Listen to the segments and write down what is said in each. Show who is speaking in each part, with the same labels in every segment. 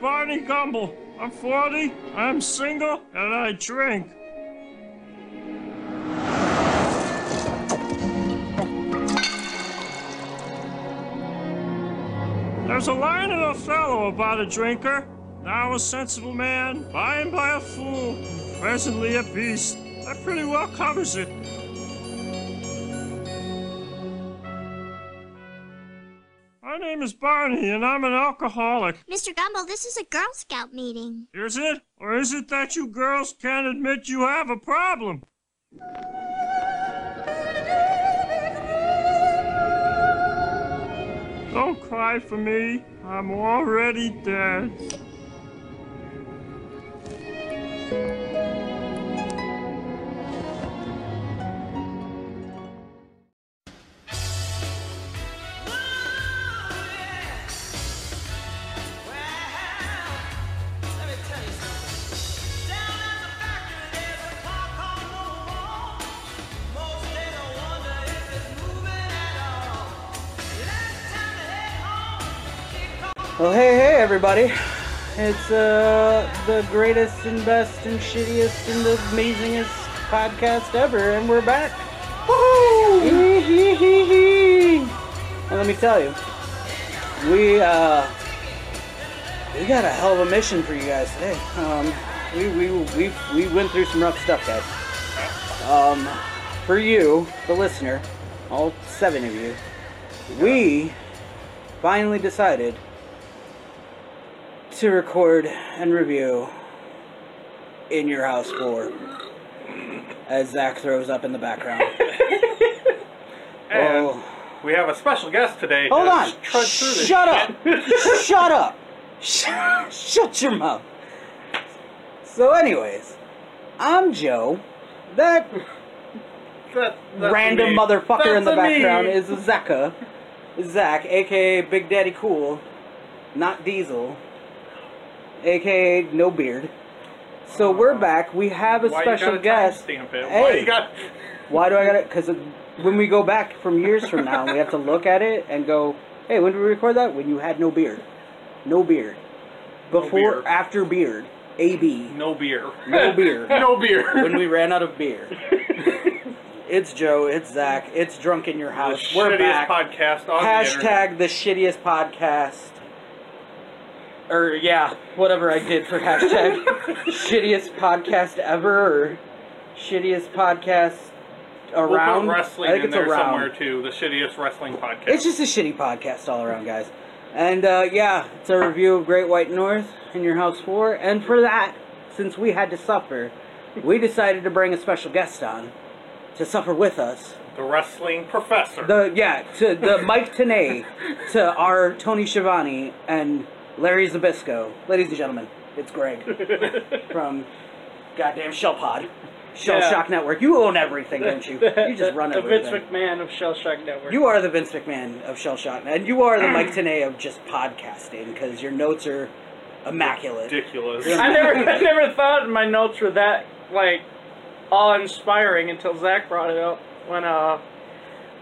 Speaker 1: Barney Gumble. I'm 40, I'm single, and I drink. There's a line in Othello about a drinker. Now a sensible man, by and by a fool, presently a beast. That pretty well covers it. My name is Barney, and I'm an alcoholic.
Speaker 2: Mr. Gumble, this is a Girl Scout meeting.
Speaker 1: Is it? Or is it that you girls can't admit you have a problem? Don't cry for me. I'm already dead.
Speaker 3: Well, hey, hey, everybody. It's uh, the greatest and best and shittiest and the amazingest podcast ever, and we're back. Hee, hee, hee, hee. Well, let me tell you, we uh, we got a hell of a mission for you guys today. Um, we, we, we, we went through some rough stuff, guys. Um, for you, the listener, all seven of you, we finally decided to record and review in your house for as Zach throws up in the background.
Speaker 4: And
Speaker 3: Oh.
Speaker 4: we have a special guest today. to
Speaker 3: Hold on!
Speaker 4: trudge through this
Speaker 3: Shut up!
Speaker 4: shit.
Speaker 3: Shut up! Shut, shut your mouth. So, anyways, I'm Joe. That
Speaker 4: That- that's
Speaker 3: random
Speaker 4: me.
Speaker 3: motherfucker in
Speaker 4: That's
Speaker 3: the
Speaker 4: me.
Speaker 3: background is Zaka. Zach, aka Big Daddy Cool, not Diesel, aka No Beard. So we're back. We have a
Speaker 4: Uh-huh. Why you
Speaker 3: special
Speaker 4: gotta
Speaker 3: guest.
Speaker 4: timestamp it?
Speaker 3: Hey,
Speaker 4: Why you got?
Speaker 3: why do I gotta? Because when we go back from years from now, we have to look at it and go, "Hey, when did we record that? When you had no beard, no beard, before,
Speaker 4: beard.
Speaker 3: after beard, A B,
Speaker 4: No beer.
Speaker 3: no beard."
Speaker 4: no beer.
Speaker 3: when we ran out of beer. it's Joe. It's Zach. It's drunk in your
Speaker 4: the
Speaker 3: house. We're back.
Speaker 4: shittiest podcast on the
Speaker 3: Hashtag the shittiest podcast. Or yeah, whatever I did for hashtag shittiest podcast ever. Or shittiest podcast
Speaker 4: We'll
Speaker 3: around.
Speaker 4: put wrestling
Speaker 3: I think
Speaker 4: in
Speaker 3: it's
Speaker 4: there
Speaker 3: around.
Speaker 4: somewhere too. The shittiest wrestling podcast.
Speaker 3: It's just a shitty podcast all around, guys. And uh, yeah, it's a review of Great White North in your house four. And for that, since we had to suffer, we decided to bring a special guest on to suffer with us.
Speaker 4: the wrestling professor.
Speaker 3: The yeah, to the Mike Tanay, to our Tony Schiavone and Larry Zabisco, ladies and gentlemen, it's Greg from goddamn Shell Pod, Shell
Speaker 5: Yeah.
Speaker 3: Shock Network. You own everything, don't you? You just run
Speaker 5: the
Speaker 3: everything.
Speaker 5: Vince McMahon of Shell Shock Network.
Speaker 3: You are the Vince McMahon of Shell Shock, and you are the Mike Tenay of just podcasting because your notes are immaculate.
Speaker 4: Ridiculous.
Speaker 5: I never, I never thought my notes were that like awe-inspiring until Zach brought it up when uh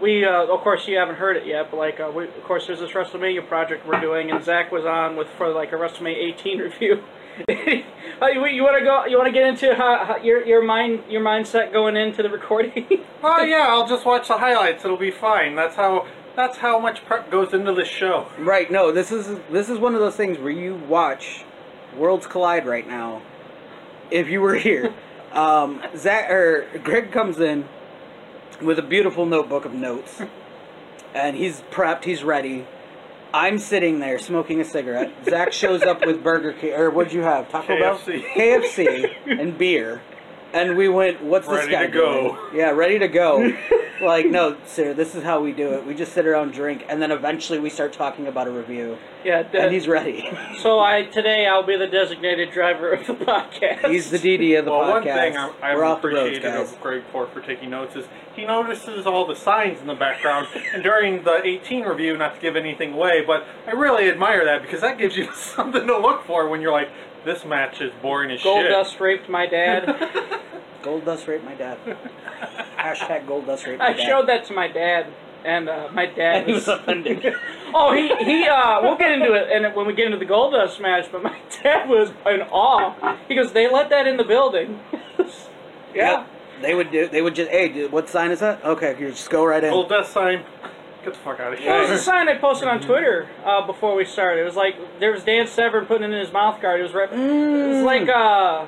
Speaker 5: we uh, of course you haven't heard it yet, but like uh, we, of course there's this WrestleMania project we're doing, and Zach was on with for like a WrestleMania 18 review. Uh, you, want to go? You want to get into how, how, your your mind your mindset going into the recording?
Speaker 4: Oh yeah, I'll just watch the highlights. It'll be fine. That's how. That's how much prep goes into this show.
Speaker 3: Right? No, this is this is one of those things where you watch Worlds Collide right now. If you were here, um, Zach or Greg comes in with a beautiful notebook of notes, and he's prepped. He's ready. I'm sitting there smoking a cigarette. Zach shows up with Burger King, or what'd you have? Taco Bell,
Speaker 4: KFC.
Speaker 3: KFC, and beer. And we went, what's this
Speaker 4: Ready
Speaker 3: guy
Speaker 4: to go.
Speaker 3: doing? Yeah, ready to go. like, no, sir, this is how we do it. We just sit around, drink, and then eventually we start talking about a review.
Speaker 5: yeah.
Speaker 3: And
Speaker 5: that-
Speaker 3: he's ready.
Speaker 5: so I today I'll be the designated driver of the podcast.
Speaker 3: He's the DD of the
Speaker 4: well,
Speaker 3: podcast.
Speaker 4: one thing I, I've
Speaker 3: We're off the roads,
Speaker 4: appreciated
Speaker 3: guys.
Speaker 4: of Greg Port for taking notes is he notices all the signs in the background. and during the 18 review, not to give anything away, but I really admire that because that gives you something to look for when you're like, this match is boring as shit.
Speaker 5: Goldust raped my dad.
Speaker 3: Gold dust rate my dad. Hashtag gold dust rate my
Speaker 5: I
Speaker 3: dad.
Speaker 5: showed that to my dad, and uh, my dad
Speaker 3: He was offended.
Speaker 5: oh, he he. Uh, we'll get into it, and when we get into the Goldust match, but my dad was in awe. He goes, "They let that in the building." yeah.
Speaker 3: Yep. They would do. They would just. Hey, dude, what sign is that? Okay, you just go right in.
Speaker 4: Old death sign. Get the fuck out of here.
Speaker 5: Well, it was a sign I posted on Twitter uh, before we started. It was like there was Dan Severn putting it in his mouth guard. It was right. It was like uh,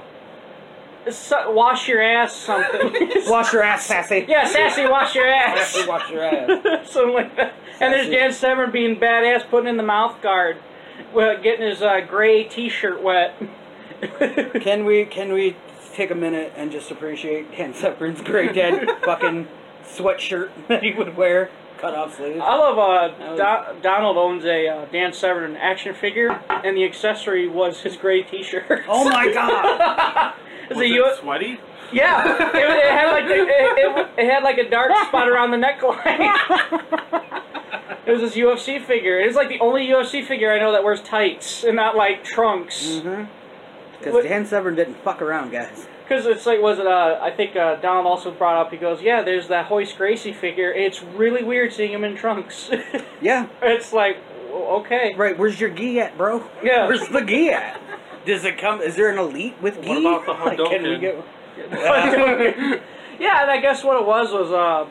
Speaker 5: it's so- wash your ass something.
Speaker 3: Wash your ass, sassy.
Speaker 5: yeah, sassy, wash your ass.
Speaker 3: Sassy, wash your ass.
Speaker 5: something like that. And there's
Speaker 3: Sassy.
Speaker 5: Dan Severn being badass, putting in the mouth guard, well, getting his uh, gray T-shirt wet.
Speaker 3: Can we can we take a minute and just appreciate Dan Severn's great dad fucking sweatshirt that he would wear, cut off sleeves?
Speaker 5: I love uh,
Speaker 3: was-
Speaker 5: Do- Donald owns a uh, Dan Severn action figure, and the accessory was his gray T-shirt.
Speaker 3: Oh my god!
Speaker 5: It's
Speaker 4: Was
Speaker 5: a
Speaker 4: it
Speaker 5: U-
Speaker 4: sweaty?
Speaker 5: Yeah, it, it had like a, it, it, it had like a dark spot around the neckline. it was this UFC figure. It was like the only UFC figure I know that wears tights and not like trunks.
Speaker 3: Because Dan Severn didn't fuck around, guys.
Speaker 5: Because it's like was it? Uh, I think uh, Donald also brought up. He goes, "Yeah, there's that Hoist Gracie figure. It's really weird seeing him in trunks."
Speaker 3: Yeah.
Speaker 5: it's like w- okay.
Speaker 3: Right. Where's your gi at, bro?
Speaker 5: Yeah.
Speaker 3: Where's the gi at? Does it come? Is there an elite with gi?
Speaker 4: about the
Speaker 3: Like, can we
Speaker 4: Hadouken?
Speaker 3: get?
Speaker 5: yeah, and I guess what it was was uh,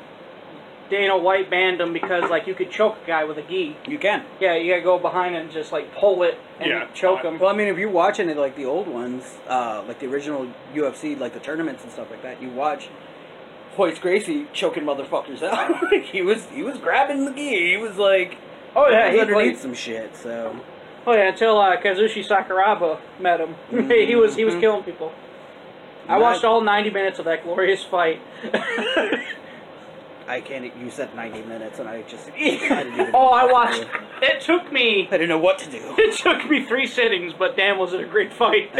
Speaker 5: Dana White banned him because like you could choke a guy with a gi.
Speaker 3: You can.
Speaker 5: Yeah, you gotta go behind and just like pull it and
Speaker 4: Yeah,
Speaker 5: choke him.
Speaker 3: Well, I mean, if you're watching it like the old ones, uh, like the original UFC, like the tournaments and stuff like that, you watch Hoist Gracie choking motherfuckers out. Like, he was he was grabbing the gi. He was like
Speaker 5: oh
Speaker 3: uh, he
Speaker 5: yeah,
Speaker 3: was
Speaker 5: he
Speaker 3: underneath
Speaker 5: played.
Speaker 3: some shit. So
Speaker 5: Oh yeah, until uh, Kazushi Sakuraba met him, he was he was killing people. I
Speaker 3: Mm-hmm. Nice.
Speaker 5: watched all 90 minutes of that glorious fight.
Speaker 3: I can't. e-, You said 90 minutes, and I just I didn't even
Speaker 5: oh, I
Speaker 3: know what
Speaker 5: watched.
Speaker 3: to do.
Speaker 5: It took me.
Speaker 3: I didn't know what to do.
Speaker 5: It took me three sittings, but damn, was it a great fight!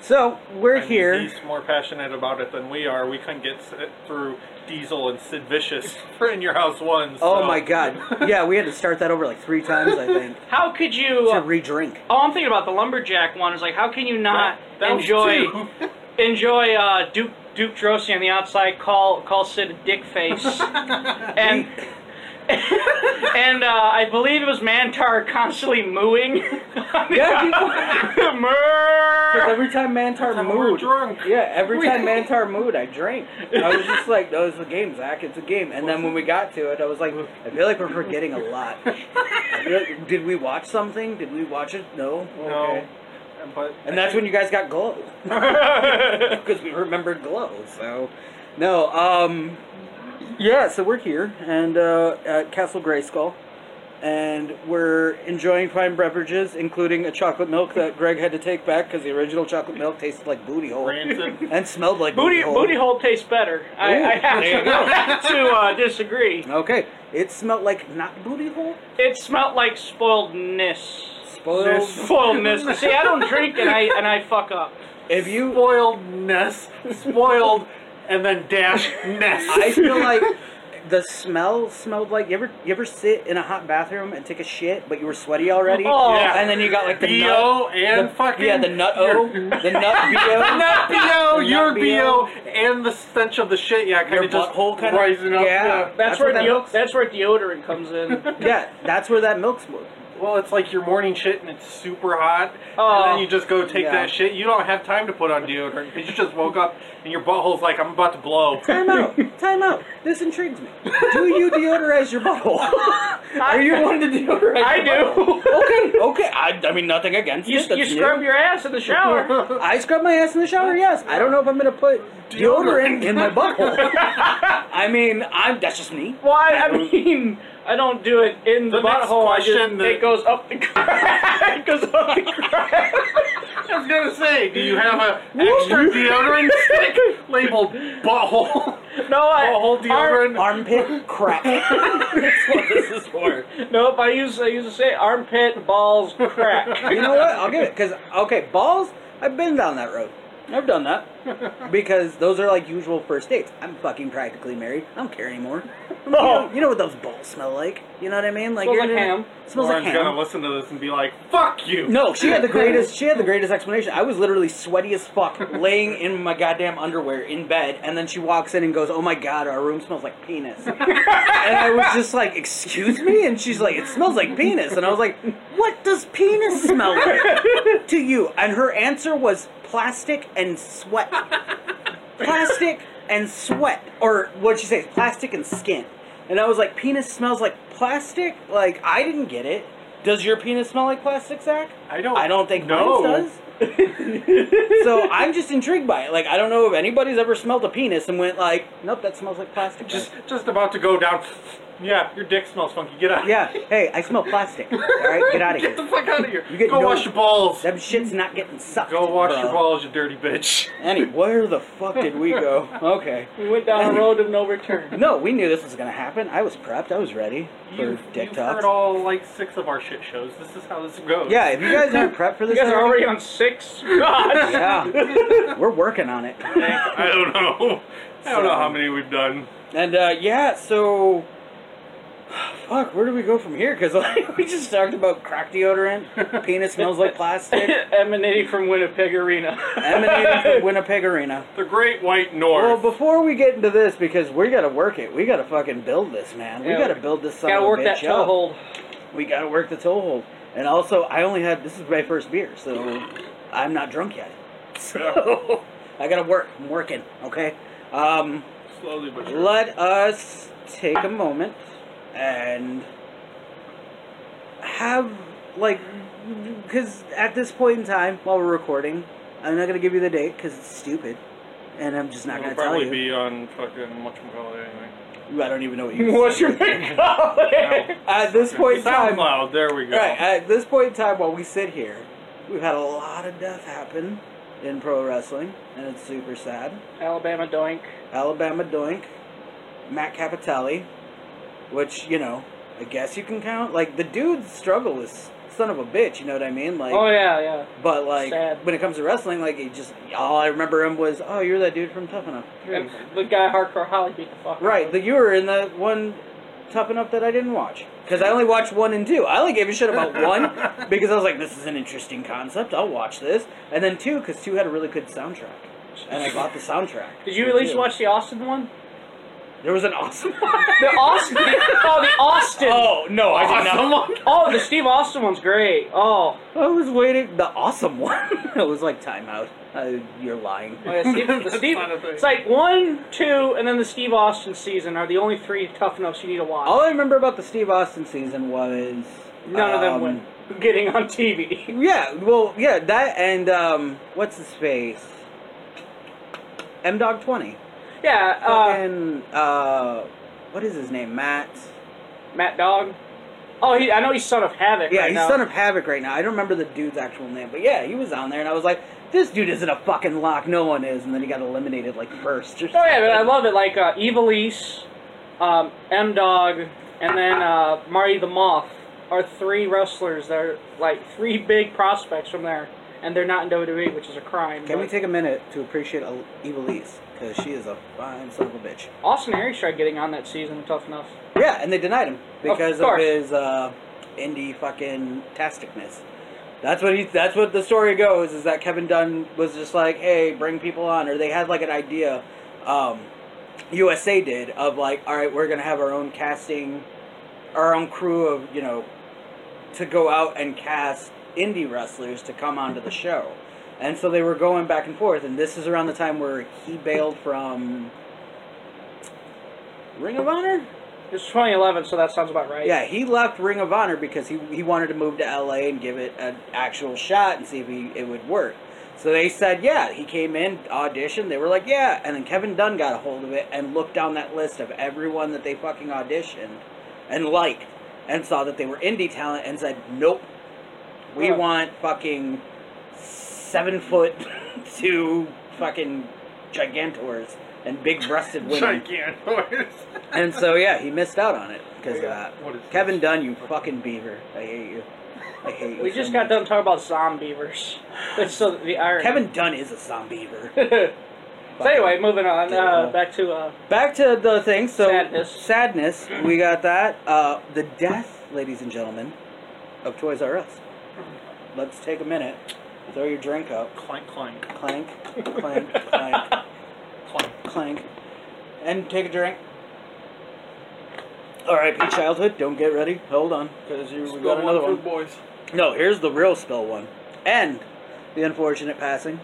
Speaker 3: So we're
Speaker 4: And
Speaker 3: here.
Speaker 4: He's more passionate about it than we are. We couldn't get s- through Diesel and Sid Vicious for In Your House One.
Speaker 3: Oh
Speaker 4: so-
Speaker 3: my god. Yeah, we had to start that over like three times, I think,
Speaker 5: how could you?
Speaker 3: to
Speaker 5: uh,
Speaker 3: re-drink.
Speaker 5: oh, I'm thinking about the lumberjack one. It's like, how can you not
Speaker 4: That was
Speaker 5: enjoy
Speaker 4: two.
Speaker 5: enjoy uh, Duke Duke Drosy on the outside call call Sid a dick face, and and uh, I believe it was Mantar constantly mooing.
Speaker 3: Yeah,
Speaker 5: Moo.
Speaker 3: every time Mantar
Speaker 4: time we were
Speaker 3: moved.
Speaker 4: drunk.
Speaker 3: Yeah, every time Mantar moved, I drank. I was just like, no, it's a game, Zach. It's a game. And then when we got to it, I was like, I feel like we're forgetting a lot. I feel like- Did we watch something? Did we watch it? No.
Speaker 4: No.
Speaker 3: Okay.
Speaker 4: But
Speaker 3: And that's when you guys got glow. Because we remembered glow, so. No, um. Yeah, so we're here, and uh, at Castle Grayskull, and we're enjoying fine beverages, including a chocolate milk that Greg had to take back because the original chocolate milk tasted like booty hole.
Speaker 4: Rancid.
Speaker 3: And smelled like
Speaker 5: Booty
Speaker 3: booty hole.
Speaker 5: booty hole tastes better. I,
Speaker 3: Oh. Ooh,
Speaker 5: I have
Speaker 3: there you
Speaker 5: to,
Speaker 3: go.
Speaker 5: to uh, disagree.
Speaker 3: Okay, it smelled like not booty hole?
Speaker 5: It smelled like spoiledness.
Speaker 3: Spoiled.
Speaker 5: Spoiledness. See, I don't drink and I and I fuck up.
Speaker 3: If you
Speaker 4: spoiledness, spoiled, and then dash ness.
Speaker 3: I feel like the smell smelled like you ever you ever sit in a hot bathroom and take a shit, but you were sweaty already,
Speaker 5: Oh. Yeah.
Speaker 3: and then you got like the
Speaker 4: bo
Speaker 3: nut,
Speaker 4: and
Speaker 3: the-
Speaker 4: fucking
Speaker 3: yeah, the nut o, the nut bo,
Speaker 4: Not bo,
Speaker 3: Not
Speaker 4: your
Speaker 3: BO.
Speaker 4: bo, and the stench of the shit. Yeah, kind
Speaker 3: Your
Speaker 4: of just
Speaker 3: butthole kinda-
Speaker 4: rising up.
Speaker 3: yeah.
Speaker 5: That's,
Speaker 3: That's
Speaker 5: where
Speaker 3: what that
Speaker 5: deo-
Speaker 3: looks-
Speaker 5: that's where deodorant comes in.
Speaker 3: Yeah, that's where that milk smells.
Speaker 4: Well, it's like your morning shit and it's super hot,
Speaker 5: Oh.
Speaker 4: and then you just go take
Speaker 3: Yeah.
Speaker 4: that shit. You don't have time to put on deodorant because you just woke up and your butthole's like, I'm about to blow.
Speaker 3: Time out, time out. This intrigues me. Do you deodorize your butthole? Are you one to deodorize?
Speaker 5: I
Speaker 3: your
Speaker 5: do.
Speaker 3: butthole? Okay, okay. I, I mean nothing against
Speaker 5: You,
Speaker 3: it, that's
Speaker 5: you scrub your ass in the shower.
Speaker 3: I scrub my ass in the shower. Yes, I don't know if I'm gonna put deodorant in my butthole. I mean, I'm that's just me.
Speaker 5: Why? I mean, I don't do it in the,
Speaker 4: The next
Speaker 5: butthole. I just,
Speaker 4: question that-
Speaker 5: it goes up the crack. it goes up the crack.
Speaker 4: I was gonna say, do you have a extra deodorant stick labeled butthole?
Speaker 5: No, I
Speaker 4: Butthole
Speaker 5: arm-
Speaker 4: deodorant.
Speaker 3: Armpit crack. That's what this is for.
Speaker 5: nope, I use I use to say armpit balls crack.
Speaker 3: You know what? I'll give it because okay, balls. I've been down that road. I've done that because those are like usual first dates. I'm fucking practically married. I don't care anymore. I mean, you, know, you know what those balls smell like? You know what I mean? Like
Speaker 5: Smells
Speaker 3: you're
Speaker 5: like
Speaker 3: gonna-
Speaker 5: ham.
Speaker 3: Smells
Speaker 4: Lauren's
Speaker 3: like ham.
Speaker 4: gonna listen to this and be like, "Fuck you."
Speaker 3: No, she had the greatest. She had the greatest explanation. I was literally sweaty as fuck, laying in my goddamn underwear in bed, and then she walks in and goes, "Oh my god, our room smells like penis." and I was just like, "Excuse me?" And she's like, "It smells like penis." And I was like, "What does penis smell like to you?" And her answer was plastic and sweat. Plastic and sweat, or what'd she say? Plastic and skin. And I was like, "Penis smells like plastic." Like I didn't get it. Does your penis smell like plastic, Zach?
Speaker 4: I don't.
Speaker 3: I don't think
Speaker 4: no.
Speaker 3: mine does. so I'm just intrigued by it. Like I don't know if anybody's ever smelled a penis and went like, "Nope, that smells like plastic."
Speaker 4: Just just about to go down. Yeah, your dick smells funky. Get out.
Speaker 3: yeah. Hey, I smell plastic. All right, get out of
Speaker 4: Get the
Speaker 3: here.
Speaker 4: fuck out of here.
Speaker 3: You get Uh.
Speaker 4: go
Speaker 3: no-
Speaker 4: wash your balls.
Speaker 3: That shit's not getting sucked.
Speaker 4: Go wash
Speaker 3: bro.
Speaker 4: your balls, you dirty bitch.
Speaker 3: Annie, where the fuck did we go? Okay.
Speaker 5: We went down a road of no return.
Speaker 3: No, we knew this was gonna happen. I was prepped. I was ready for
Speaker 4: You've,
Speaker 3: dick
Speaker 4: you've
Speaker 3: talks.
Speaker 4: heard all like six of our shit shows. This is how this goes.
Speaker 3: yeah, if you guys aren't prepped for
Speaker 5: You
Speaker 3: this,
Speaker 5: guys are
Speaker 3: already-
Speaker 5: already on six. God.
Speaker 3: yeah, we're working on it.
Speaker 4: I don't know. I don't know how many we've done.
Speaker 3: And uh, yeah, so fuck, where do we go from here? Because like, we just talked about crack deodorant, penis smells like plastic,
Speaker 5: Emanating from Winnipeg Arena.
Speaker 3: emanating from Winnipeg Arena.
Speaker 4: The Great White North.
Speaker 3: Well, before we get into this, because we gotta work it, we gotta fucking build this, man.
Speaker 5: Yeah,
Speaker 3: we gotta build this. Son
Speaker 5: Gotta
Speaker 3: of a
Speaker 5: work
Speaker 3: bitch
Speaker 5: that
Speaker 3: up.
Speaker 5: toehold.
Speaker 3: We gotta work the toehold. And also, I only had this is my first beer, so I'm not drunk yet. So I gotta work. I'm working. Okay. Um,
Speaker 4: Slowly but surely.
Speaker 3: Let us take a moment and have, like, because at this point in time, while we're recording, I'm not going to give you the date because it's stupid. And I'm just not
Speaker 4: It'll
Speaker 3: going to tell
Speaker 4: probably
Speaker 3: you.
Speaker 4: be on fucking whatchamacallit anyway.
Speaker 3: I don't even know what you
Speaker 5: What's your name? Colin?
Speaker 3: At this point in time.
Speaker 4: SoundCloud, there we go.
Speaker 3: Right, at this point in time, while we sit here, we've had a lot of death happen in pro wrestling, and it's super sad.
Speaker 5: Alabama Doink.
Speaker 3: Alabama Doink, Matt Capitelli, which, you know, I guess you can count. Like, the dude's struggle is son of a bitch, you know what I mean? Like,
Speaker 5: Oh yeah, yeah.
Speaker 3: but, like,
Speaker 5: Sad.
Speaker 3: when it comes to wrestling, like, he just, all I remember him was, oh, you're that dude from Tough Enough. You're
Speaker 5: And
Speaker 3: the-
Speaker 5: the guy Hardcore Holly beat the fuck. out
Speaker 3: Right,
Speaker 5: of
Speaker 3: that
Speaker 5: him.
Speaker 3: you were in that one Tough Enough that I didn't watch. Because I only watched one and two. I only gave a shit about one because I was like, this is an interesting concept. I'll watch this. And then two, because two had a really good soundtrack. And I bought the soundtrack.
Speaker 5: Did you at least
Speaker 3: Two.
Speaker 5: watch the Austin one?
Speaker 3: There was an awesome
Speaker 5: The Austin. oh, the Austin.
Speaker 3: Oh no, I did not.
Speaker 5: Oh, the Steve Austin one's great. Oh,
Speaker 3: I was waiting. The awesome one. it was like timeout. Uh, you're lying.
Speaker 5: oh yeah, Steve, the
Speaker 4: That's
Speaker 5: Steve.
Speaker 4: not a thing.
Speaker 5: It's like one, two, and then the Steve Austin season are the only three tough enoughs you need to watch.
Speaker 3: All I remember about the Steve Austin season was
Speaker 5: None of them
Speaker 3: um,
Speaker 5: win. Getting on TV.
Speaker 3: Yeah, well, yeah, that and um, what's his face? M Dog Twenty.
Speaker 5: Yeah,
Speaker 3: Fucking uh, what is his name? Matt.
Speaker 5: uh, Matt Dog. Oh, he, I know he's son of Havoc.
Speaker 3: Yeah,
Speaker 5: right
Speaker 3: he's
Speaker 5: now.
Speaker 3: son of Havoc right now. I don't remember the dude's actual name, but yeah, he was on there, and I was like, this dude isn't a fucking lock. No one is, and then he got eliminated like first. Or
Speaker 5: Oh yeah, but I love it. Like uh, Evilise, um, M Dog, and then uh, Marty the Moth are three wrestlers. They're like three big prospects from there, and they're not in WWE, which is a crime.
Speaker 3: Can we
Speaker 5: but-
Speaker 3: take a minute to appreciate El- Evilise? Because she is a fine son of a bitch.
Speaker 5: Austin Aries tried getting on that season of Tough Enough.
Speaker 3: Yeah, and they denied him because of,
Speaker 5: course.
Speaker 3: his uh, indie fucking tasticness. That's what he. That's what the story goes is that Kevin Dunn was just like, "Hey, bring people on," or they had like an idea. Um, USA did of like, "All right, we're gonna have our own casting, our own crew of you know, to go out and cast indie wrestlers to come onto the show." And so they were going back and forth, and this is around the time where he bailed from Ring of Honor.
Speaker 5: It's 2011, so that sounds about right.
Speaker 3: Yeah, he left Ring of Honor because he he wanted to move to LA and give it an actual shot and see if he, it would work. So they said, yeah, he came in, auditioned. They were like, yeah. And then Kevin Dunn got a hold of it and looked down that list of everyone that they fucking auditioned and liked and saw that they were indie talent and said, nope, we
Speaker 5: Yeah.
Speaker 3: want fucking seven foot two fucking gigantors and big breasted women.
Speaker 4: Gigantoids.
Speaker 3: And so yeah, he missed out on it because of that.
Speaker 4: What is
Speaker 3: Kevin
Speaker 4: this?
Speaker 3: Dunn, you fucking beaver. I hate you. I hate you
Speaker 5: We
Speaker 3: so
Speaker 5: just
Speaker 3: much.
Speaker 5: got done talking about zombievers. That's so the irony.
Speaker 3: Kevin Dunn is a zombiever.
Speaker 5: so anyway, moving on.
Speaker 3: Yeah.
Speaker 5: Uh, back to uh,
Speaker 3: Back to the thing. So
Speaker 5: Sadness.
Speaker 3: sadness, we got that. Uh, the death, ladies and gentlemen, of Toys R Us. Let's take a minute. Throw your drink up.
Speaker 4: Clank, clank,
Speaker 3: Clank, clank, clank,
Speaker 4: clank.
Speaker 3: clank, and take a drink. R.I.P. Childhood. Don't get ready. Hold on, because we got another
Speaker 4: for
Speaker 3: one.
Speaker 4: the boys.
Speaker 3: No, here's the real spell one. And the unfortunate passing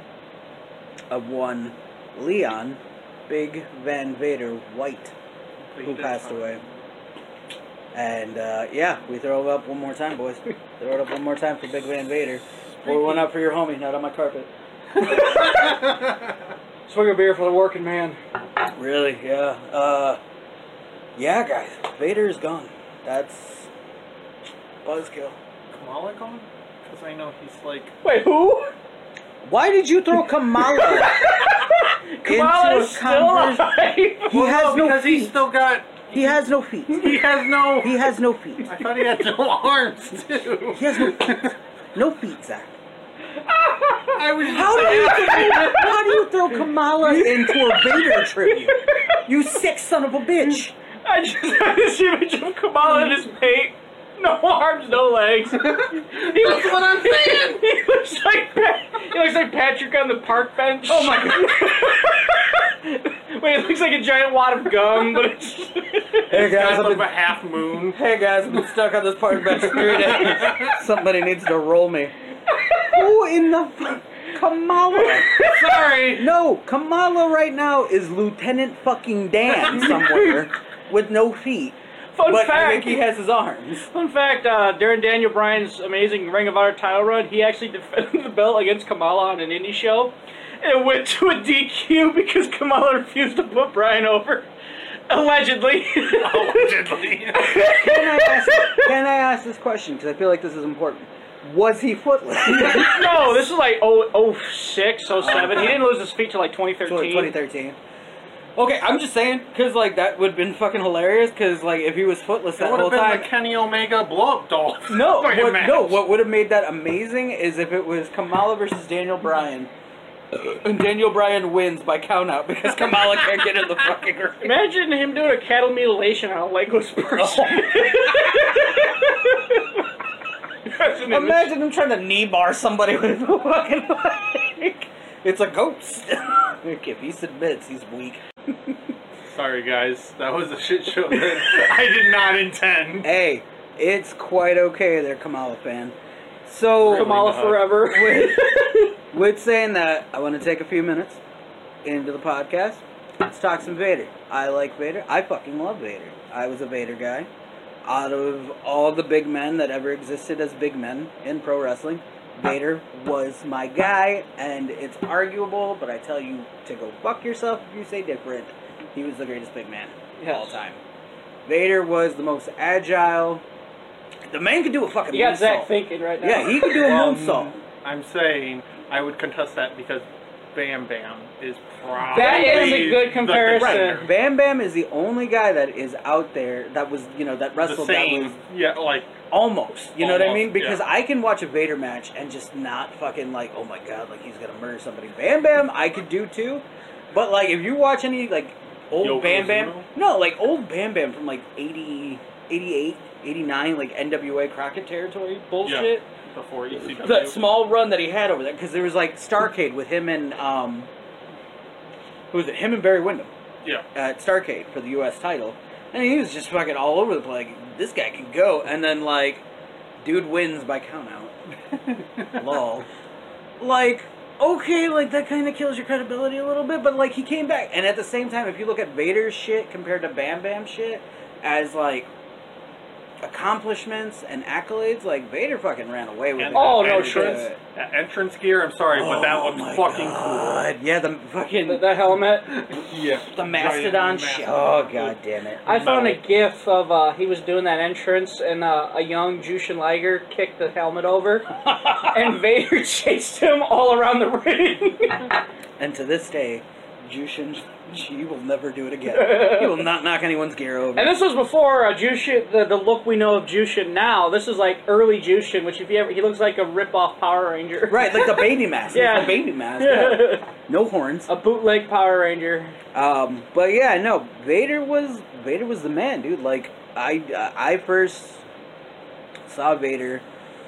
Speaker 3: of one Leon Big Van Vader White, who passed away. And uh, yeah, we throw it up one more time, boys. throw it up one more time for Big Van Vader. Pour one up for your homie, not on my carpet.
Speaker 5: swing a beer for the working man.
Speaker 3: Really? Yeah. Uh, yeah, guys. Vader is gone. That's buzzkill.
Speaker 4: Kamala gone? Because I know he's like.
Speaker 5: Wait, who?
Speaker 3: Why did you throw Kamala?
Speaker 5: Kamala is
Speaker 3: a
Speaker 5: still
Speaker 3: convers-
Speaker 5: alive.
Speaker 3: He has no
Speaker 4: Oh, because
Speaker 3: feet.
Speaker 4: he's still got.
Speaker 3: He has no feet.
Speaker 4: He has no.
Speaker 3: He has no feet.
Speaker 4: I thought he had no arms too.
Speaker 3: He has no feet. No feet, Zach.
Speaker 4: I was.
Speaker 3: How do you throw, how do you throw Kamala into a Vader tribute? You sick son of a bitch.
Speaker 5: I just have this image of Kamala in his paint. No arms, no legs. He looks,
Speaker 4: what I'm saying.
Speaker 5: he looks like Pat, he looks like Patrick on the park bench. Oh my god! Wait, it looks like a giant wad of gum, but it's
Speaker 3: Hey
Speaker 4: Guys,
Speaker 3: guys,
Speaker 4: i
Speaker 3: I've
Speaker 4: of a
Speaker 3: been,
Speaker 4: half moon.
Speaker 3: hey guys, I've been stuck on this park bench for three days. Somebody needs to roll me. Who in the fuck? Kamala.
Speaker 4: Sorry.
Speaker 3: No, Kamala right now is Lieutenant fucking Dan somewhere with no feet.
Speaker 5: fun
Speaker 3: but I think
Speaker 5: fact.
Speaker 3: he has his arms.
Speaker 5: Fun fact, uh, during Daniel Bryan's amazing Ring of Honor title run, he actually defended the belt against Kamala on an indie show. And it went to a DQ because Kamala refused to put Bryan over. Allegedly.
Speaker 4: Allegedly.
Speaker 3: Can I ask, can I ask this question? Because I feel like this is important. Was he footless?
Speaker 5: no, this is like oh oh six, oh seven. He didn't lose his feet till like 2013.
Speaker 3: 2013. Okay, I'm just saying, because, like, that would have been fucking hilarious, because, like, if he was footless that
Speaker 4: would
Speaker 3: whole
Speaker 4: have been
Speaker 3: time.
Speaker 4: the Kenny Omega blow up doll.
Speaker 3: no,
Speaker 4: Fucking
Speaker 3: what,
Speaker 4: match.
Speaker 3: no, what would have made that amazing is if it was Kamala versus Daniel Bryan. And Daniel Bryan wins by count out because Kamala can't get in the fucking ring.
Speaker 5: Imagine him doing a cattle mutilation on a legless
Speaker 3: Oh,
Speaker 5: person. That's an image.
Speaker 3: Imagine him trying to knee bar somebody with a fucking leg. It's a ghost. Like, if he submits, he's weak.
Speaker 4: Sorry, guys. That was a shit show that I did not intend.
Speaker 3: Hey, it's quite okay there, Kamala fan. So
Speaker 5: Kamala
Speaker 4: not.
Speaker 5: forever.
Speaker 3: with, with saying that, I want to take a few minutes into the podcast. Let's talk some Vader. I like Vader. I fucking love Vader. I was a Vader guy. Out of all the big men that ever existed as big men in pro wrestling, Vader was my guy, and it's arguable, but I tell you to go fuck yourself if you say different. He was the greatest big man of all time. Vader was the most agile. The man could do a fucking
Speaker 5: You got Zach
Speaker 3: moonsault.
Speaker 5: thinking right now.
Speaker 3: Yeah, he could do a
Speaker 4: Um,
Speaker 3: moonsault.
Speaker 4: I'm saying I would contest that because Bam Bam is probably
Speaker 5: That is a good
Speaker 4: the
Speaker 5: comparison.
Speaker 4: contender.
Speaker 3: Bam Bam is the only guy that is out there that was, you know, that
Speaker 4: The
Speaker 3: wrestled that
Speaker 4: same,
Speaker 3: was
Speaker 4: yeah, like
Speaker 3: almost. You know what I mean?
Speaker 4: Almost,
Speaker 3: Because
Speaker 4: yeah.
Speaker 3: I can watch a Vader match and just not fucking like, oh my god, like he's gonna murder somebody. Bam Bam, I could do too. But like, if you watch any like old
Speaker 4: Yokozuna?
Speaker 3: Bam Bam, no, like old Bam Bam from like 80, 88, 89, like NWA Crockett territory bullshit.
Speaker 4: before E ECW.
Speaker 3: That small run that he had over there, because there was like Starcade with him and um, who was it? Him and Barry Windham
Speaker 4: yeah,
Speaker 3: at Starcade for the U.S. title, and he was just fucking all over the place. Like, this guy can go, and then like, dude wins by countout. Lol. Like, okay, like that kind of kills your credibility a little bit, but like he came back, and at the same time, if you look at Vader's shit compared to Bam Bam shit, as like accomplishments and accolades, like Vader fucking ran away with
Speaker 4: And
Speaker 3: it.
Speaker 5: Oh, no,
Speaker 4: that
Speaker 5: sure.
Speaker 4: entrance, that entrance gear. I'm sorry, but that
Speaker 3: Oh
Speaker 4: looks
Speaker 3: my
Speaker 4: fucking
Speaker 3: God. Yeah, the fucking
Speaker 5: That, that helmet.
Speaker 4: cool. Yeah,
Speaker 3: the mastodon shit. Oh god damn it.
Speaker 5: I found a gif of uh, he was doing that entrance, and uh, a young Jushin Liger kicked the helmet over, and Vader chased him all around the ring.
Speaker 3: And to this day, Jushin, you will never do it again. you will not knock anyone's gear over.
Speaker 5: And this was before uh, Jushin, the, the look we know of Jushin now. This is like early Jushin, which if you ever, he looks like a rip-off Power Ranger.
Speaker 3: Right, like the baby mask.
Speaker 5: Yeah.
Speaker 3: Yeah, baby mask. Yeah. No horns.
Speaker 5: a bootleg Power Ranger.
Speaker 3: Um, but yeah, no, Vader was Vader was the man, dude. Like I I first saw Vader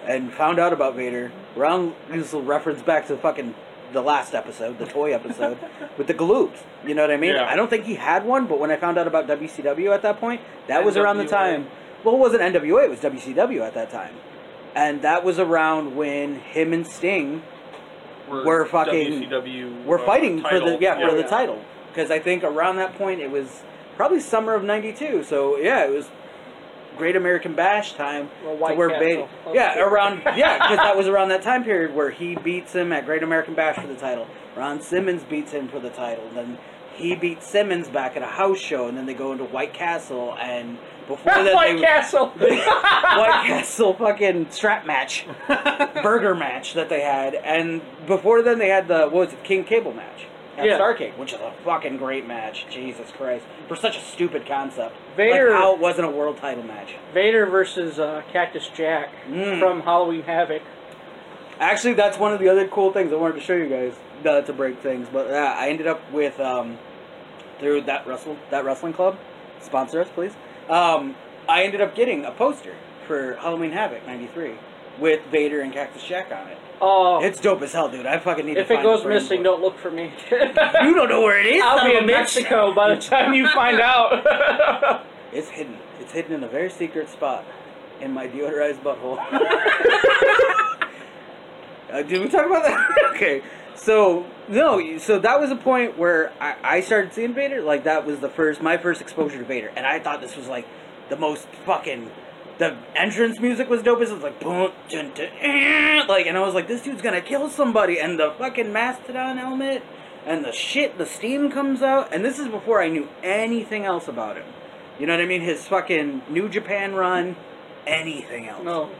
Speaker 3: and found out about Vader. Around this will reference back to fucking the last episode, the toy episode, with the galoops. You know what I mean?
Speaker 4: Yeah.
Speaker 3: I don't think he had one, but when I found out about WCW at that point, that was around the
Speaker 4: NWA.
Speaker 3: time. Well, it wasn't NWA; it was WCW at that time, and that was around when him and Sting
Speaker 4: We're,
Speaker 3: We're fucking-
Speaker 4: WCW.
Speaker 3: we're
Speaker 4: uh,
Speaker 3: fighting for the
Speaker 4: title.
Speaker 3: yeah, for the title because I think around that point it was probably summer of '92. So yeah, it was Great American Bash time.
Speaker 5: Or White
Speaker 3: to where
Speaker 5: Castle.
Speaker 3: Vader, yeah, around yeah, because that was around that time period where he beats him at Great American Bash for the title. Ron Simmons beats him for the title. Then he beats Simmons back at a house show, and then they go into White Castle and. Before that,
Speaker 5: White
Speaker 3: they,
Speaker 5: Castle.
Speaker 3: White Castle fucking strap match, burger match that they had, and before then they had the what was it, King Cable match at
Speaker 5: Yeah.
Speaker 3: Starcade, which is a fucking great match. Jesus Christ, for such a stupid concept.
Speaker 5: Vader-
Speaker 3: like how it wasn't a world title match.
Speaker 5: Vader versus uh, Cactus Jack
Speaker 3: Mm.
Speaker 5: from Halloween Havoc.
Speaker 3: Actually, that's one of the other cool things I wanted to show you guys uh, to break things. But uh, I ended up with um, through that wrestle that wrestling club sponsor us, please. Um, I ended up getting a poster for Halloween Havoc '93 with Vader and Cactus Jack on it.
Speaker 5: Oh,
Speaker 3: It's dope as hell, dude. I fucking need to
Speaker 5: if it
Speaker 3: find the
Speaker 5: goes
Speaker 3: frame
Speaker 5: missing,
Speaker 3: book.
Speaker 5: don't look for me.
Speaker 3: You don't know where it is.
Speaker 5: I'll
Speaker 3: son
Speaker 5: be
Speaker 3: of a
Speaker 5: in
Speaker 3: bitch.
Speaker 5: Mexico by the time you find out.
Speaker 3: It's hidden. It's hidden in a very secret spot in my deodorized butthole. uh, did we talk about that? okay. So no, so that was a point where I, I started seeing Vader. Like that was the first my first exposure to Vader, and I thought this was like the most fucking. The entrance music was dope. as It was like boom, dun, dun, eh, like, and I was like, this dude's gonna kill somebody, and the fucking mastodon helmet, and the shit, the steam comes out, and this is before I knew anything else about him. You know what I mean? His fucking New Japan run, anything else.
Speaker 5: no.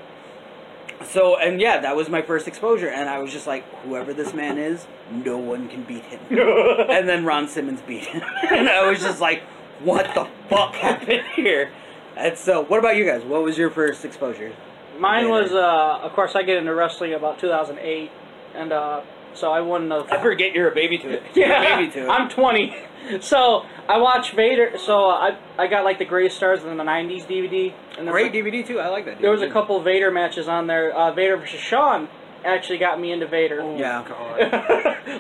Speaker 3: So and yeah, that was my first exposure, and I was just like, whoever this man is, no one can beat him. and then Ron Simmons beat him, and I was just like, what the fuck happened here? And so, what about you guys? What was your first exposure?
Speaker 5: Mine
Speaker 3: Later.
Speaker 5: was, uh, of course, I get into wrestling about 2008, and uh, so I won the.
Speaker 3: forget you're a baby to it.
Speaker 5: yeah,
Speaker 3: baby to it.
Speaker 5: I'm 20, so I watched Vader. So I I got like the Greatest Stars in the 90s DVD, and there's
Speaker 3: Great
Speaker 5: a,
Speaker 3: DVD too. I like that. DVD.
Speaker 5: there was a couple Vader matches on there. Uh, Vader versus Shawn actually got me into Vader.
Speaker 3: Yeah.
Speaker 4: God.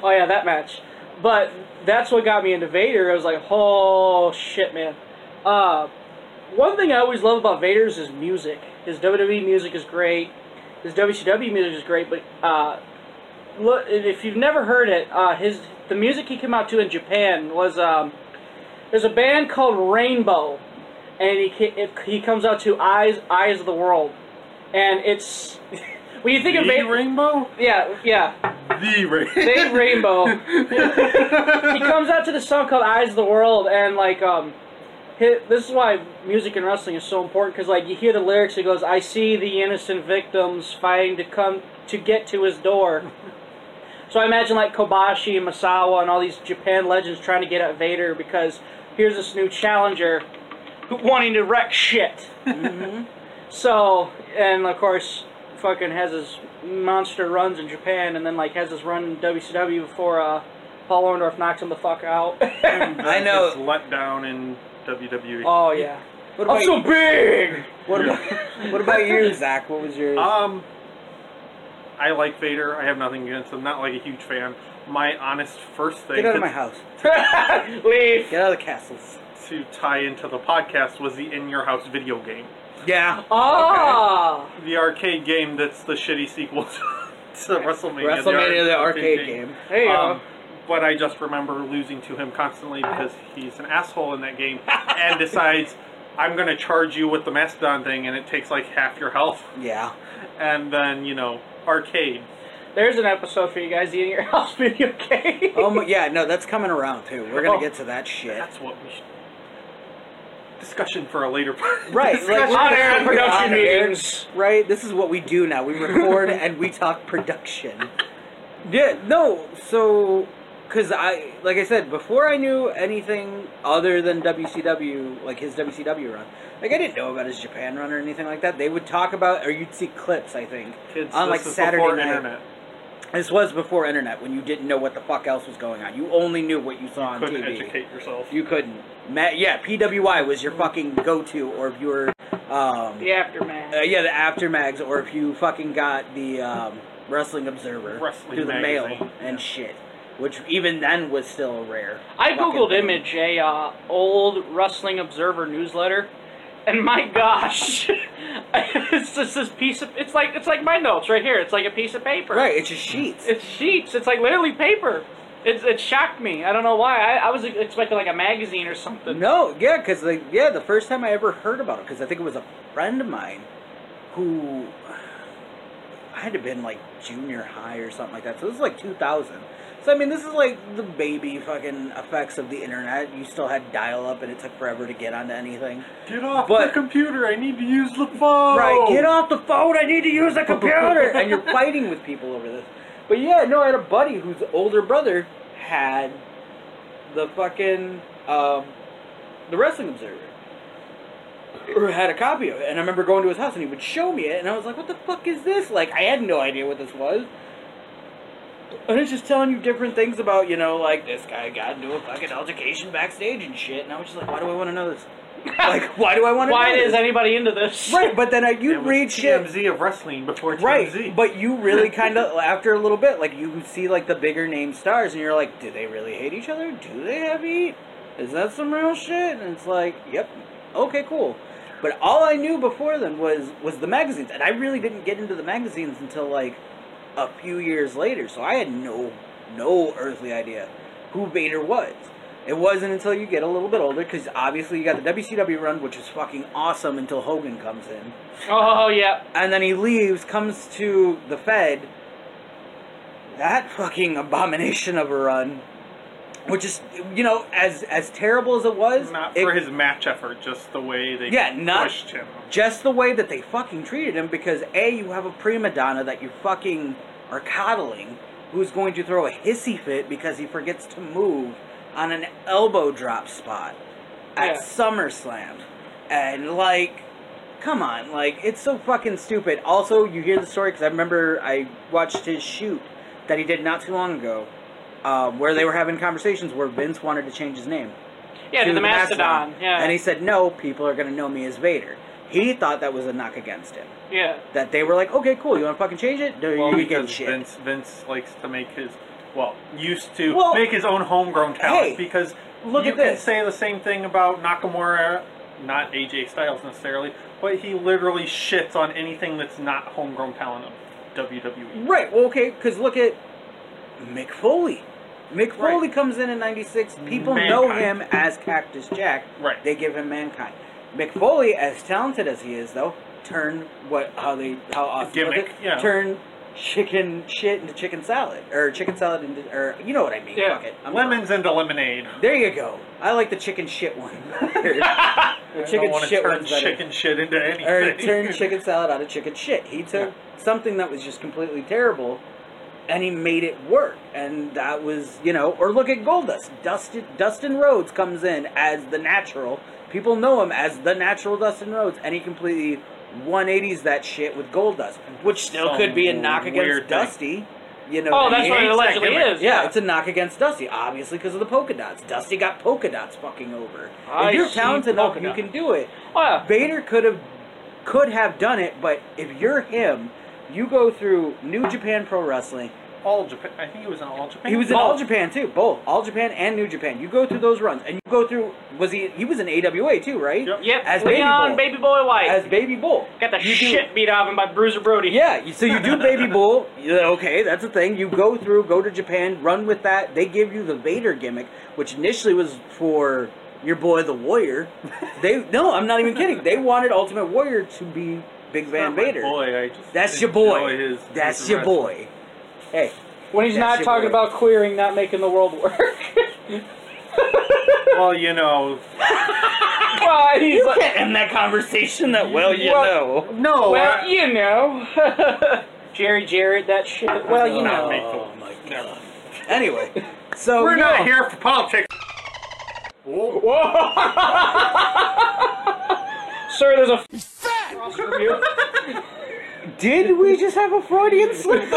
Speaker 5: oh yeah, that match. But that's what got me into Vader. I was like, oh shit, man. Uh, one thing I always love about Vader is his music. His WWE music is great. His WCW music is great. But uh, look, and if you've never heard it, uh, his the music he came out to in Japan was um, there's a band called Rainbow, and he ca- it, he comes out to Eyes Eyes of the World, and it's when you think
Speaker 4: The
Speaker 5: of Vader,
Speaker 4: rainbow.
Speaker 5: yeah, yeah.
Speaker 4: The rainbow.
Speaker 5: Big Rainbow. he comes out to the song called "Eyes of the World" and like um, hit, this is why music and wrestling is so important because like you hear the lyrics, it goes, "I see the innocent victims fighting to come to get to his door." so I imagine like Kobashi and Masawa and all these Japan legends trying to get at Vader because here's this new challenger who- wanting to wreck shit. So, and of course, fucking has his monster runs in Japan, and then like has his run in WCW before uh, Paul Orndorff knocks him the fuck out.
Speaker 3: I know.
Speaker 4: Just let down in E. WWE.
Speaker 5: oh yeah,
Speaker 3: What about,
Speaker 5: I'm so big.
Speaker 3: what about what about you, Zach? What was your?
Speaker 4: Um, I like Vader. I have nothing against him. Not like a huge fan. My honest first thing
Speaker 3: Get out of
Speaker 4: to-
Speaker 3: my house.
Speaker 5: Leave.
Speaker 3: Get out of the castles.
Speaker 4: to tie into the podcast was the In Your House video game,
Speaker 3: Yeah.
Speaker 5: Ah.
Speaker 4: the arcade game that's the shitty sequel to, to WrestleMania.
Speaker 3: WrestleMania, the arcade game.
Speaker 5: There you
Speaker 4: Um, but I just remember losing to him constantly because he's an asshole in that game and decides I'm going to charge you with the mastodon thing, and it takes like half your health,
Speaker 3: Yeah.
Speaker 4: and then you know arcade.
Speaker 5: go. There's an episode for you guys eating your house video game.
Speaker 3: Oh my, yeah, no, that's coming around too. We're gonna
Speaker 4: Oh.
Speaker 3: get to that shit.
Speaker 4: That's what we should. Discussion for a later part.
Speaker 3: Right,
Speaker 4: Discussion.
Speaker 5: on air
Speaker 3: we're
Speaker 5: production
Speaker 3: on air,
Speaker 5: meetings.
Speaker 3: Right, this is what we do now. We record and we talk production. Yeah, no. So because I, like I said before, I knew anything other than WCW, like his WCW run. Like I didn't know about his Japan run or anything like that. They would talk about, or you'd see clips. I think
Speaker 4: Kids,
Speaker 3: on like
Speaker 4: this is
Speaker 3: Saturday
Speaker 4: before
Speaker 3: night.
Speaker 4: internet.
Speaker 3: This was before internet when you didn't know what the fuck else was going on. You only knew what you saw on
Speaker 4: Couldn't
Speaker 3: TV.
Speaker 4: educate yourself.
Speaker 3: You couldn't. Ma- yeah, PWI was your fucking go-to, or if you were, um,
Speaker 5: The aftermath.
Speaker 3: uh, yeah, the aftermags, or if you fucking got the um, Wrestling Observer
Speaker 4: Wrestling
Speaker 3: through the mail
Speaker 4: magazine.
Speaker 3: and shit, which even then was still rare.
Speaker 5: I
Speaker 3: fucking
Speaker 5: googled
Speaker 3: thing.
Speaker 5: image a uh, old Wrestling Observer newsletter, and my gosh, it's just this piece of it's like it's like my notes right here. It's like a piece of paper.
Speaker 3: Right, it's just sheets.
Speaker 5: It's sheets. It's like literally paper. It, it shocked me. I don't know why. I, I was expecting like a magazine or something.
Speaker 3: No, yeah, because the yeah the first time I ever heard about it, because I think it was a friend of mine who I had to been like junior high or something like that. So this is like 2000. So I mean, this is like the baby fucking effects of the internet. You still had dial up, and it took forever to get onto anything.
Speaker 4: Get off
Speaker 3: But-
Speaker 4: the computer! I need to use the phone.
Speaker 3: Right, get off the phone. I need to use the computer. and you're fighting with people over this. But yeah, no, I had a buddy whose older brother had the fucking um, the Wrestling Observer, or had a copy of it. And I remember going to his house, and he would show me it, and I was like, "What the fuck is this?" Like, I had no idea what this was. And it's just telling you different things about, you know, like this guy got into a fucking altercation backstage and shit. And I was just like, why do I want to know this? Like, why do I want to?
Speaker 5: Why
Speaker 3: know this?
Speaker 5: is anybody into this?
Speaker 3: Right, but then I, you
Speaker 4: It was
Speaker 3: read shit.
Speaker 4: TMZ of wrestling before TMZ.
Speaker 3: Right, but you really kind of after a little bit, like you see like the bigger name stars, and you're like, do they really hate each other? Do they have heat? Is that some real shit? And it's like, yep, okay, cool. But all I knew before then was was the magazines, and I really didn't get into the magazines until like a few years later. So I had no no earthly idea who Vader was. It wasn't until you get a little bit older, because obviously you got the WCW run, which is fucking awesome until Hogan comes in
Speaker 5: Oh yeah.
Speaker 3: and then he leaves, comes to the Fed. That fucking abomination of a run, which is, you know, as as terrible as it was,
Speaker 4: Not
Speaker 3: it-
Speaker 4: for his match effort, just the way they
Speaker 3: Yeah, not-
Speaker 4: pushed him.
Speaker 3: just the way that they fucking treated him. Because a, you have a prima donna that you fucking are coddling, who's going to throw a hissy fit because he forgets to move on an elbow drop spot at
Speaker 5: Yeah.
Speaker 3: SummerSlam, and like come on, like it's so fucking stupid. Also, you hear the story because I remember I watched his shoot that he did not too long ago, um, where they were having conversations where Vince wanted to change his name.
Speaker 5: Yeah, to the Mastodon. Yeah.
Speaker 3: And he said, "No, people are gonna know me as Vader." He thought that was a knock against him.
Speaker 5: yeah.
Speaker 3: That they were like, "Okay, cool, you want to fucking change it? No,
Speaker 4: Well,
Speaker 3: you can
Speaker 4: because
Speaker 3: shit."
Speaker 4: Vince Vince likes to make his well used to
Speaker 3: Well-
Speaker 4: make his own homegrown talent
Speaker 3: Hey,
Speaker 4: because
Speaker 3: look
Speaker 4: you
Speaker 3: at
Speaker 4: can
Speaker 3: this.
Speaker 4: say the same thing about Nakamura, not AJ Styles necessarily, but he literally shits on anything that's not homegrown talent of E. WWE.
Speaker 3: Right. Well, okay, because look at Mick Foley. Mick
Speaker 4: Right.
Speaker 3: Foley comes in in '96. People
Speaker 4: Mankind.
Speaker 3: know him as Cactus Jack.
Speaker 4: Right.
Speaker 3: They give him Mankind. Mick Foley, as talented as he is, though, turned what how they how often
Speaker 4: Gimmick, yeah.
Speaker 3: turn chicken shit into chicken salad or chicken salad into or you know what I mean?
Speaker 5: Yeah.
Speaker 3: Fuck it. I'm-
Speaker 4: Lemons into lemonade.
Speaker 3: There you go. I like the chicken shit one. the
Speaker 4: I
Speaker 3: chicken
Speaker 4: don't want to
Speaker 3: shit
Speaker 4: turn
Speaker 3: one's better
Speaker 4: chicken shit into anything.
Speaker 3: or turned chicken salad out of chicken shit. He took something that was just completely terrible, and he made it work. And that was, you know, or look at Goldust. Dustin Dustin Rhodes comes in as the natural. People know him as the natural Dustin Rhodes, and he completely 180s that shit with Goldust, which still
Speaker 4: Some
Speaker 3: could be a knock
Speaker 4: weird
Speaker 3: against
Speaker 4: thing.
Speaker 3: Dusty. You know,
Speaker 5: Oh,
Speaker 3: and
Speaker 5: that's
Speaker 3: he
Speaker 5: what it
Speaker 3: hates
Speaker 5: allegedly
Speaker 4: that gimmick.
Speaker 5: is.
Speaker 3: yeah, it's a knock against Dusty, obviously because of the polka dots. Dusty got polka dots fucking over.
Speaker 5: I
Speaker 3: if you're
Speaker 5: see
Speaker 3: talented enough,
Speaker 5: polka
Speaker 3: you
Speaker 5: dot.
Speaker 3: can do it.
Speaker 5: Oh, yeah.
Speaker 3: Vader could have could have done it, but if you're him, you go through New Japan Pro Wrestling.
Speaker 4: All Japan. I think he was in all Japan. Oh,
Speaker 3: He was in
Speaker 4: All
Speaker 3: All Japan too, both All Japan and New Japan. You go through those runs, and you go through. Was he? He was in AWA too, right?
Speaker 4: Yep.
Speaker 5: Yep.
Speaker 3: As Baby
Speaker 5: Leon,
Speaker 3: Bull.
Speaker 5: baby boy white.
Speaker 3: As Baby Bull.
Speaker 5: Got the
Speaker 3: You do-
Speaker 5: shit beat out of him by Bruiser Brody.
Speaker 3: Yeah, you- so you do Baby Bull. yeah, Okay, that's a thing. You go through, go to Japan, run with that. They give you the Vader gimmick, which initially was for your boy the Warrior. They no, I'm not even kidding. They wanted Ultimate Warrior to be Big Van
Speaker 4: Not my
Speaker 3: Vader.
Speaker 4: Boy, I just
Speaker 3: That's your
Speaker 4: enjoy
Speaker 3: boy.
Speaker 4: his-
Speaker 3: That's
Speaker 4: his
Speaker 3: your
Speaker 4: wrestling.
Speaker 3: boy. Hey,
Speaker 5: When he's
Speaker 3: That
Speaker 5: not
Speaker 3: shit
Speaker 5: talking
Speaker 3: worked.
Speaker 5: about queering, not making the world work.
Speaker 4: Well, you know,
Speaker 5: Why? He's like,
Speaker 3: can't end that conversation that well you
Speaker 5: Well-
Speaker 3: know.
Speaker 4: no.
Speaker 5: well,
Speaker 4: I-
Speaker 5: you know. Jerry Jarrett, that shit. Well, you
Speaker 4: Not
Speaker 5: know.
Speaker 4: me.
Speaker 3: Oh my god. Anyway, So
Speaker 4: We're
Speaker 3: yeah.
Speaker 4: not here for politics. Whoa.
Speaker 5: Sir, there's a f- cross review.
Speaker 3: Did we just have a Freudian slip?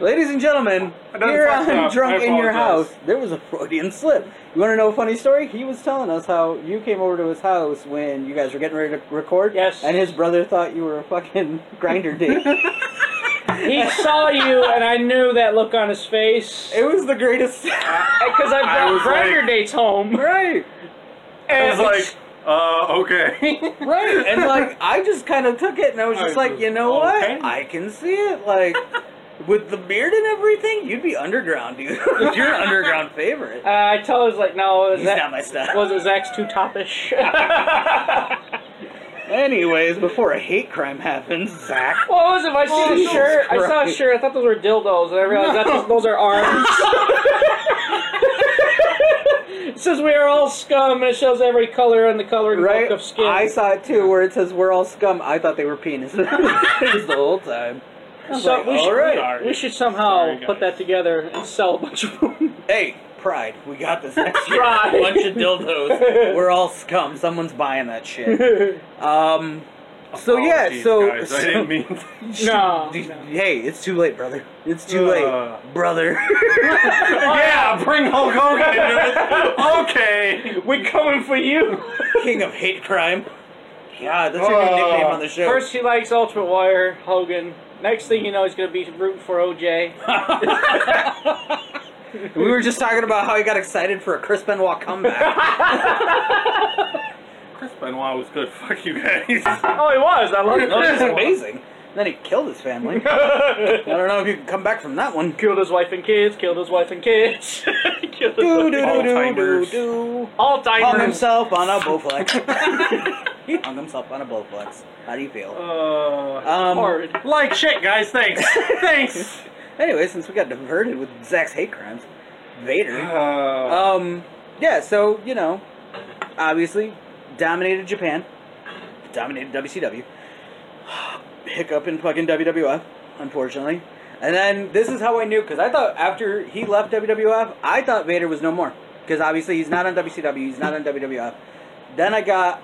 Speaker 3: Ladies and gentlemen,
Speaker 4: Another
Speaker 3: here
Speaker 4: fuck
Speaker 3: on
Speaker 4: up. I
Speaker 3: Drunk in Your
Speaker 4: apologize.
Speaker 3: House, there was a Freudian slip. You want to know a funny story? He was telling us how you came over to his house when you guys were getting ready to record.
Speaker 5: Yes.
Speaker 3: And his brother thought you were a fucking grinder date.
Speaker 5: He saw you, and I knew that look on his face.
Speaker 3: it was the greatest.
Speaker 5: Because I've
Speaker 4: I
Speaker 5: got
Speaker 4: was
Speaker 5: grinder
Speaker 4: like-
Speaker 5: dates home.
Speaker 3: right.
Speaker 4: I
Speaker 5: And
Speaker 4: was like, uh, okay.
Speaker 3: Right. And like I just kind of took it and I was just
Speaker 4: I
Speaker 3: like,
Speaker 4: was
Speaker 3: you know what?
Speaker 4: okay.
Speaker 3: I can see it. Like with the beard and everything, you'd be underground, dude. You're an underground favorite.
Speaker 5: uh, I told her, I was like, no,
Speaker 3: He's not my style.
Speaker 5: was it Zach's too toppish?
Speaker 3: Anyways, before a hate crime happens, Zach.
Speaker 5: What was it? I seen a
Speaker 3: Jesus
Speaker 5: shirt. I saw a
Speaker 3: Christ.
Speaker 5: shirt. I thought those were dildos, and I realized that those are arms. it says we are all scum, and it shows every color and the coloring
Speaker 3: Right?
Speaker 5: book of skin.
Speaker 3: I saw it too, where it says we're all scum. I thought they were penises the whole time. I was
Speaker 5: so
Speaker 3: like,
Speaker 5: we, should,
Speaker 3: all right.
Speaker 5: we should somehow
Speaker 4: Sorry, guys.
Speaker 5: put that together and sell a bunch of them.
Speaker 3: Hey, pride. We got this next year.
Speaker 5: Pride.
Speaker 3: Bunch of dildos. We're all scum. Someone's buying that shit. Um. So yeah.
Speaker 4: Apologies,
Speaker 3: So.
Speaker 4: guys, I
Speaker 3: so-
Speaker 4: didn't mean.
Speaker 5: no.
Speaker 3: Hey, it's too late, brother. It's too
Speaker 4: Uh.
Speaker 3: late, brother.
Speaker 4: yeah, bring Hulk Hogan into it. Okay.
Speaker 5: We're coming for you.
Speaker 3: King of hate crime. God, that's your new nickname on the show.
Speaker 5: First, he likes Ultimate Warrior Hogan. Next thing you know, he's gonna be rooting for OJ.
Speaker 3: We were just talking about how he got excited for a Chris Benoit comeback.
Speaker 4: Chris Benoit was good. Fuck you guys.
Speaker 5: Oh, he was. I love
Speaker 3: that was
Speaker 5: it.
Speaker 3: amazing. And then he killed his family. I don't know if you can come back from that one.
Speaker 5: Killed his wife and kids. Killed his wife and kids. killed his
Speaker 3: Do do do do
Speaker 5: wife.
Speaker 3: do
Speaker 4: Alzheimer's.
Speaker 3: do. Hung
Speaker 5: Alzheimer's.
Speaker 3: himself on a bowflex. he hung himself on a bowflex. How do you feel?
Speaker 5: Uh,
Speaker 3: Um,
Speaker 5: hard.
Speaker 4: like shit, guys. Thanks. Thanks.
Speaker 3: Anyway, since we got diverted with Zach's hate crimes, Vader.
Speaker 4: Uh,
Speaker 3: Um, yeah. So you know, obviously, dominated Japan, dominated WCW. Hiccup in fucking WWF, unfortunately. And then this is how I knew because I thought after he left WWF, I thought Vader was no more because obviously he's not on WCW, he's not on WWF. Then I got.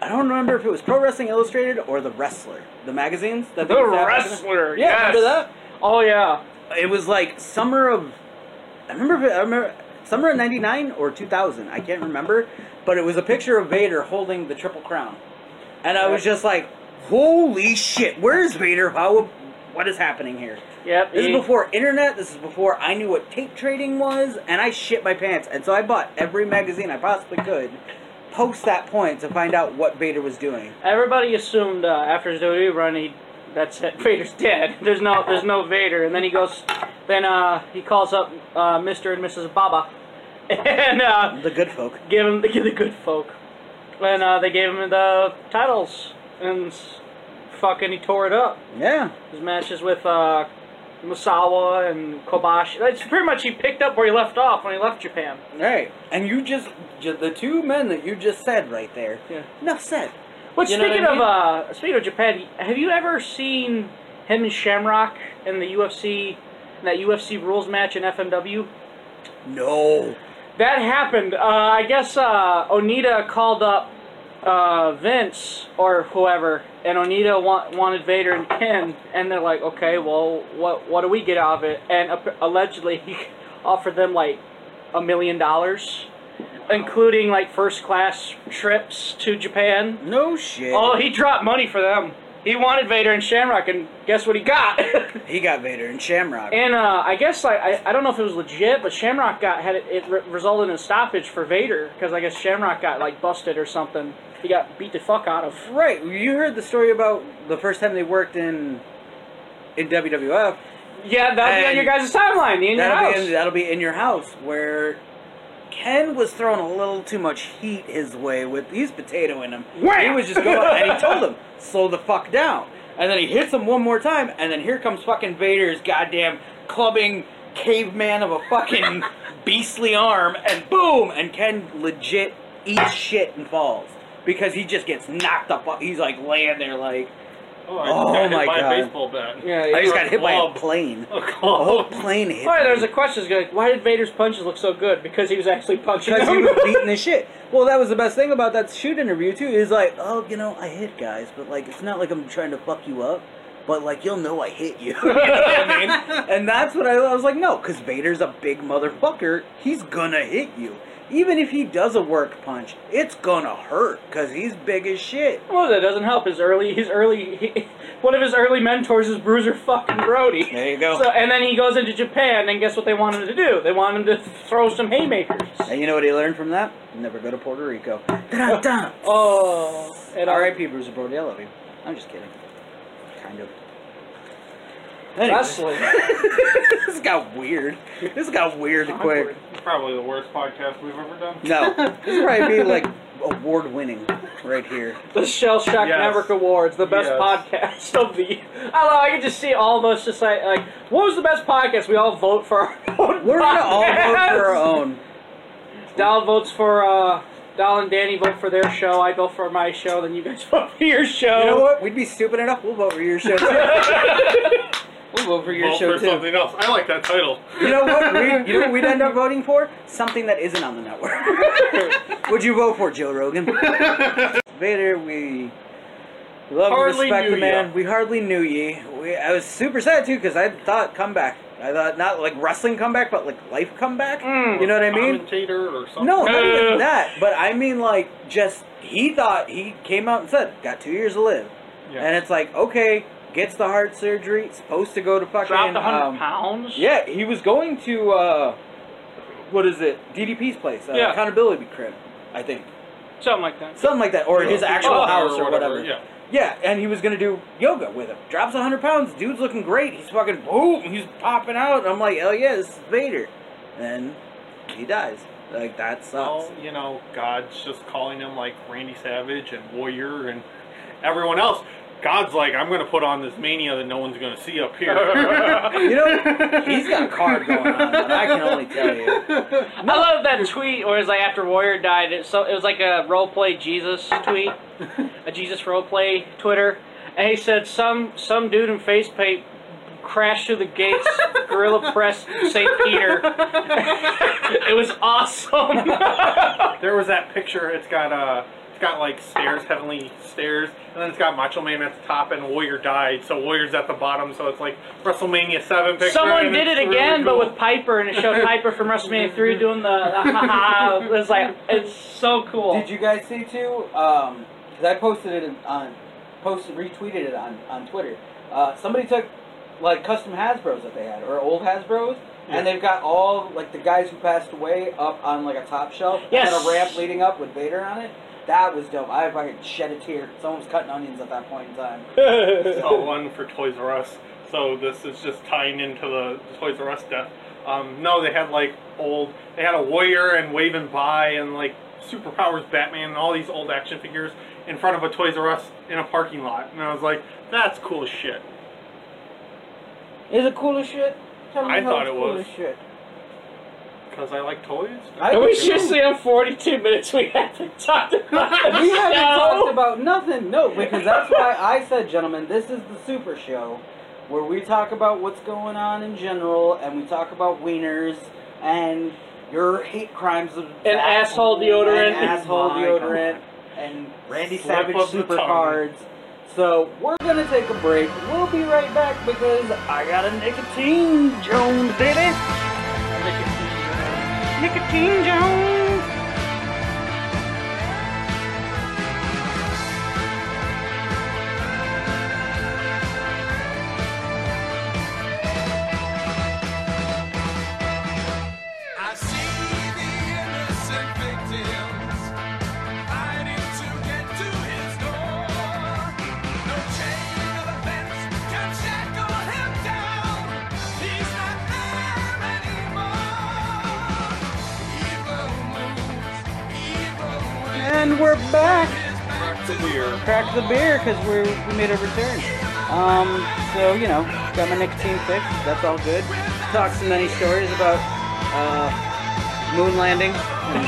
Speaker 3: I don't remember if it was Pro Wrestling Illustrated or The Wrestler, the magazines. That they
Speaker 5: The
Speaker 3: used to have-
Speaker 5: Wrestler,
Speaker 3: Yeah, remember
Speaker 5: yes.
Speaker 3: that?
Speaker 5: Oh yeah.
Speaker 3: it was like summer of I remember I remember summer of 99 or 2000 I can't remember but it was a picture of Vader holding the triple crown and I was just like holy shit where is Vader how what is happening here
Speaker 5: Yep.
Speaker 3: this
Speaker 5: he-
Speaker 3: is before internet this is before I knew what tape trading was and I shit my pants and so I bought every magazine I possibly could post that point to find out what Vader was doing
Speaker 5: Everybody assumed uh, after his WWE run, he that's it. Vader's dead. There's no there's no Vader. And then he goes, then uh, he calls up uh, Mr. and Mrs. Baba, and uh,
Speaker 3: the good folk
Speaker 5: give him give the good folk, and uh, they gave him the titles, and s- fucking he tore it up.
Speaker 3: yeah
Speaker 5: His matches with uh, Musawa and Kobashi. That's pretty much he picked up where he left off when he left Japan.
Speaker 3: Right. And you just, ju- the two men that you just said right there.
Speaker 5: Yeah.
Speaker 3: Enough said.
Speaker 5: Which
Speaker 3: You know
Speaker 5: speaking
Speaker 3: what I mean?
Speaker 5: of uh, speaking of Japan, have you ever seen him and Shamrock in the UFC in that UFC rules match in FMW?
Speaker 3: No.
Speaker 5: That happened. Uh, I guess uh, Onita called up uh, Vince or whoever, and Onita wa- wanted Vader and Ken, and they're like, okay, well, what what do we get out of it? And ap- allegedly, he offered them like a million dollars, including like first class trips to Japan.
Speaker 3: No shit.
Speaker 5: Oh, he dropped money for them. He wanted Vader and Shamrock, and guess what he got?
Speaker 3: He got Vader and Shamrock.
Speaker 5: and uh, I guess like I, I don't know if it was legit, but Shamrock got had it, it re- resulted in a stoppage for Vader because I guess Shamrock got like busted or something. He got beat the fuck out of.
Speaker 3: right. You heard the story about the first time they worked in in WWF.
Speaker 5: Yeah, that'll be on
Speaker 3: And
Speaker 5: your guys' timeline. The in your
Speaker 3: That'll
Speaker 5: house.
Speaker 3: be in, that'll be in your house where Ken was throwing a little too much heat his way with he's potatoing him.
Speaker 5: Wham!
Speaker 3: He was just going and he told him slow the fuck down, and then he hits him one more time, and then here comes fucking Vader's goddamn clubbing caveman of a fucking beastly arm, and boom, and Ken legit eats shit and falls because he just gets knocked up. He's like laying there like.
Speaker 4: Oh, I
Speaker 3: Oh
Speaker 4: just got
Speaker 3: my
Speaker 4: hit by
Speaker 3: God.
Speaker 4: a baseball bat.
Speaker 5: Yeah,
Speaker 3: I just
Speaker 5: you're-
Speaker 3: got hit by a
Speaker 4: Club.
Speaker 3: plane.
Speaker 4: A
Speaker 3: A whole
Speaker 4: club.
Speaker 3: plane hit.
Speaker 5: All right, there's a question. It's like, why did Vader's punches look so good? Because he was actually punching.
Speaker 3: because he
Speaker 5: them.
Speaker 3: was beating the shit. Well, that was the best thing about that shoot interview too. Is like, oh, you know, I hit guys, but like, it's not like I'm trying to fuck you up. But like, you'll know I hit you. you know what I mean? And that's what I, I was like, no, because Vader's a big motherfucker. He's gonna hit you, even if he does a work punch. It's gonna hurt because he's big as shit.
Speaker 5: Well, that doesn't help. His early, his early, he, one of his early mentors is Bruiser fucking Brody.
Speaker 3: There you go.
Speaker 5: So, and then he goes into Japan, and guess what they want him to do? They want him to throw some haymakers.
Speaker 3: And you know what he learned from that? Never go to Puerto Rico. Da-da-da.
Speaker 5: Oh, and all right,
Speaker 3: R.I.P. Bruiser Brody. I love you. I'm just kidding. Kind of. Anyway.
Speaker 5: wrestling.
Speaker 3: this got weird. This got weird quick.
Speaker 4: Probably the worst podcast we've ever done.
Speaker 3: No, this would probably be like award winning right here.
Speaker 5: The Shell Shock
Speaker 4: Yes.
Speaker 5: Network Awards, the best
Speaker 4: Yes.
Speaker 5: podcast of the. year. I don't know. I can just see all of us just like, like, what was the best podcast? We all vote for our own.
Speaker 3: We're gonna all vote for our
Speaker 5: podcast.
Speaker 3: own.
Speaker 5: Dal votes for uh, Dal and Danny vote for their show. I vote for my show. Then you guys vote for your show.
Speaker 3: You know what? We'd be stupid enough. We'll vote for your show too. we'll vote for your
Speaker 4: Well,
Speaker 3: show
Speaker 4: for
Speaker 3: too.
Speaker 4: something else. I like that title.
Speaker 3: You know what? We, you know what we'd end up voting for? Something that isn't on the network. Would you vote for Joe Rogan? Vader, we love and
Speaker 4: Hardly
Speaker 3: respect
Speaker 4: knew
Speaker 3: the man.
Speaker 4: ya.
Speaker 3: We hardly knew ye. We, I was super sad too because I thought comeback. I thought not like wrestling comeback, but like life comeback.
Speaker 4: Mm.
Speaker 3: You know what I mean?
Speaker 4: Commentator or something.
Speaker 3: No, not even
Speaker 5: Uh.
Speaker 3: that. But I mean, like, just he thought he came out and said, "Got two years to live,"
Speaker 4: Yeah.
Speaker 3: and it's like, okay, gets the heart surgery, supposed to go to fucking
Speaker 5: dropped 100
Speaker 3: um,
Speaker 5: pounds.
Speaker 3: yeah, he was going to uh, what is it? DDP's place, uh,
Speaker 5: Yeah.
Speaker 3: accountability crib, I think,
Speaker 5: Something like that.
Speaker 3: something like that, or his actual
Speaker 5: Oh,
Speaker 3: house
Speaker 4: or
Speaker 3: or
Speaker 4: whatever,
Speaker 3: whatever.
Speaker 4: yeah.
Speaker 3: Yeah, and he was gonna do yoga with him. Drops hundred pounds, dude's looking great. He's fucking boom, he's popping out. I'm like, hell yeah, this is Vader. Then he dies. Like that sucks.
Speaker 4: Well, you know, God's just calling him like Randy Savage and Warrior and everyone else. God's like, I'm going to put on this mania that no one's going to see up here.
Speaker 3: You know, he's got a card going on. I can only tell you.
Speaker 5: I love that tweet where it's like after Warrior died, it, so it was like a roleplay Jesus tweet, a Jesus roleplay Twitter, and he said some some dude in face paint crashed through the gates, gorilla press St. Peter. it was awesome.
Speaker 4: there was that picture. It's got Uh, it's got like stairs, heavenly stairs, and then it's got Macho Man at the top, and Warrior died, so Warrior's at the bottom, so it's like WrestleMania Seven picture.
Speaker 5: Someone
Speaker 4: and
Speaker 5: did
Speaker 4: it's
Speaker 5: it
Speaker 4: really
Speaker 5: again,
Speaker 4: cool.
Speaker 5: but with Piper, and it showed Piper from WrestleMania 3 doing the, the ha ha. It was like it's so cool.
Speaker 3: Did you guys see too? Um, because I posted it on, posted retweeted it on on Twitter. Uh, somebody took like custom Hasbro's that they had or old Hasbro's,
Speaker 4: Yeah.
Speaker 3: and they've got all like the guys who passed away up on like a top shelf and
Speaker 5: Yes.
Speaker 3: then a ramp leading up with Vader on it. That was dope. I fucking shed a tear. Someone was cutting onions at that point in time.
Speaker 4: saw one for Toys R Us, so this is just tying into the Toys R Us death. Um, no, they had like old, they had a warrior and waving by and like superpowers Batman and all these old action figures in front of a Toys R Us in a parking lot, and I was like, that's cool as shit.
Speaker 3: Is it cool as shit? Tell
Speaker 4: I
Speaker 3: how
Speaker 4: thought
Speaker 3: it's
Speaker 4: it
Speaker 3: cool
Speaker 4: was.
Speaker 3: As shit.
Speaker 4: Cause I like toys.
Speaker 3: I
Speaker 5: we
Speaker 3: do.
Speaker 5: should see how 42 minutes we haven't talked about the
Speaker 3: we haven't
Speaker 5: show.
Speaker 3: talked about nothing. No, because that's why I said, gentlemen, this is the super show where we talk about what's going on in general and we talk about wieners and your hate crimes of
Speaker 5: And asshole deodorant.
Speaker 3: and asshole
Speaker 5: My
Speaker 3: deodorant and Randy
Speaker 4: Slip
Speaker 3: Savage
Speaker 4: of the
Speaker 3: super
Speaker 4: tongue.
Speaker 3: cards. So we're gonna take a break. We'll be right back because I got a nicotine Jones, baby. Nicotine Jones.
Speaker 6: I see the innocent victims fighting to get to his door. No chain of events can shackle him down. He's not there anymore. Evil moves, evil ways.
Speaker 3: And we're back.
Speaker 6: His back to
Speaker 3: cracked the beer because we we made a return. Um, so you know, got my nicotine fix. That's all good. Talked some many stories about uh, moon landing, and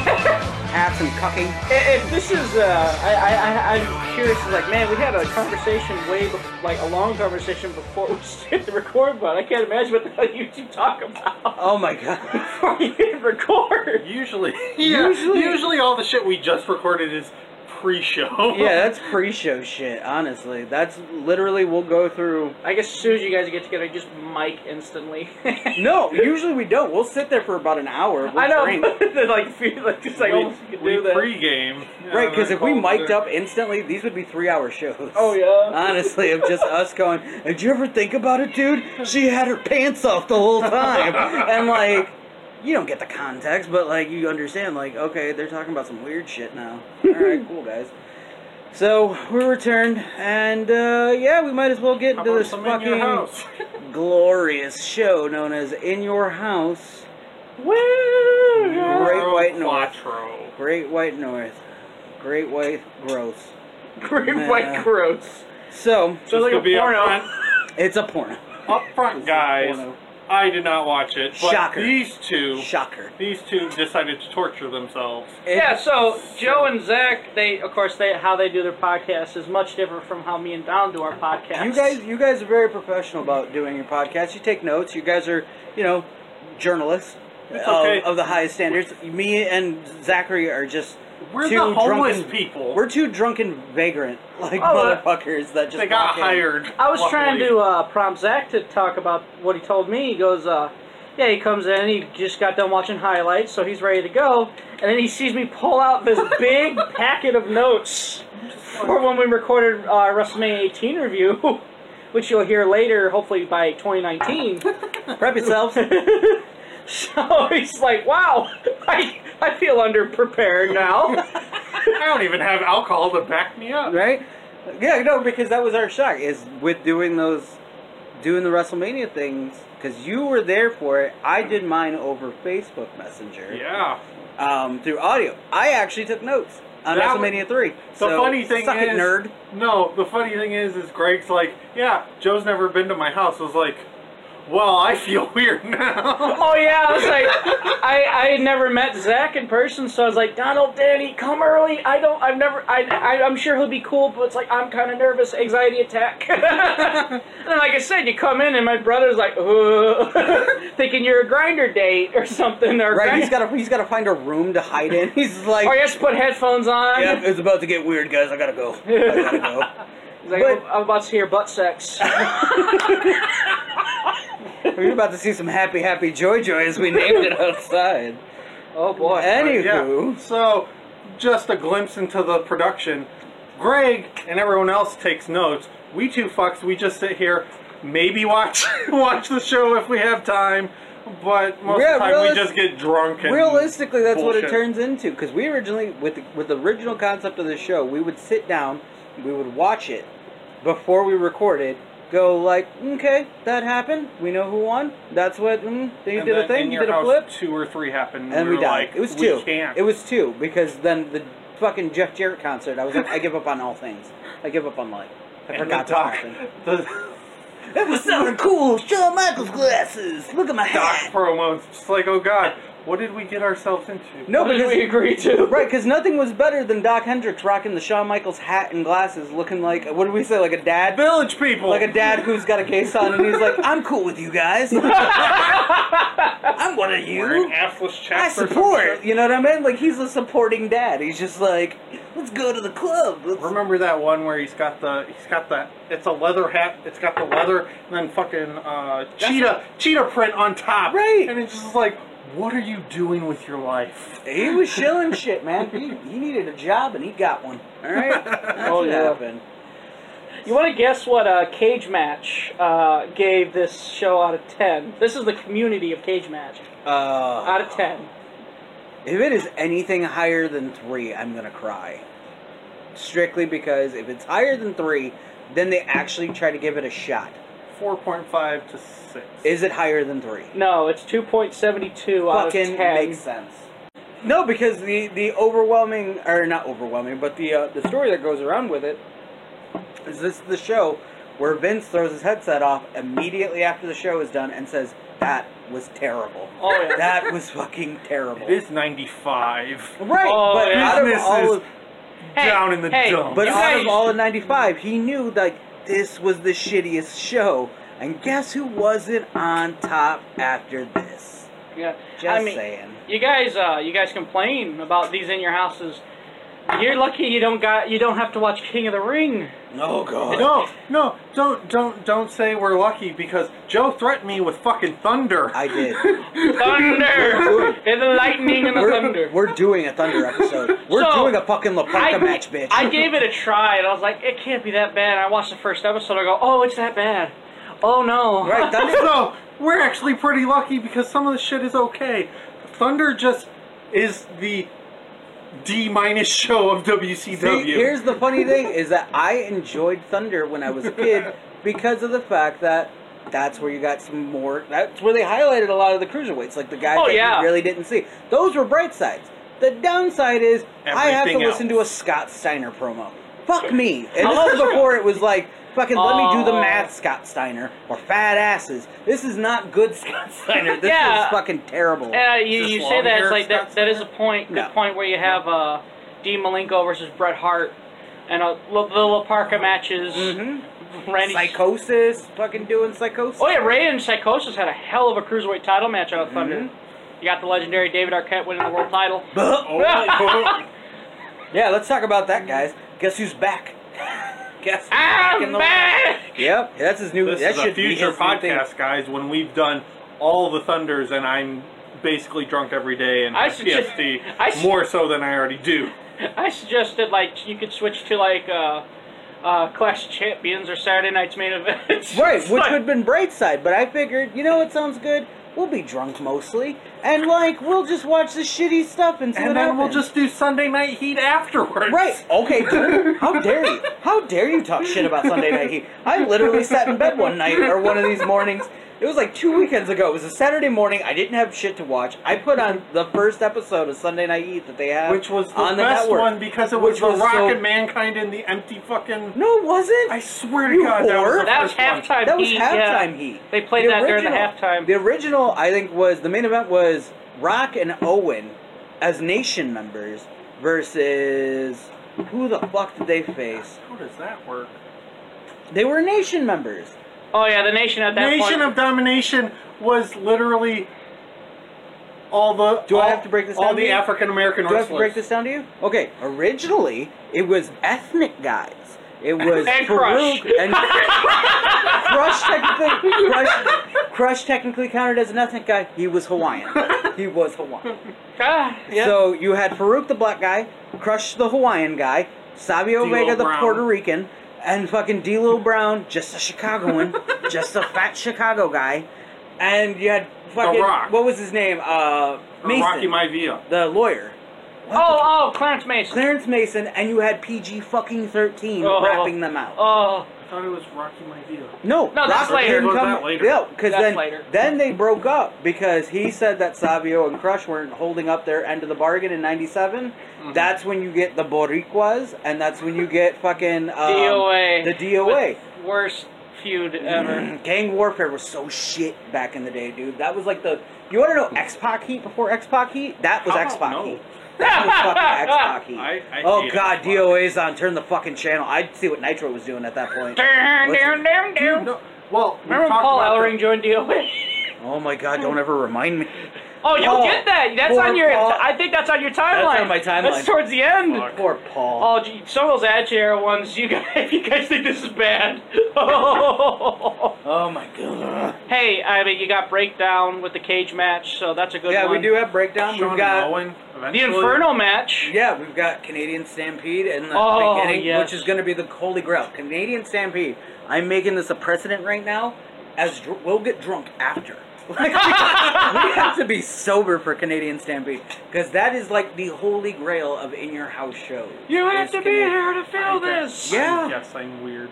Speaker 3: hats and cucking.
Speaker 5: If this is, uh, I, I, I, I'm curious. it's Like, man, we had a conversation way, bef- like a long conversation before we hit the record button. I can't imagine what the hell you two talk about
Speaker 3: Oh my god.
Speaker 5: before you hit record.
Speaker 4: Usually, yeah, usually, all the shit we just recorded is pre-show.
Speaker 3: Yeah, that's pre-show shit. Honestly, that's literally we'll go through.
Speaker 5: I guess as soon as you guys get together, just mic instantly.
Speaker 3: No, usually we don't. We'll sit there for about an hour. We'll
Speaker 5: I know.
Speaker 3: drink.
Speaker 5: There's like, few, like, just like,
Speaker 4: we,
Speaker 5: almost you could
Speaker 4: we
Speaker 5: do that.
Speaker 4: pre-game. Yeah,
Speaker 3: Right, because if we
Speaker 4: call it
Speaker 3: mic'd
Speaker 4: there.
Speaker 3: up instantly, these would be three-hour shows.
Speaker 5: oh yeah.
Speaker 3: Honestly, of just us going, did you ever think about it, dude? She had her pants off the whole time. And, like, you don't get the context, but, like, you understand, like, okay, they're talking about some weird shit now. All right, cool, guys. So, we returned, and, uh, yeah, we might as well get
Speaker 4: How
Speaker 3: into
Speaker 4: about
Speaker 3: this
Speaker 4: some in your
Speaker 3: fucking
Speaker 4: house?
Speaker 3: glorious show known as In Your House,
Speaker 5: Woo! yeah.
Speaker 3: Great White North.
Speaker 4: Quattro.
Speaker 3: Great White North, Great White Gross.
Speaker 5: Great
Speaker 3: Nah.
Speaker 5: white gross.
Speaker 3: So,
Speaker 5: So like
Speaker 4: To
Speaker 5: a
Speaker 4: be
Speaker 5: porno.
Speaker 4: upfront,
Speaker 3: it's a porno.
Speaker 4: upfront, guys,
Speaker 3: porno.
Speaker 4: I did not watch it. But
Speaker 3: Shocker.
Speaker 4: These two,
Speaker 3: Shocker.
Speaker 4: these two decided to torture themselves.
Speaker 5: Yeah, so Joe and Zach, they of course they how they do their podcast is much different from how me and Don do our podcast.
Speaker 3: You guys, you guys are very professional about doing your podcast. You take notes. You guys are, you know, journalists of,
Speaker 4: okay.
Speaker 3: of the highest standards. Me and Zachary are just
Speaker 4: We're
Speaker 3: two
Speaker 4: the homeless
Speaker 3: drunken,
Speaker 4: people. uh,
Speaker 3: We're two drunken vagrant like
Speaker 5: Oh,
Speaker 3: motherfuckers that just
Speaker 4: they got
Speaker 3: walk in.
Speaker 4: hired.
Speaker 5: I was
Speaker 4: luckily.
Speaker 5: trying to uh, prompt Zach to talk about what he told me. He goes, uh, "Yeah, he comes in. He just got done watching highlights, so he's ready to go. And then he sees me pull out this big packet of notes for when we recorded our WrestleMania 18 review, which you'll hear later, hopefully by 2019."
Speaker 3: Prep yourselves.
Speaker 5: so he's like, "Wow, I I feel underprepared now."
Speaker 4: I don't even have alcohol to back me up.
Speaker 3: right? Yeah, no, because that was our shock is with doing those, doing the WrestleMania things because you were there for it. I did mine over Facebook Messenger.
Speaker 4: Yeah.
Speaker 3: um, through audio. I actually took notes on
Speaker 4: That
Speaker 3: WrestleMania three.
Speaker 4: The
Speaker 3: so
Speaker 4: funny thing
Speaker 3: suck
Speaker 4: is,
Speaker 3: it, nerd.
Speaker 4: No, the funny thing is, is Greg's like, yeah, Joe's never been to my house. I was like, well, I feel weird now.
Speaker 5: Oh yeah, I was like, I I had never met Zach in person, so I was like, Donald, Danny, come early. I don't, I've never, I, I I'm sure he'll be cool, but it's like I'm kind of nervous, anxiety attack. and then, like I said, you come in, and my brother's like, "Ugh," thinking you're a grinder date or something, or
Speaker 3: Right? He's
Speaker 5: grinder-
Speaker 3: got to he's got to find a room to hide in. He's like,
Speaker 4: Oh,
Speaker 5: or you have to put headphones on.
Speaker 3: yeah, it's about to get weird, guys. I gotta go. I gotta go.
Speaker 5: He's like,
Speaker 3: but-
Speaker 5: I'm about to hear butt sex.
Speaker 3: We're about to see some happy, happy joy, joy as we named it outside.
Speaker 5: oh boy.
Speaker 3: Anywho,
Speaker 4: Yeah. So, just a glimpse into the production. Greg and everyone else takes notes. We two fucks, we just sit here, maybe watch watch the show if we have time, but most
Speaker 3: Yeah,
Speaker 4: of the time
Speaker 3: realis-
Speaker 4: we just get drunk. And
Speaker 3: realistically that's what it
Speaker 4: bullshit.
Speaker 3: turns into because we originally with the, with the original concept of the show we would sit down we would watch it before we recorded go like okay that happened we know who won that's what mm, they
Speaker 4: And
Speaker 3: did a
Speaker 4: then in
Speaker 3: thing you
Speaker 4: your
Speaker 3: did a
Speaker 4: house,
Speaker 3: flip
Speaker 4: Two or three happened,
Speaker 3: and we
Speaker 4: were
Speaker 3: died
Speaker 4: Like,
Speaker 3: it was
Speaker 4: we
Speaker 3: two
Speaker 4: Can't.
Speaker 3: it was two because then the fucking jeff jarrett concert i was like i give up on all things i give up on life i
Speaker 4: And
Speaker 3: forgot
Speaker 4: the
Speaker 3: to
Speaker 4: doc, the
Speaker 3: That was so cool. Shawn Michaels glasses. Look at my
Speaker 4: doc
Speaker 3: hat.
Speaker 4: promo. It's just like, oh god, what did we get ourselves into?
Speaker 3: No,
Speaker 5: What did
Speaker 3: because
Speaker 5: we agree to?
Speaker 3: Right, because nothing was better than Doc Hendricks rocking the Shawn Michaels hat and glasses, looking like what did we say, like a dad,
Speaker 4: Village people.
Speaker 3: like a dad who's got a case on, and he's like, "I'm cool with you guys. I'm one of
Speaker 4: wearing
Speaker 3: you.
Speaker 4: assless
Speaker 3: I
Speaker 4: chaps or some
Speaker 3: support."
Speaker 4: shit.
Speaker 3: You know what I mean? Like he's a supporting dad. He's just like, "Let's go to the club." Let's-
Speaker 4: Remember that one where he's got the he's got the it's a leather hat. It's got the leather and then fucking uh, cheetah cheetah print on top.
Speaker 3: Right.
Speaker 4: And it's just like, what are you doing with your life?
Speaker 3: He was shilling shit, man. He, he needed a job, and he got one. All right, that's
Speaker 5: Oh,
Speaker 3: what
Speaker 5: yeah.
Speaker 3: happened.
Speaker 5: You want to guess what uh, Cage Match uh, gave this show out of 10? This is the community of Cage Match.
Speaker 3: Uh,
Speaker 5: Out of 10.
Speaker 3: If it is anything higher than three, I'm gonna cry. Strictly because if it's higher than three, then they actually try to give it a shot.
Speaker 4: Four point five to six.
Speaker 3: Is it higher than three?
Speaker 5: No, it's 2.72 out of
Speaker 3: Fucking
Speaker 5: 10.
Speaker 3: makes sense. No, because the the overwhelming or not overwhelming, but the uh, the story that goes around with it is this: the show where Vince throws his headset off immediately after the show is done and says, "That was terrible.
Speaker 5: Oh, yeah.
Speaker 3: That was fucking terrible."
Speaker 4: It's 95.
Speaker 3: right,
Speaker 5: Oh,
Speaker 3: but
Speaker 5: yeah.
Speaker 3: out of
Speaker 4: Business
Speaker 3: all
Speaker 4: is
Speaker 3: of,
Speaker 5: Hey,
Speaker 4: down in the
Speaker 5: hey,
Speaker 4: dump.
Speaker 3: but
Speaker 5: you
Speaker 3: out
Speaker 5: guys-
Speaker 3: of all of '95, he knew like this was the shittiest show. And guess who wasn't on top after this?
Speaker 5: Yeah,
Speaker 3: Just
Speaker 5: I mean,
Speaker 3: saying.
Speaker 5: you guys, uh, you guys complain about these in your houses. You're lucky you don't got you don't have to watch King of the Ring.
Speaker 3: Oh god.
Speaker 4: No, no, don't, don't, don't say we're lucky because Joe threatened me with fucking thunder.
Speaker 3: I did.
Speaker 5: Thunder, and the lightning and the
Speaker 3: we're,
Speaker 5: thunder.
Speaker 3: we're doing a thunder episode. We're
Speaker 5: So,
Speaker 3: doing a fucking
Speaker 5: I,
Speaker 3: Laparca match, bitch.
Speaker 5: I gave it a try and I was like, it can't be that bad. I watched the first episode. I go, oh, it's that bad. Oh no.
Speaker 3: right, that's
Speaker 4: so we're actually pretty lucky because some of the shit is okay. Thunder just is the D minus show of WCW.
Speaker 3: See, here's the funny thing is that I enjoyed Thunder when I was a kid because of the fact that that's where you got some more. That's where they highlighted a lot of the cruiserweights, like the guys
Speaker 5: Oh,
Speaker 3: that
Speaker 5: yeah.
Speaker 3: you really didn't see. Those were bright sides. The downside is I have to
Speaker 4: Everything
Speaker 3: listen to a
Speaker 4: else.
Speaker 3: Scott Steiner promo. Fuck me. And
Speaker 5: love
Speaker 3: this is
Speaker 5: Scott.
Speaker 3: before it was like fucking let me do the
Speaker 5: Oh.
Speaker 3: mad Scott Steiner or fat asses. This is not good Scott Steiner. This
Speaker 5: Yeah.
Speaker 3: is fucking terrible.
Speaker 5: Uh, you
Speaker 4: Just
Speaker 5: you say
Speaker 4: long
Speaker 5: that
Speaker 4: hair
Speaker 5: it's like that
Speaker 4: stuff?
Speaker 5: that is a point good
Speaker 3: No.
Speaker 5: point where you have uh, Dean Malenko versus Bret Hart and uh, La- the La Parca matches.
Speaker 3: Mm-hmm.
Speaker 5: Randy
Speaker 3: Psychosis, fucking doing psychosis.
Speaker 5: Oh yeah, Ray and Psychosis had a hell of a cruiserweight title match out of
Speaker 3: Mm-hmm.
Speaker 5: Thunder. You got the legendary David Arquette winning the world title.
Speaker 4: oh my
Speaker 3: Yeah, let's talk about that, guys. Guess who's back? Guess who's back in
Speaker 5: I'm
Speaker 3: the-
Speaker 5: back.
Speaker 3: Yep, that's his new.
Speaker 4: This
Speaker 3: that
Speaker 4: is
Speaker 3: should
Speaker 4: a future
Speaker 3: be his new thing.
Speaker 4: podcast, guys, when we've done all the Thunders and I'm basically drunk every day and
Speaker 5: I
Speaker 4: have
Speaker 5: suggest-
Speaker 4: PSP
Speaker 5: I su-
Speaker 4: more so than I already do.
Speaker 5: I suggested like you could switch to like uh, uh, Clash of Champions or Saturday Night's main event.
Speaker 3: Right,
Speaker 5: It's
Speaker 3: which
Speaker 5: like-
Speaker 3: would have been bright side, but I figured, you know what sounds good? We'll be drunk mostly, and like we'll just watch the shitty stuff and see what
Speaker 4: And then we'll
Speaker 3: happens.
Speaker 4: just do Sunday Night Heat afterwards.
Speaker 3: Right. Okay. dude, How dare you? How dare you talk shit about Sunday Night Heat? I literally sat in bed one night or one of these mornings. It was like two weekends ago. It was a Saturday morning. I didn't have shit to watch. I put on the first episode of Sunday Night Heat that they had,
Speaker 4: Which was the
Speaker 3: on the
Speaker 4: best
Speaker 3: network,
Speaker 4: one because it was
Speaker 3: which
Speaker 4: the
Speaker 3: was
Speaker 4: Rocket
Speaker 3: so-
Speaker 4: Mankind and the empty fucking.
Speaker 3: No, it wasn't.
Speaker 4: I swear to
Speaker 3: You
Speaker 4: God, that was
Speaker 3: whore.
Speaker 4: the
Speaker 5: That was
Speaker 4: first one.
Speaker 5: halftime.
Speaker 3: that was
Speaker 5: heat, yeah.
Speaker 3: halftime heat.
Speaker 5: They played that during the halftime.
Speaker 3: The original, I think, was the main event was Rock and Owen as Nation members versus who the fuck did they face?
Speaker 4: How does that work?
Speaker 3: They were Nation members.
Speaker 5: Oh yeah, the Nation at that
Speaker 4: Nation
Speaker 5: point.
Speaker 4: of Domination was literally all the.
Speaker 3: Do I
Speaker 4: all-
Speaker 3: have to break this
Speaker 4: All
Speaker 3: down to
Speaker 4: the
Speaker 3: you?
Speaker 4: African American
Speaker 3: Do I
Speaker 4: wrestlers.
Speaker 3: have to break this down to you? Okay, originally it was ethnic guys. It was
Speaker 5: And
Speaker 3: Farouk
Speaker 5: Crush.
Speaker 3: and Crush technically Crush, Crush technically counted as an ethnic guy. He was Hawaiian. He was Hawaiian.
Speaker 5: Ah, yeah.
Speaker 3: So you had Farouk the black guy, Crush the Hawaiian guy, Savio
Speaker 4: D'Lo
Speaker 3: Vega the
Speaker 4: Brown.
Speaker 3: Puerto Rican, and fucking D'Lo Brown, just a Chicagoan, just a fat Chicago guy, and you had fucking
Speaker 4: Rock.
Speaker 3: what was his name? Uh,
Speaker 4: Or
Speaker 3: Mason,
Speaker 4: Rocky Maivia.
Speaker 3: the lawyer.
Speaker 5: oh oh, Clarence Mason.
Speaker 3: Clarence Mason, and you had PG fucking thirteen
Speaker 5: Oh.
Speaker 3: wrapping them out.
Speaker 5: oh
Speaker 4: I thought it was Rocky Maivia.
Speaker 3: No,
Speaker 5: No, that's
Speaker 3: Rocker
Speaker 5: later.
Speaker 3: didn't
Speaker 4: Was
Speaker 3: come-
Speaker 4: that later?
Speaker 3: No, because
Speaker 5: That's
Speaker 3: then
Speaker 5: later.
Speaker 3: then they broke up because he said that Savio and Crush weren't holding up their end of the bargain in '97.
Speaker 4: Mm-hmm.
Speaker 3: That's when you get the Boricuas, and that's when you get fucking um,
Speaker 5: DOA.
Speaker 3: The DOA.
Speaker 5: With worst feud ever.
Speaker 3: Gang warfare was so shit back in the day, dude. That was like the you want to know X Pac heat before X Pac heat? That was
Speaker 4: How
Speaker 3: X Pac
Speaker 4: about no?
Speaker 3: heat. That was fucking
Speaker 4: I-
Speaker 3: X Pac
Speaker 4: I
Speaker 3: heat. Oh
Speaker 4: hate
Speaker 3: god,
Speaker 4: X-Pac.
Speaker 3: DOA's on. Turn the fucking channel. I'd see what Nitro was doing at that point.
Speaker 5: Dun,
Speaker 3: What's-
Speaker 5: dun, dun, dun.
Speaker 4: No, well, we
Speaker 5: Remember when
Speaker 4: talked
Speaker 5: Paul
Speaker 4: about
Speaker 5: Ellering joined DOA?
Speaker 3: Oh my god, don't ever remind me.
Speaker 5: Oh, you'll
Speaker 3: Paul.
Speaker 5: get that. That's
Speaker 3: Poor
Speaker 5: on your.
Speaker 3: Paul.
Speaker 5: I think that's on your timeline.
Speaker 3: on my timeline.
Speaker 5: That's towards the end.
Speaker 4: Fuck.
Speaker 3: Poor Paul.
Speaker 5: Oh, gee, some of those Attitude Era ones. You guys, you guys think this is bad? Oh.
Speaker 3: Oh my god.
Speaker 5: hey, I mean, you got breakdown with the cage match, so that's a good
Speaker 3: Yeah,
Speaker 5: one.
Speaker 3: we do have breakdown.
Speaker 4: Shawn
Speaker 3: we've got
Speaker 4: and Owen
Speaker 5: the
Speaker 4: eventually.
Speaker 5: Inferno match.
Speaker 3: yeah, we've got Canadian Stampede and the
Speaker 5: Oh,
Speaker 3: beginning,
Speaker 5: yes.
Speaker 3: which is going to be the holy grail. Canadian Stampede. I'm making this a precedent right now. As dr- we'll get drunk after. Like, we we have to be sober for Canadian Stampede because that is like the holy grail of in your house shows.
Speaker 5: You have
Speaker 3: is
Speaker 5: to be
Speaker 3: Canadian-
Speaker 5: here to feel
Speaker 4: I
Speaker 5: this.
Speaker 4: guess-
Speaker 3: Yeah.
Speaker 4: I guess I'm weird.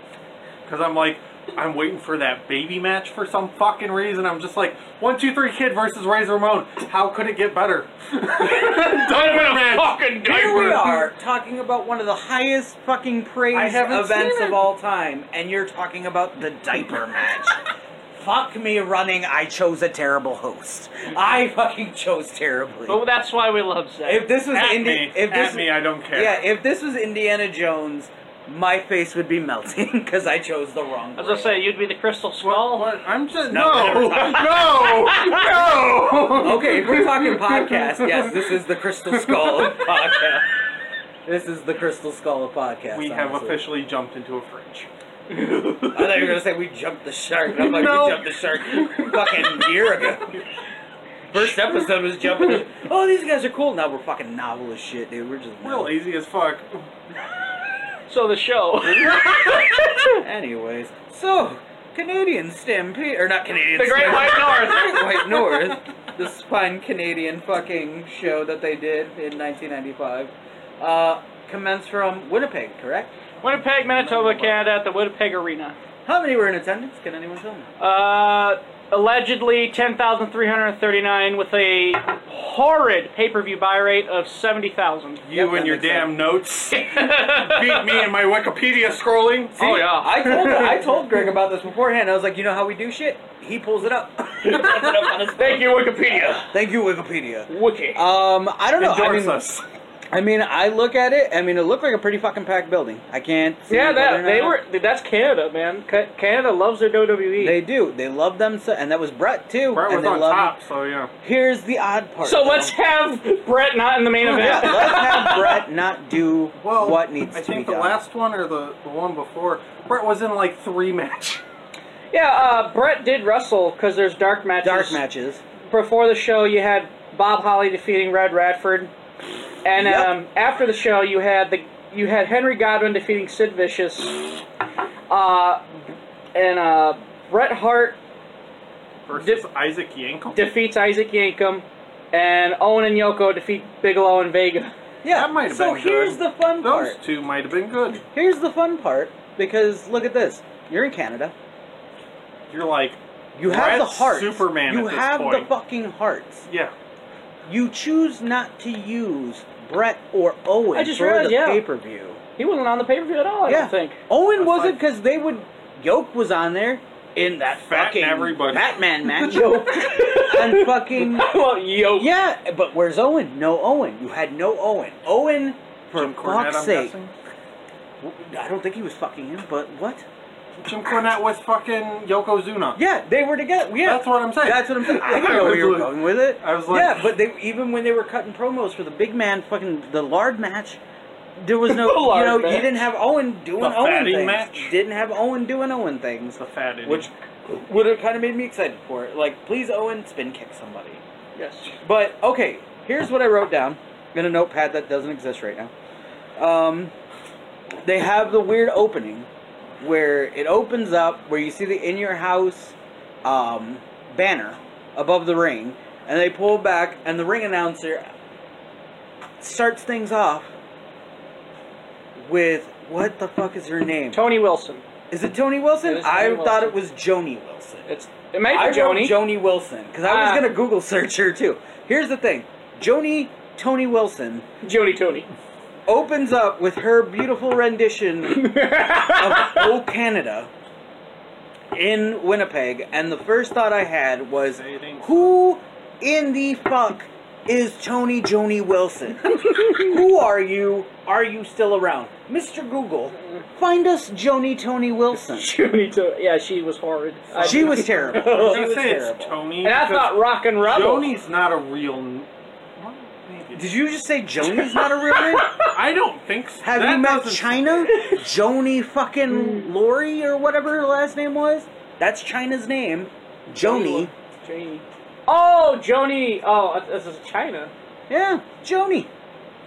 Speaker 4: Because I'm like, I'm waiting for that baby match for some fucking reason. I'm just like, one, two, three, kid versus Razor Ramon. How could it get better? Diamond match.
Speaker 3: Here we are talking about one of the highest fucking
Speaker 4: I
Speaker 3: praised
Speaker 4: haven't
Speaker 3: events
Speaker 4: seen it.
Speaker 3: of all time, and you're talking about the diaper match. Fuck me running, I chose a terrible host. I fucking chose terribly.
Speaker 5: But that's why we love Zack.
Speaker 3: If this was
Speaker 4: At
Speaker 3: Indi-
Speaker 4: me,
Speaker 3: if this
Speaker 4: at me, I don't care.
Speaker 3: Yeah, if this was Indiana Jones, my face would be melting because I chose the wrong.
Speaker 5: As I
Speaker 3: brand.
Speaker 5: say, you'd be the Crystal Skull.
Speaker 4: What? I'm just
Speaker 3: No,
Speaker 4: no,
Speaker 3: never mind.
Speaker 4: no, no.
Speaker 3: Okay, if we're talking podcast, yes, this is the Crystal Skull podcast. This is the Crystal Skull podcast.
Speaker 4: We have
Speaker 3: honestly.
Speaker 4: officially jumped into a fridge.
Speaker 3: I thought you were gonna say we jumped the shark. and I'm like,
Speaker 4: No.
Speaker 3: we jumped the shark fucking year ago. First episode was jumping. The, oh, these guys are cool. Now we're fucking novel as shit, dude. We're just
Speaker 4: We're lazy as fuck.
Speaker 5: So the show.
Speaker 3: Anyways, so Canadian Stampede or not Canadian?
Speaker 5: the Great
Speaker 3: Stampede.
Speaker 5: White North.
Speaker 3: Great White North, this fun Canadian fucking show that they did in 1995, uh, commenced from Winnipeg, correct?
Speaker 5: Winnipeg, Manitoba, Canada at the Winnipeg Arena.
Speaker 3: How many were in attendance? Can anyone tell me?
Speaker 5: Uh, allegedly 10,339 with a horrid pay-per-view buy rate of 70,000.
Speaker 4: You
Speaker 3: Yep,
Speaker 4: and
Speaker 3: that
Speaker 4: your
Speaker 3: makes
Speaker 4: damn notes beat me and my Wikipedia scrolling.
Speaker 5: Oh, yeah.
Speaker 3: I told I told Greg about this beforehand. I was like, you know how we do shit? He pulls it up. He pulls it up on his
Speaker 5: Thank you, Wikipedia.
Speaker 3: Thank you, Wikipedia.
Speaker 5: Wiki.
Speaker 3: Um, I don't know. I
Speaker 4: endorse
Speaker 3: mean,
Speaker 4: us.
Speaker 3: I mean, I look at it. I mean, it looked like a pretty fucking packed building. I can't. see
Speaker 5: yeah,
Speaker 3: whether
Speaker 5: that
Speaker 3: or
Speaker 5: they
Speaker 3: not-
Speaker 5: were. That's Canada, man. Ca- Canada loves their E. WWE.
Speaker 3: They do. They love them, so, and that was Brett too.
Speaker 4: Brett
Speaker 3: and
Speaker 4: was
Speaker 3: they
Speaker 4: on
Speaker 3: love
Speaker 4: top, so yeah.
Speaker 3: Here's the odd part.
Speaker 5: so
Speaker 3: though.
Speaker 5: let's have Brett not in the main
Speaker 3: Yeah,
Speaker 5: event.
Speaker 3: let's have Brett not do
Speaker 4: Well,
Speaker 3: what needs
Speaker 4: I
Speaker 3: to be
Speaker 4: think the
Speaker 3: done.
Speaker 4: last one or the, the one before, Brett was in like three matches.
Speaker 5: yeah, uh, Brett did wrestle because there's dark matches.
Speaker 3: dark matches.
Speaker 5: Before the show, you had Bob Holly defeating Red Radford, and
Speaker 3: Yep.
Speaker 5: um, after the show, you had the you had Henry Godwin defeating Sid Vicious, uh, and uh, Bret Hart
Speaker 4: Versus Isaac Yankel.
Speaker 5: defeats Isaac Yankum, and Owen and Yoko defeat Bigelow and Vega.
Speaker 3: Yeah,
Speaker 4: That might have
Speaker 3: so
Speaker 4: been
Speaker 3: here's
Speaker 4: good.
Speaker 3: the fun part.
Speaker 4: Those two might have been good.
Speaker 3: Here's the fun part because look at this. You're in Canada.
Speaker 4: You're like,
Speaker 3: You have the
Speaker 4: Brett's
Speaker 3: hearts.
Speaker 4: Superman
Speaker 3: You
Speaker 4: at this
Speaker 3: have
Speaker 4: point.
Speaker 3: the fucking hearts.
Speaker 4: yeah.
Speaker 3: You choose not to use Brett or Owen
Speaker 5: I just
Speaker 3: for
Speaker 5: realized,
Speaker 3: the
Speaker 5: yeah.
Speaker 3: pay-per-view.
Speaker 5: He wasn't on the pay per view at all. I
Speaker 3: yeah,
Speaker 5: don't think.
Speaker 3: Owen
Speaker 4: That's
Speaker 3: wasn't
Speaker 4: fine.
Speaker 3: because they would. Yoke was on there in that
Speaker 4: Fat
Speaker 3: fucking
Speaker 4: everybody.
Speaker 3: Batman match. Yoke and fucking
Speaker 5: well, yo,
Speaker 3: yeah, but where's Owen? No Owen. You had no Owen. Owen, for
Speaker 4: Jim Cornette,
Speaker 3: fuck's
Speaker 4: I'm
Speaker 3: sake.
Speaker 4: guessing.
Speaker 3: I don't think he was fucking him, but what?
Speaker 4: Jim Cornette with fucking Yokozuna.
Speaker 3: Yeah, they were together. Yeah,
Speaker 4: That's what I'm saying.
Speaker 3: That's what I'm saying. I didn't know where you were going with it.
Speaker 4: I was like-
Speaker 3: yeah, but they even when they were cutting promos for the big man, fucking the lard match, there was no,
Speaker 5: The lard
Speaker 3: you know,
Speaker 5: match.
Speaker 3: you didn't have Owen doing
Speaker 4: The
Speaker 3: Owen
Speaker 4: fatty
Speaker 3: things.
Speaker 4: match.
Speaker 3: Didn't have Owen doing Owen things,
Speaker 4: The fat idiot.
Speaker 3: which would have kind of made me excited for it. Like, please, Owen, spin kick somebody.
Speaker 5: yes.
Speaker 3: But okay, here's what I wrote down in a notepad that doesn't exist right now. Um, they have the weird opening where it opens up where you see the in your house um, banner above the ring, and they pull back, and the ring announcer starts things off with what the fuck is her name?
Speaker 5: Tony Wilson.
Speaker 3: Is it Tony Wilson?
Speaker 5: It is Tony
Speaker 3: I thought
Speaker 5: Wilson.
Speaker 3: it was Joni Wilson.
Speaker 5: It's it may
Speaker 3: I
Speaker 5: be Joni.
Speaker 3: Joni. Joni Wilson because I was
Speaker 5: Ah.
Speaker 3: gonna Google search her too. Here's the thing: Joni Tony Wilson
Speaker 5: Joni Tony.
Speaker 3: opens up with her beautiful rendition of "Oh Canada" in Winnipeg, and the first thought I had was,
Speaker 4: Say it ain't so.
Speaker 3: "Who in the fuck is Tony Joni Wilson? Who are you? Are you still around, Mr. Google? Find us Joni Tony Wilson."
Speaker 5: Joni Tony. Yeah, she was horrid. I-
Speaker 3: She was terrible.
Speaker 4: I was
Speaker 3: She
Speaker 4: gonna
Speaker 3: was
Speaker 4: say it's
Speaker 3: terrible.
Speaker 4: Tony.
Speaker 5: And I
Speaker 4: because
Speaker 5: thought Rock and Rebel.
Speaker 4: Joni's not a real. n- well, maybe.
Speaker 3: Did you just say Joni's not a real name?
Speaker 4: I don't think so.
Speaker 3: Have
Speaker 4: That
Speaker 3: you met
Speaker 4: doesn't-
Speaker 3: China? Joni fucking Lori or whatever her last name was? That's China's name. Joni.
Speaker 5: Joni. Oh, Joni. Oh, this is China.
Speaker 3: Yeah, Joni.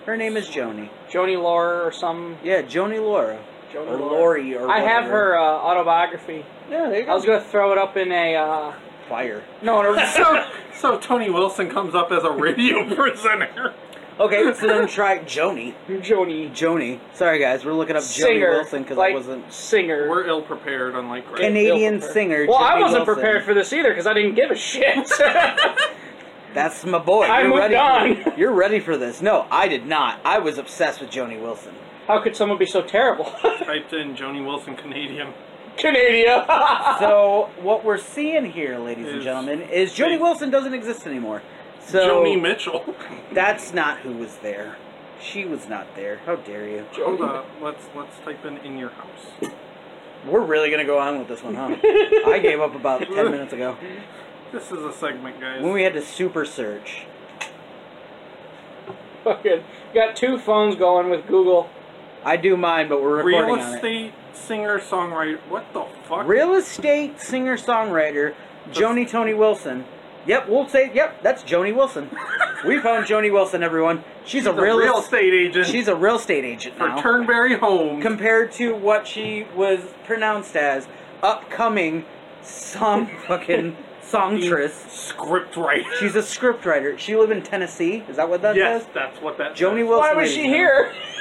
Speaker 3: Her name is Joni.
Speaker 5: Joni Laura or some.
Speaker 3: Yeah, Joni Laura.
Speaker 5: Joni
Speaker 3: Or Lori or
Speaker 5: I have
Speaker 3: whatever.
Speaker 5: her uh, autobiography.
Speaker 3: Yeah, there you go.
Speaker 5: I was gonna throw it up in a. Uh,
Speaker 3: Fire.
Speaker 5: no, in a,
Speaker 4: So, so Tony Wilson comes up as a radio presenter.
Speaker 3: Okay, so then try Joni.
Speaker 5: Joni.
Speaker 3: Joni. Sorry, guys, we're looking up
Speaker 5: Singer.
Speaker 3: Joni Wilson because
Speaker 5: like,
Speaker 3: I wasn't.
Speaker 5: Singer.
Speaker 4: We're ill prepared, unlike Greg.
Speaker 3: Canadian
Speaker 5: ill-prepared.
Speaker 3: singer.
Speaker 5: well, I
Speaker 3: Joni
Speaker 5: wasn't
Speaker 3: Wilson.
Speaker 5: prepared for this either because I didn't give a shit.
Speaker 3: That's my boy.
Speaker 5: I
Speaker 3: You're
Speaker 5: moved
Speaker 3: ready.
Speaker 5: on.
Speaker 3: You're ready for this. No, I did not. I was obsessed with Joni Wilson.
Speaker 5: How could someone be so terrible?
Speaker 4: Typed in Joni Wilson Canadian.
Speaker 5: Canada.
Speaker 3: So what we're seeing here, ladies and
Speaker 4: Is-
Speaker 3: gentlemen, is Joni Wilson doesn't exist anymore. So
Speaker 4: Joni Mitchell.
Speaker 3: that's not who was there. She was not there. How dare you?
Speaker 4: Hold on, let's let's type in in your house.
Speaker 3: We're really gonna go on with this one, huh? I gave up about ten minutes ago
Speaker 4: This is a segment, guys.
Speaker 3: when we had to super search.
Speaker 5: Fucking got two phones going with Google.
Speaker 3: I do mine, but we're recording
Speaker 4: Real
Speaker 3: on it.
Speaker 4: estate singer songwriter. What the fuck?
Speaker 3: Real estate singer songwriter Joni Tony Wilson. Yep, we'll say yep. That's Joni Wilson. we found Joni Wilson, everyone. She's, a
Speaker 4: She's a
Speaker 3: real,
Speaker 4: real,
Speaker 3: es-
Speaker 4: estate agent
Speaker 3: She's a real estate agent
Speaker 4: for
Speaker 3: now.
Speaker 4: Turnberry Homes.
Speaker 3: compared to what she was pronounced as upcoming song fucking songstress.
Speaker 4: script writer.
Speaker 3: She's a scriptwriter. She lived in Tennessee. Is that what that
Speaker 4: yes,
Speaker 3: says?
Speaker 4: that's what that.
Speaker 3: Joni
Speaker 4: says.
Speaker 3: Wilson.
Speaker 5: Why was
Speaker 3: ladies
Speaker 5: she
Speaker 3: and
Speaker 5: here?
Speaker 3: gentlemen.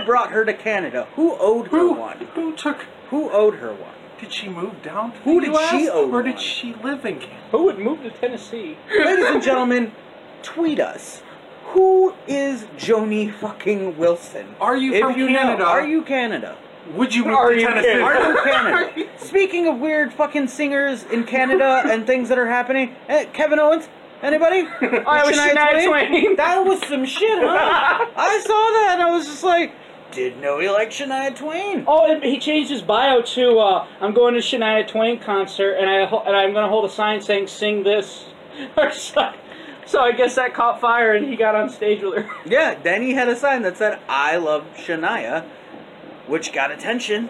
Speaker 3: Who brought her to Canada? Who owed her
Speaker 4: Who,
Speaker 3: one?
Speaker 4: who took?
Speaker 3: Who owed her one?
Speaker 4: Did she move down? To
Speaker 3: Who
Speaker 4: the
Speaker 3: did she
Speaker 4: US,
Speaker 3: owe
Speaker 4: Or
Speaker 3: one?
Speaker 4: did she live in Canada?
Speaker 5: Who would move to Tennessee?
Speaker 3: Ladies and gentlemen, tweet us. Who is Joni fucking Wilson?
Speaker 4: Are you
Speaker 3: if
Speaker 4: from
Speaker 3: you know-
Speaker 4: Canada?
Speaker 3: are you Canada?
Speaker 4: Would you move
Speaker 5: Are
Speaker 4: to
Speaker 5: you
Speaker 4: Tennessee?
Speaker 5: kidding?
Speaker 3: Are you Canada? Speaking of weird fucking singers in Canada and things that are happening, eh, Kevin Owens. Anybody?
Speaker 5: I was Shania Twain.
Speaker 3: That was some shit, huh? I saw that and I was just like, didn't know he liked Shania Twain.
Speaker 5: Oh, and he changed his bio to uh, "I'm going to Shania Twain concert, and I ho- and I'm going to hold a sign saying sing this." or so, so I guess that caught fire, and he got on stage with her.
Speaker 3: Yeah, then he had a sign that said, I love Shania, which got attention.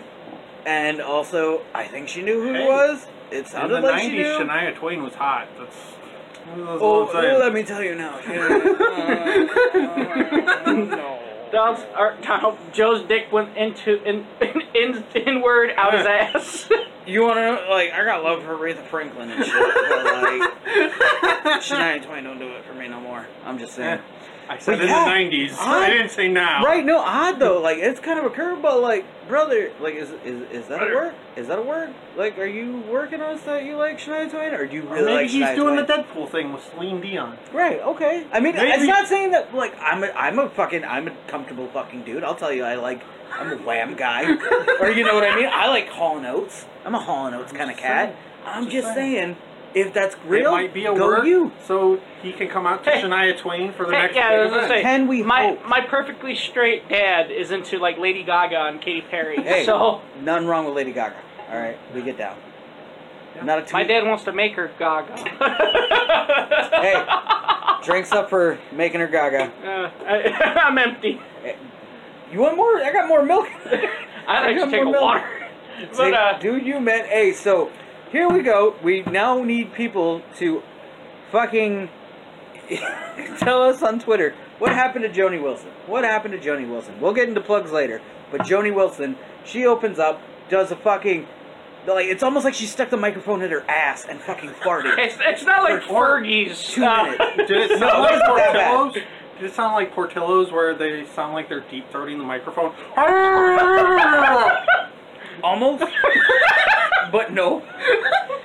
Speaker 3: And also, I think she knew who it
Speaker 4: Hey.
Speaker 3: was. It
Speaker 4: In
Speaker 3: sounded
Speaker 4: the
Speaker 3: like she knew.
Speaker 4: '90s, Shania Twain was hot. That's. that's what
Speaker 3: oh,
Speaker 4: I'm saying.
Speaker 3: let me tell you now. Yeah.
Speaker 5: Donald's, or Donald, Joe's dick went into in, in, inward out his ass.
Speaker 3: you want to know? Like, I got love for Aretha Franklin and shit, but like, Shania Twain don't do it for me no more. I'm just saying.
Speaker 4: I said
Speaker 3: But
Speaker 4: in
Speaker 3: yeah,
Speaker 4: the '90s.
Speaker 3: I-
Speaker 4: I didn't say now.
Speaker 3: Right? No, odd though. Like, it's kind of a curveball. Like, brother, like, is is, is that a word? Is that a word? Like, are you working on us that you like Shania Twain, or do you
Speaker 4: Or
Speaker 3: really
Speaker 4: maybe
Speaker 3: like
Speaker 4: he's
Speaker 3: Shania
Speaker 4: doing
Speaker 3: Twain?
Speaker 4: the Deadpool thing with Celine Dion.
Speaker 3: Right. Okay. I mean, it's
Speaker 4: Maybe-
Speaker 3: not saying that. Like, I'm a I'm a fucking I'm a comfortable fucking dude. I'll tell you, I like. I'm a wham guy, or you know what I mean. I like Hall and Oates. I'm a Hall and Oates kind of
Speaker 4: just
Speaker 3: cat.
Speaker 4: saying.
Speaker 3: I'm
Speaker 4: Just
Speaker 3: just saying.
Speaker 4: saying.
Speaker 3: if that's real,
Speaker 4: it might be a
Speaker 3: go
Speaker 4: word,
Speaker 3: you.
Speaker 4: so he can come out to
Speaker 5: Hey.
Speaker 4: Shania Twain for the
Speaker 5: Hey,
Speaker 4: next.
Speaker 5: yeah, I was
Speaker 4: big
Speaker 5: gonna say,
Speaker 4: event.
Speaker 3: Can we
Speaker 5: my
Speaker 3: hope?
Speaker 5: my perfectly straight dad is into like Lady Gaga and Katy Perry.
Speaker 3: Hey,
Speaker 5: So
Speaker 3: none wrong with Lady Gaga. All right, we get down.
Speaker 4: Yeah.
Speaker 3: Not a tweet.
Speaker 5: my dad wants to make her Gaga.
Speaker 3: Hey, drinks up for making her Gaga.
Speaker 5: Uh, I, I'm empty.
Speaker 3: You want more? I got more milk.
Speaker 5: I'd like
Speaker 3: got
Speaker 5: to take a
Speaker 3: more milk.
Speaker 5: water. But uh,
Speaker 3: do you man? Hey, so here we go. We now need people to fucking tell us on Twitter what happened to Joni Wilson. What happened to Joni Wilson? We'll get into plugs later, but Joni Wilson, she opens up, does a fucking like it's almost like she stuck the microphone in her ass and fucking farted.
Speaker 5: it's, it's not like
Speaker 4: For
Speaker 5: Fergie's.
Speaker 3: Two
Speaker 5: uh,
Speaker 3: minutes.
Speaker 4: Did it
Speaker 3: No,
Speaker 4: sound
Speaker 3: it
Speaker 4: like
Speaker 3: wasn't that bad.
Speaker 4: Portillo's? Did it sound like Portillo's where they sound like they're deep throating the microphone? Ah.
Speaker 3: Almost, but no,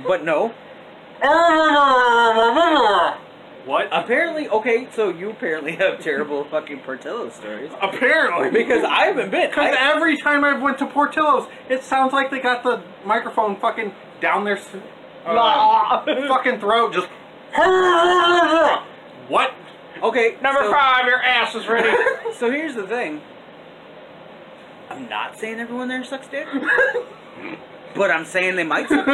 Speaker 3: but no.
Speaker 4: Ah. what?
Speaker 3: Apparently, okay, so you apparently have terrible fucking Portillo stories.
Speaker 4: Apparently,
Speaker 3: Because I haven't been.
Speaker 4: Because
Speaker 3: I-
Speaker 4: every time I've went to Portillo's, it sounds like they got the microphone fucking down their s- uh, fucking throat, just. Ah. what?
Speaker 3: okay,
Speaker 5: Number
Speaker 3: so,
Speaker 5: five, your ass is ready.
Speaker 3: So here's the thing. I'm not saying everyone there sucks dick, but I'm saying they might suck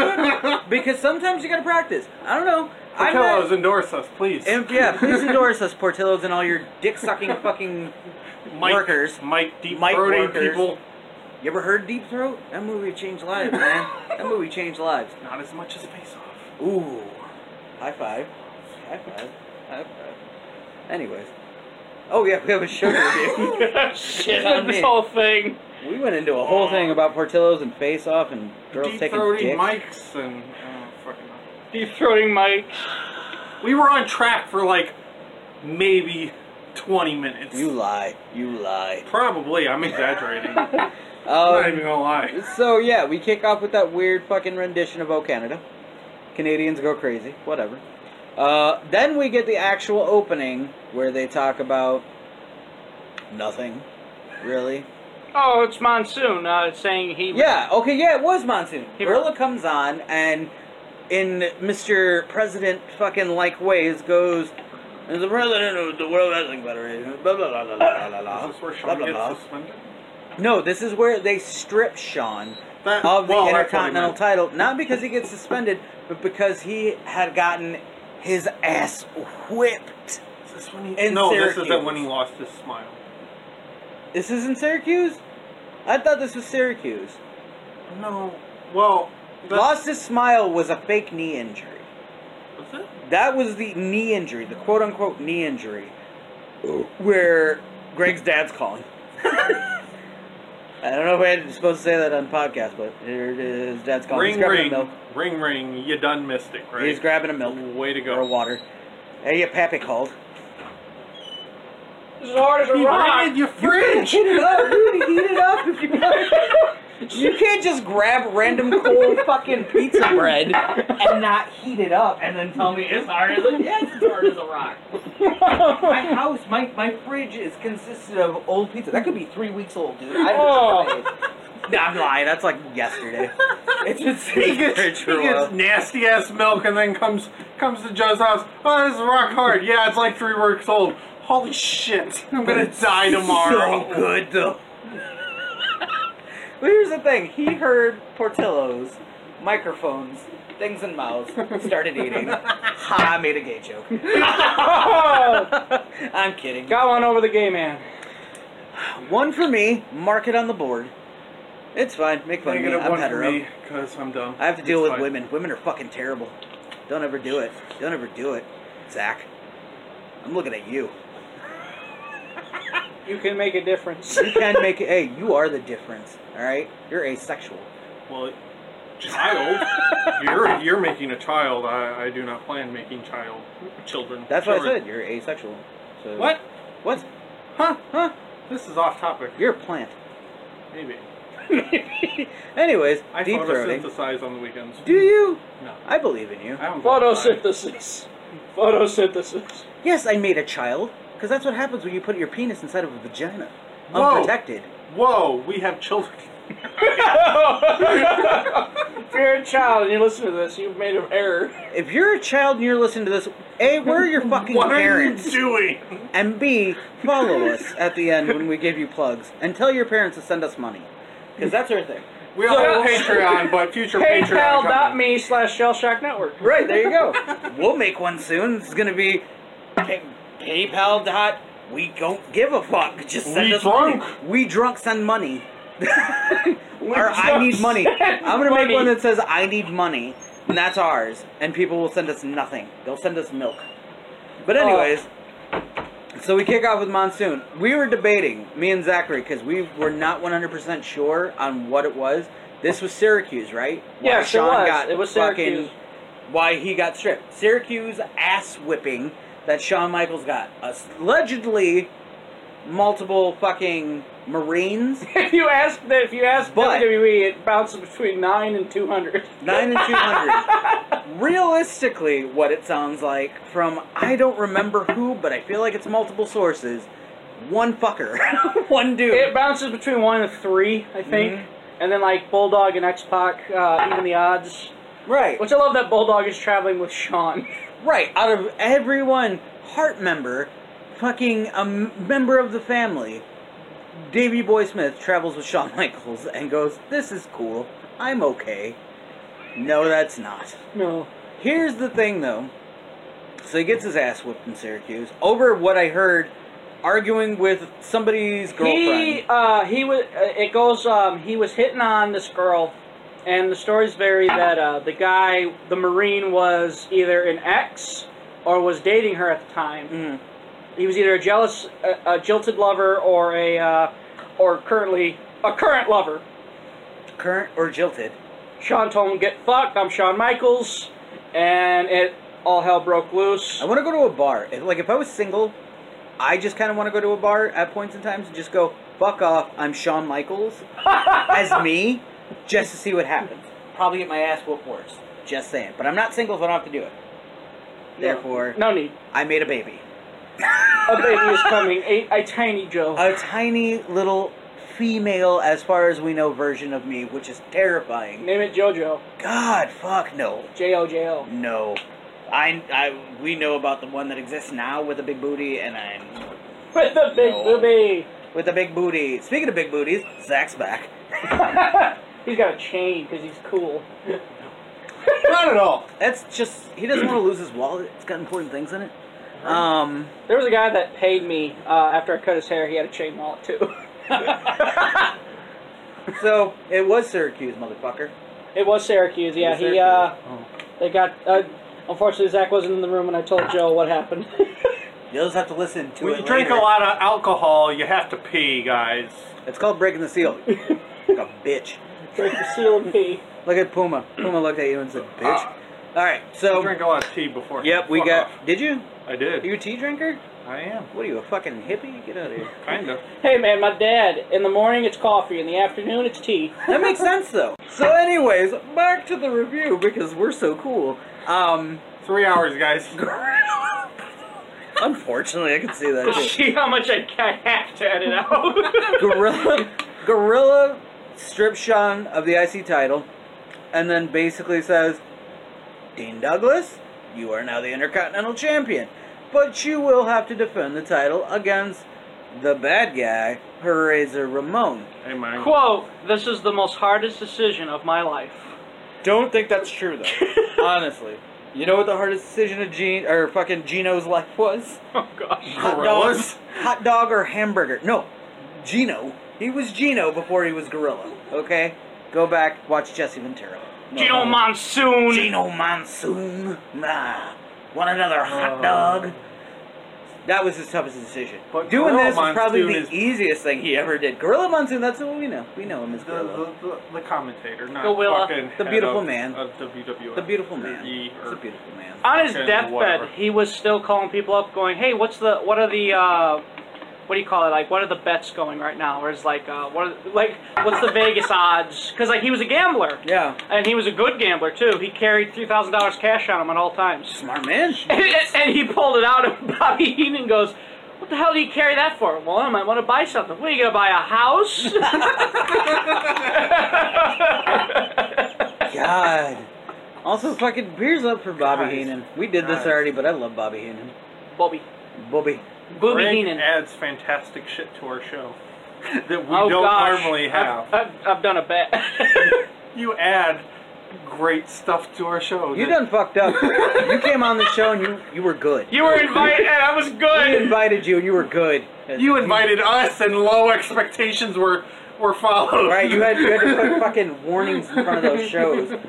Speaker 3: dick because sometimes you gotta practice. I don't know. I'm not-
Speaker 4: Portillo's endorse us, please.
Speaker 3: and yeah, please endorse us, Portillos, and all your dick sucking fucking.
Speaker 4: Mike,
Speaker 3: workers.
Speaker 4: Mike deep
Speaker 3: Mike
Speaker 4: throating
Speaker 3: workers.
Speaker 4: people.
Speaker 3: You ever heard Deep Throat? That movie changed lives, man. That movie changed lives.
Speaker 4: Not as much as face off.
Speaker 3: Ooh. High five. High five. High five. Anyways. Oh yeah, we have a show review.
Speaker 5: Shit,
Speaker 3: on me.
Speaker 5: this whole thing.
Speaker 3: we went into a whole thing about Portillos and face off and girls
Speaker 4: Deep
Speaker 3: taking
Speaker 4: throating
Speaker 3: dicks.
Speaker 4: mics and oh, fucking.
Speaker 5: Deep throating Mike.
Speaker 4: We were on track for like maybe 20 minutes.
Speaker 3: You lie. You lie.
Speaker 4: Probably, I'm exaggerating. I'm not even
Speaker 3: Um,
Speaker 4: gonna lie.
Speaker 3: so yeah, we kick off with that weird fucking rendition of "O Canada." Canadians go crazy. Whatever. Uh, then we get the actual opening where they talk about nothing, really.
Speaker 5: Oh, it's monsoon. Uh, it's saying he.
Speaker 3: Yeah. Okay. Yeah, it was monsoon.
Speaker 5: He-
Speaker 3: Gorilla comes on and, in Mr. President fucking like ways, goes. As the president of the World Wrestling Federation, blah blah blah blah blah blah blah.
Speaker 4: Is this where
Speaker 3: blah,
Speaker 4: Sean
Speaker 3: blah, blah.
Speaker 4: gets suspended?
Speaker 3: No, this is where they strip Sean of
Speaker 4: That-
Speaker 3: the
Speaker 4: well, that's what he
Speaker 3: Intercontinental
Speaker 4: meant.
Speaker 3: title, not because he gets suspended, but because he had gotten his ass whipped.
Speaker 4: Is this when he-
Speaker 3: in
Speaker 4: no, this
Speaker 3: Syracuse.
Speaker 4: isn't when he lost his smile.
Speaker 3: This isn't Syracuse? I thought this was Syracuse.
Speaker 4: No. Well, that's,
Speaker 3: Lost his smile was a fake knee injury.
Speaker 4: was it?
Speaker 3: That was the knee injury, the quote unquote knee injury, where Greg's dad's calling. I don't know if I'm supposed to say that on podcast, but here it is. Dad's calling.
Speaker 4: Ring,
Speaker 3: He's grabbing a
Speaker 4: ring,
Speaker 3: milk.
Speaker 4: ring, ring. You done missed it, right?
Speaker 3: He's grabbing a milk
Speaker 4: Way to go.
Speaker 3: or a water. Hey, your pappy called.
Speaker 5: This is hard as a
Speaker 4: He
Speaker 5: rock.
Speaker 4: raided your fridge.
Speaker 3: Heat it up, dude. Heat it up if you want. You can't just grab random cold fucking pizza bread and not heat it up and then tell me it's hard as a yes, it's hard as a rock. My house, my my fridge is consisted of old pizza. That could be three weeks old, dude. I don't know. Nah, I'm lying. That's like yesterday. It's just
Speaker 4: He gets, he gets nasty ass milk and then comes comes to Joe's house. Oh, this is rock hard. Yeah, it's like three weeks old. Holy shit! I'm gonna die tomorrow.
Speaker 3: So good though. well, here's the thing. He heard Portillo's, microphones, things in mouths, started eating. ha! I made a gay joke. I'm kidding.
Speaker 5: Got one over the gay man.
Speaker 3: One for me. Mark it on the board. It's fine. Make fun
Speaker 4: Negative
Speaker 3: of me. I'm
Speaker 4: one for
Speaker 3: hetero.
Speaker 4: me because I'm dumb.
Speaker 3: I have to
Speaker 4: It's
Speaker 3: deal with
Speaker 4: fine.
Speaker 3: women. Women are fucking terrible. Don't ever do it. Don't ever do it, Zach. I'm looking at you.
Speaker 5: You can make a difference.
Speaker 3: You can make it. Hey, you are the difference. All right. You're asexual.
Speaker 4: Well, child, you're you're making a child. I, I do not plan making child children.
Speaker 3: That's what I
Speaker 4: children.
Speaker 3: said. You're asexual. So
Speaker 4: What?
Speaker 3: What?
Speaker 4: Huh?
Speaker 3: Huh?
Speaker 4: This is off topic.
Speaker 3: You're a plant.
Speaker 4: Maybe
Speaker 3: Anyways,
Speaker 4: I
Speaker 3: deep throating.
Speaker 4: photosynthesize on the weekends.
Speaker 3: Do you?
Speaker 4: No,
Speaker 3: I believe in you.
Speaker 4: I don't.
Speaker 5: Photosynthesis. Photosynthesis.
Speaker 3: Yes, I made a child. Because that's what happens when you put your penis inside of a vagina,
Speaker 4: Whoa.
Speaker 3: unprotected.
Speaker 4: Whoa, we have children.
Speaker 5: If you're a child and you listen to this, you've made an error.
Speaker 3: If you're a child and you're listening to this, a, where are your fucking
Speaker 4: What are you
Speaker 3: parents?
Speaker 4: doing?
Speaker 3: and b, follow us at the end when we give you plugs, and tell your parents to send us money, because that's our thing.
Speaker 4: We all have Patreon, but future Patreon. company.
Speaker 5: PayPal.me slash Shellshock Network.
Speaker 3: Right, there you go. we'll make one soon. It's gonna be pay- PayPal dot. We don't give a fuck. Just send
Speaker 4: We
Speaker 3: us money.
Speaker 4: drunk.
Speaker 3: We drunk send money. or I
Speaker 5: drunk
Speaker 3: need money.
Speaker 5: send
Speaker 3: I'm gonna
Speaker 5: money.
Speaker 3: make one that says I need money, and that's ours. And people will send us nothing. They'll send us milk. But
Speaker 5: Oh.
Speaker 3: anyways. So we kick off with monsoon. We were debating, me and Zachary, because we were not 100% sure on what it was. This was Syracuse, right? Why
Speaker 5: Yes, it
Speaker 3: Sean
Speaker 5: was.
Speaker 3: got
Speaker 5: It was
Speaker 3: fucking-
Speaker 5: Syracuse.
Speaker 3: why he got stripped. Syracuse ass whipping that Shawn Michaels got. Allegedly, multiple fucking Marines,
Speaker 5: If you ask that, if you ask
Speaker 3: But-
Speaker 5: WWE, it bounces between nine and two hundred.
Speaker 3: nine and two hundred. Realistically, what it sounds like from I don't remember who, but I feel like it's multiple sources. One fucker, one dude.
Speaker 5: It Mm-hmm. bounces between one and three, I think. And then like Bulldog and X Pac uh, even the odds.
Speaker 3: right,
Speaker 5: Which I love that Bulldog is traveling with Sean.
Speaker 3: right. Out of everyone, heart member, fucking a m- member of the family. Davy Boy Smith travels with Shawn Michaels and goes, This is cool. I'm okay. No, that's not.
Speaker 5: No.
Speaker 3: Here's the thing, though. So he gets his ass whipped in Syracuse over what I heard arguing with somebody's girlfriend.
Speaker 5: He uh, he was. Uh, it goes. Um, he was hitting on this girl, and the stories vary that uh, the guy, the Marine, was either an ex or was dating her at the time.
Speaker 3: Mhm.
Speaker 5: He was either a jealous, a, a jilted lover, or a, uh, or currently a current lover.
Speaker 3: Current or jilted.
Speaker 5: Sean told him, "Get fucked." I'm Shawn Michaels, and it all hell broke loose.
Speaker 3: I want to go to a bar. If, like, if I was single I just kind of want to go to a bar at points in times and just go, fuck off, I'm Shawn Michaels as me, just to see what happens. Probably get my ass whooped worse. Just saying. But I'm not single, so I don't have to do it. Therefore,
Speaker 5: No need.
Speaker 3: I made a baby.
Speaker 5: A baby is coming. A, a tiny Joe.
Speaker 3: A tiny little female, as far as we know, version of me, which is terrifying.
Speaker 5: Name it JoJo.
Speaker 3: God, fuck no.
Speaker 5: J O J O.
Speaker 3: No. I, I, we know about the one that exists now with a big booty, and I'm
Speaker 5: With the big
Speaker 3: No.
Speaker 5: booby.
Speaker 3: with a big booty. Speaking of big booties, Zach's back.
Speaker 5: He's got a chain because he's cool.
Speaker 4: Not at all.
Speaker 3: That's just he doesn't want to lose his wallet. It's got important things in it. Um,
Speaker 5: There was a guy that paid me uh, after I cut his hair. He had a chain wallet too.
Speaker 3: so it was Syracuse, motherfucker.
Speaker 5: It was Syracuse. Yeah,
Speaker 3: was
Speaker 5: he. Uh, They got. Uh, unfortunately, Zach wasn't in the room when I told Joe what happened.
Speaker 3: You'll just have to listen to
Speaker 4: When
Speaker 3: it.
Speaker 4: you drink a
Speaker 3: later.
Speaker 4: lot of alcohol, you have to pee, guys.
Speaker 3: It's called breaking the seal. like a bitch.
Speaker 5: Drink the seal and pee.
Speaker 3: Look at Puma. Puma looked at you and said, "Bitch." All right,
Speaker 4: I
Speaker 3: so
Speaker 4: drink Ah. a lot of tea before.
Speaker 3: yep, we
Speaker 4: Fuck
Speaker 3: got.
Speaker 4: off.
Speaker 3: Did you?
Speaker 4: I
Speaker 3: Are
Speaker 4: did.
Speaker 3: you a tea drinker?
Speaker 4: I am.
Speaker 3: What are you, a fucking hippie? Get out of here.
Speaker 4: Kind of.
Speaker 5: Hey man, my dad. In the morning it's coffee. In the afternoon it's tea.
Speaker 3: that makes sense though. So, anyways, back to the review because we're so cool. Um,
Speaker 4: Three hours, guys.
Speaker 3: unfortunately, I can see that. Too.
Speaker 5: See how much I can have to edit out.
Speaker 3: Gorilla, Gorilla strips Sean of the IC title, and then basically says, "Dean Douglas, you are now the Intercontinental Champion, but you will have to defend the title against the bad guy, Razor Ramon."
Speaker 4: hey, man.
Speaker 5: Quote: This is the most hardest decision of my life.
Speaker 3: Don't think that's true though. Honestly, you know what the hardest decision of Gene or fucking Gino's life was?
Speaker 5: Oh gosh.
Speaker 3: Hot dog,
Speaker 4: Gorillas?
Speaker 3: hot dog or hamburger? No, Gino. He was Gino before he was Gorilla. Okay, go back, watch Jesse Ventura. No,
Speaker 5: Gino
Speaker 3: no.
Speaker 5: Monsoon.
Speaker 3: Gino Monsoon. Nah, want another hot dog? Oh. That was his toughest decision.
Speaker 4: But
Speaker 3: Doing
Speaker 4: Gorilla
Speaker 3: this was probably the
Speaker 4: Monsoon is-
Speaker 3: easiest thing he ever did. Gorilla Monsoon. That's what we know. We know him as
Speaker 4: The,
Speaker 3: Gorilla.
Speaker 4: the, the, the commentator, not
Speaker 5: Gorilla.
Speaker 4: fucking
Speaker 3: The
Speaker 4: head
Speaker 3: beautiful
Speaker 4: of-
Speaker 3: man.
Speaker 4: of WWF.
Speaker 3: The beautiful man.
Speaker 4: E
Speaker 3: He's
Speaker 4: or-
Speaker 3: a beautiful man.
Speaker 5: On his
Speaker 4: Okay,
Speaker 5: deathbed,
Speaker 4: whatever.
Speaker 5: he was still calling people up, going, "Hey, what's the? What are the? Uh, what do you call it? Like, what are the bets going right now? Or is like, uh, what? Are, like, what's the Vegas odds? Because like he was a gambler,
Speaker 3: Yeah,
Speaker 5: and he was a good gambler too. He carried three thousand dollars cash on him at all times,
Speaker 3: smart man.
Speaker 5: and, and he pulled it out, and Bobby Heenan goes. What the hell did he carry that for? Well, I might want to buy something. What are you gonna buy? A house?
Speaker 3: God. Also, fucking beers up for Bobby
Speaker 4: Guys.
Speaker 3: Heenan. We did this
Speaker 4: Guys.
Speaker 3: already, but I love Bobby Heenan.
Speaker 5: Bobby,
Speaker 3: Bobby.
Speaker 5: Booby
Speaker 4: Greg
Speaker 5: Heenan.
Speaker 4: adds fantastic shit to our show that we
Speaker 5: oh
Speaker 4: don't
Speaker 5: gosh,
Speaker 4: normally have.
Speaker 5: I've, I've, I've done a bet.
Speaker 4: you add great stuff to our show.
Speaker 3: You
Speaker 4: that-
Speaker 3: done fucked up. you came on the show and you you were good.
Speaker 5: you were invited, and I was
Speaker 3: We
Speaker 5: good.
Speaker 3: invited you and you were good.
Speaker 4: You invited us, and low expectations were were followed.
Speaker 3: right? You had you had to put fucking warnings in front of those shows.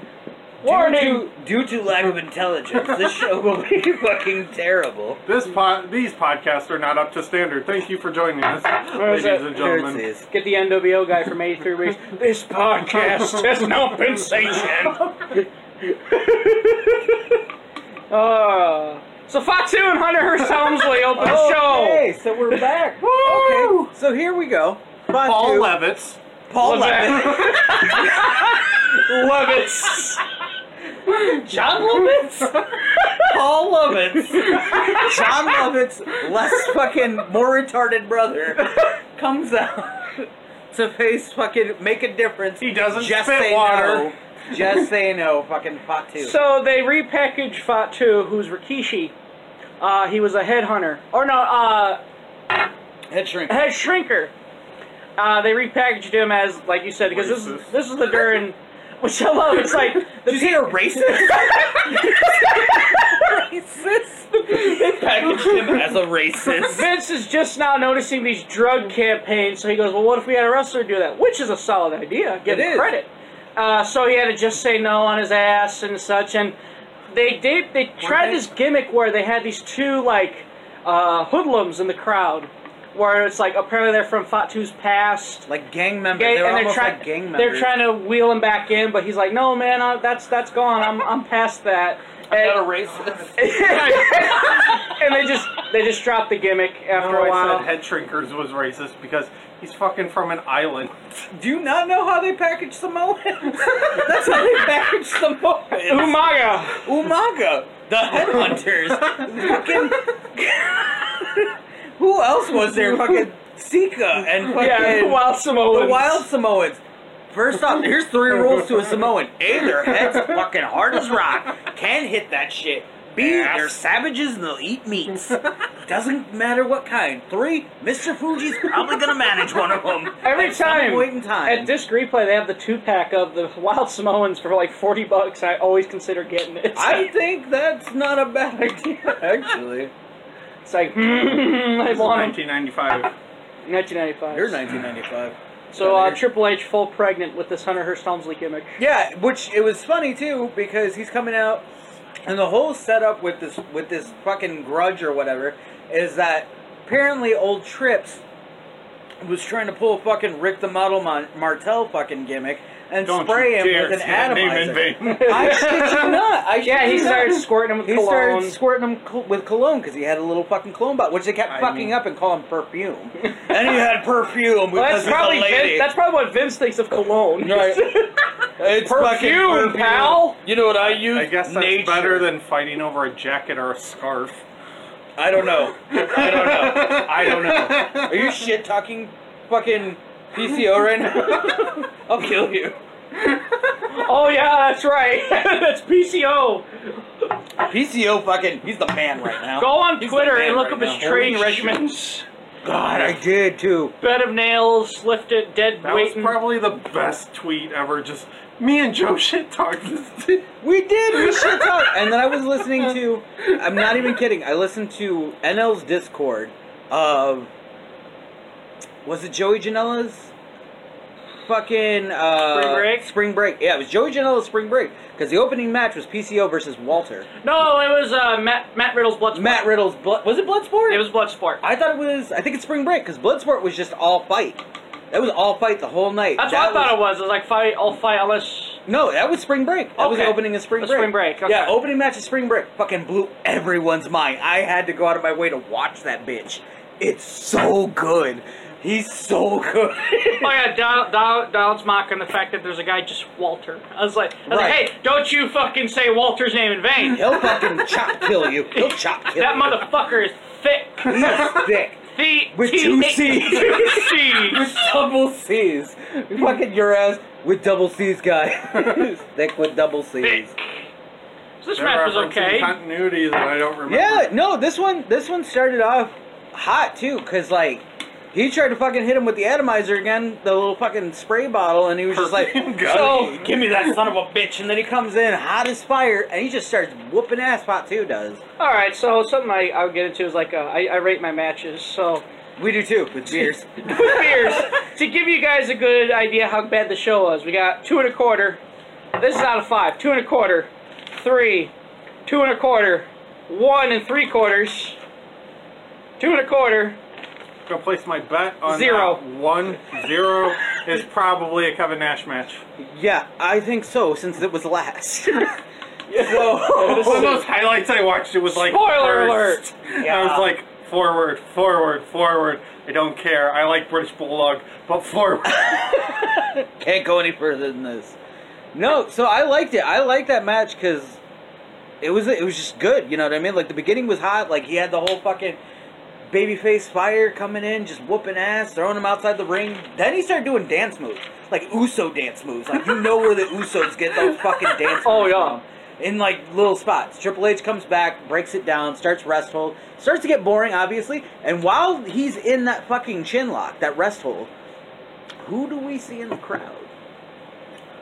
Speaker 5: Warning!
Speaker 3: Due to, due to lack of intelligence, this show will be fucking terrible.
Speaker 4: This pod, these podcasts are not up to standard. Thank you for joining us, ladies
Speaker 5: was it?
Speaker 4: and
Speaker 3: There
Speaker 4: gentlemen.
Speaker 3: it is.
Speaker 5: Get the NWO guy from 83 Weeks. this podcast has no sensation. uh, so Fatu and Hunter Hearst Helmsley open the show.
Speaker 3: Okay, so we're back. okay, so here we go. Fatu-
Speaker 4: Paul Levitz.
Speaker 3: Paul
Speaker 5: Was
Speaker 3: Levitt.
Speaker 5: that- Lovitz. John Lovitz?
Speaker 3: Paul Lovitz, John Lovitt's less fucking more retarded brother, comes out to face fucking make a difference.
Speaker 4: He doesn't
Speaker 3: just
Speaker 4: spit
Speaker 3: say
Speaker 4: water.
Speaker 3: No, just say no, fucking Fatu.
Speaker 5: So they repackage Fatu, who's Rikishi. Uh, he was a headhunter. Or no, uh,
Speaker 3: head shrink.
Speaker 5: head shrinker. Uh, they repackaged him as, like you said, because this is
Speaker 4: Racist.
Speaker 5: this is the Durin, which I love. It's like the
Speaker 3: Did you say a racist? racist. They packaged him as a racist.
Speaker 5: Vince is just now noticing these drug campaigns, so he goes, "Well, what if we had a wrestler do that?" Which is a solid idea. Give
Speaker 3: It
Speaker 5: him
Speaker 3: is.
Speaker 5: credit. Uh, so he had to just say no on his ass and such, and they did. They tried
Speaker 3: they-
Speaker 5: this gimmick where they had these two like uh, hoodlums in the crowd, where it's like apparently they're from Fatu's past.
Speaker 3: Like gang members.
Speaker 5: Gang-
Speaker 3: they're
Speaker 5: and they're
Speaker 3: almost
Speaker 5: trying
Speaker 3: like gang members.
Speaker 5: they're trying to wheel him back in, but he's like, "No, man, I, that's that's gone. I'm I'm past that."
Speaker 3: not a racist.
Speaker 5: and they just they just dropped the gimmick after
Speaker 3: Oh,
Speaker 4: I
Speaker 5: a while.
Speaker 4: said head shrinkers was racist because he's fucking from an island.
Speaker 3: Do you not know how they package Samoans? That's how they package Samoans.
Speaker 5: Umaga.
Speaker 3: Umaga, the headhunters. fucking. Who else was there? Fucking Sika and fucking
Speaker 5: Yeah, the wild Samoans.
Speaker 3: the wild Samoans. First off, here's three rules to a Samoan: A, their head's fucking hard as rock, can hit that shit. B, they're savages and they'll eat meats. Doesn't matter what kind. Three, Mr. Fuji's probably gonna manage one of them
Speaker 5: Every
Speaker 3: at
Speaker 5: time,
Speaker 3: Some point in time.
Speaker 5: at disc replay, they have the two pack of the wild Samoans for like forty bucks. I always consider getting it.
Speaker 3: I think that's not a bad idea, actually.
Speaker 5: it's like hmm, I
Speaker 4: This is
Speaker 5: want
Speaker 4: 1995.
Speaker 5: 1995.
Speaker 3: You're 1995.
Speaker 5: So uh, Triple H full pregnant with this Hunter Hearst Helmsley gimmick.
Speaker 3: Yeah, which it was funny too because he's coming out, and the whole setup with this with this fucking grudge or whatever is that apparently old Trips was trying to pull fucking Rick the Model Mon- Martel fucking gimmick and
Speaker 4: Don't
Speaker 3: spray
Speaker 4: you
Speaker 3: him
Speaker 4: dare
Speaker 3: with an
Speaker 4: say that name
Speaker 3: atomizer.
Speaker 4: in vain.
Speaker 3: I shit you not. I shit
Speaker 5: Yeah, he
Speaker 3: you not.
Speaker 5: started squirting him with
Speaker 3: He
Speaker 5: cologne.
Speaker 3: started squirting him col- with cologne because he had a little fucking cologne bot, which they kept
Speaker 4: I
Speaker 3: fucking
Speaker 4: mean-
Speaker 3: up and calling perfume. and he had perfume
Speaker 5: Well,
Speaker 3: because
Speaker 5: that's probably
Speaker 3: he's a lady.
Speaker 5: Vin, that's probably what Vince thinks of cologne.
Speaker 3: Right. it's fucking
Speaker 5: Perfume,
Speaker 3: perfume.
Speaker 5: pal.
Speaker 3: You know what I use?
Speaker 4: I guess that's
Speaker 3: Nature.
Speaker 4: better than fighting over a jacket or a scarf.
Speaker 3: I don't know. I don't know. I don't know. Are you shit talking fucking PCO right now? I'll kill you.
Speaker 5: Oh yeah, that's right. that's PCO.
Speaker 3: PCO fucking, he's the man right now.
Speaker 5: Go on
Speaker 3: He's the
Speaker 5: Twitter
Speaker 3: man
Speaker 5: and look
Speaker 3: right
Speaker 5: up
Speaker 3: now.
Speaker 5: his training
Speaker 3: Holy
Speaker 5: regimen.
Speaker 3: shit. God, I did too.
Speaker 5: Bed of nails, lifted, dead
Speaker 4: That
Speaker 5: weight.
Speaker 4: was probably the best tweet ever. Just me and Joe shit talked this. dude.
Speaker 3: We did. We shit talk. And then I was listening to. I'm not even kidding. I listened to NL's Discord of. Was it Joey Janela's? Fucking uh,
Speaker 5: Spring Break?
Speaker 3: Spring break. Yeah, it was Joey Janela's spring break because the opening match was PCO versus Walter.
Speaker 5: No, it was uh, Matt Matt Riddle's blood.
Speaker 3: Matt Riddle's blood. Was it Bloodsport?
Speaker 5: It was Bloodsport.
Speaker 3: I thought it was. I think it's spring break because Bloodsport was just all fight. That was all fight the whole night.
Speaker 5: That's
Speaker 3: that
Speaker 5: what I
Speaker 3: was-
Speaker 5: thought it was. It was like fight, all fight, unless.
Speaker 3: No, that was spring break. That was the
Speaker 5: Okay.
Speaker 3: opening of spring
Speaker 5: The
Speaker 3: break.
Speaker 5: Spring Break, okay.
Speaker 3: Yeah, opening match of spring break. Fucking blew everyone's mind. I had to go out of my way to watch that bitch. It's so good. He's so good.
Speaker 5: Oh yeah, Donald, Donald, Donald's mocking the fact that there's a guy just Walter. I was like, I
Speaker 3: Right.
Speaker 5: was like, hey, don't you fucking say Walter's name in vain.
Speaker 3: He'll fucking chop kill you. He'll chop kill
Speaker 5: That
Speaker 3: you.
Speaker 5: motherfucker is thick.
Speaker 3: He's thick.
Speaker 5: The
Speaker 3: With
Speaker 5: the-
Speaker 3: two C's.
Speaker 5: two C's.
Speaker 3: With double C's. Fucking your ass with double C's, guy. thick with double C's.
Speaker 5: Thick. So this match was
Speaker 4: Referencing
Speaker 5: okay.
Speaker 4: Continuity that I don't remember.
Speaker 3: Yeah, no, this one this one started off hot too, cause like he tried to fucking hit him with the atomizer again, the little fucking spray bottle, and he was just like, "So give me that son of a bitch!" And then he comes in hot as fire, and he just starts whooping ass. Pot two does.
Speaker 5: All right, so something I, I would get into is like uh, I, I rate my matches. So
Speaker 3: We do too with beers.
Speaker 5: with beers to give you guys a good idea how bad the show was. We got two and a quarter. This is out of five. Two and a quarter, three, two and a quarter, one and three quarters, two and a quarter.
Speaker 4: I'm gonna place my bet on
Speaker 5: Zero.
Speaker 4: that. One zero is probably a Kevin Nash match.
Speaker 3: yeah, I think so, since it was last. so
Speaker 4: One of those highlights I watched. It was like
Speaker 5: Spoiler
Speaker 4: first. I was like forward, forward, forward. I don't care. I like British Bulldog, but forward.
Speaker 3: can't go any further than this. No, so I liked it. I liked that match because it was it was just good. You know what I mean? Like the beginning was hot. Like he had the whole fucking babyface fire coming in, just whooping ass, throwing him outside the ring. Then he started doing dance moves, like Uso dance moves. Like you know where the Usos get those fucking dance.
Speaker 5: Oh,
Speaker 3: moves
Speaker 5: yeah.
Speaker 3: from. In like little spots, Triple H comes back, breaks it down, starts rest hold, starts to get boring, obviously. And while he's in that fucking chin lock, that rest hold, who do we see in the crowd?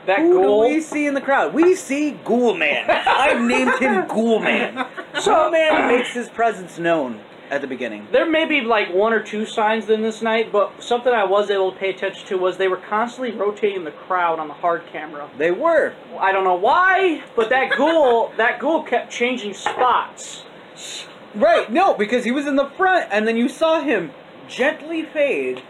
Speaker 5: That
Speaker 3: Who
Speaker 5: goal.
Speaker 3: do we see in the crowd? We see Ghoul Man. I've named him Ghoul Man. Ghoul Man makes his presence known at the beginning.
Speaker 5: There may be like one or two signs in this night, but something I was able to pay attention to was they were constantly rotating the crowd on the hard camera.
Speaker 3: They were.
Speaker 5: I don't know why, but that ghoul that ghoul kept changing spots.
Speaker 3: Right, no, because he was in the front, and then you saw him gently fade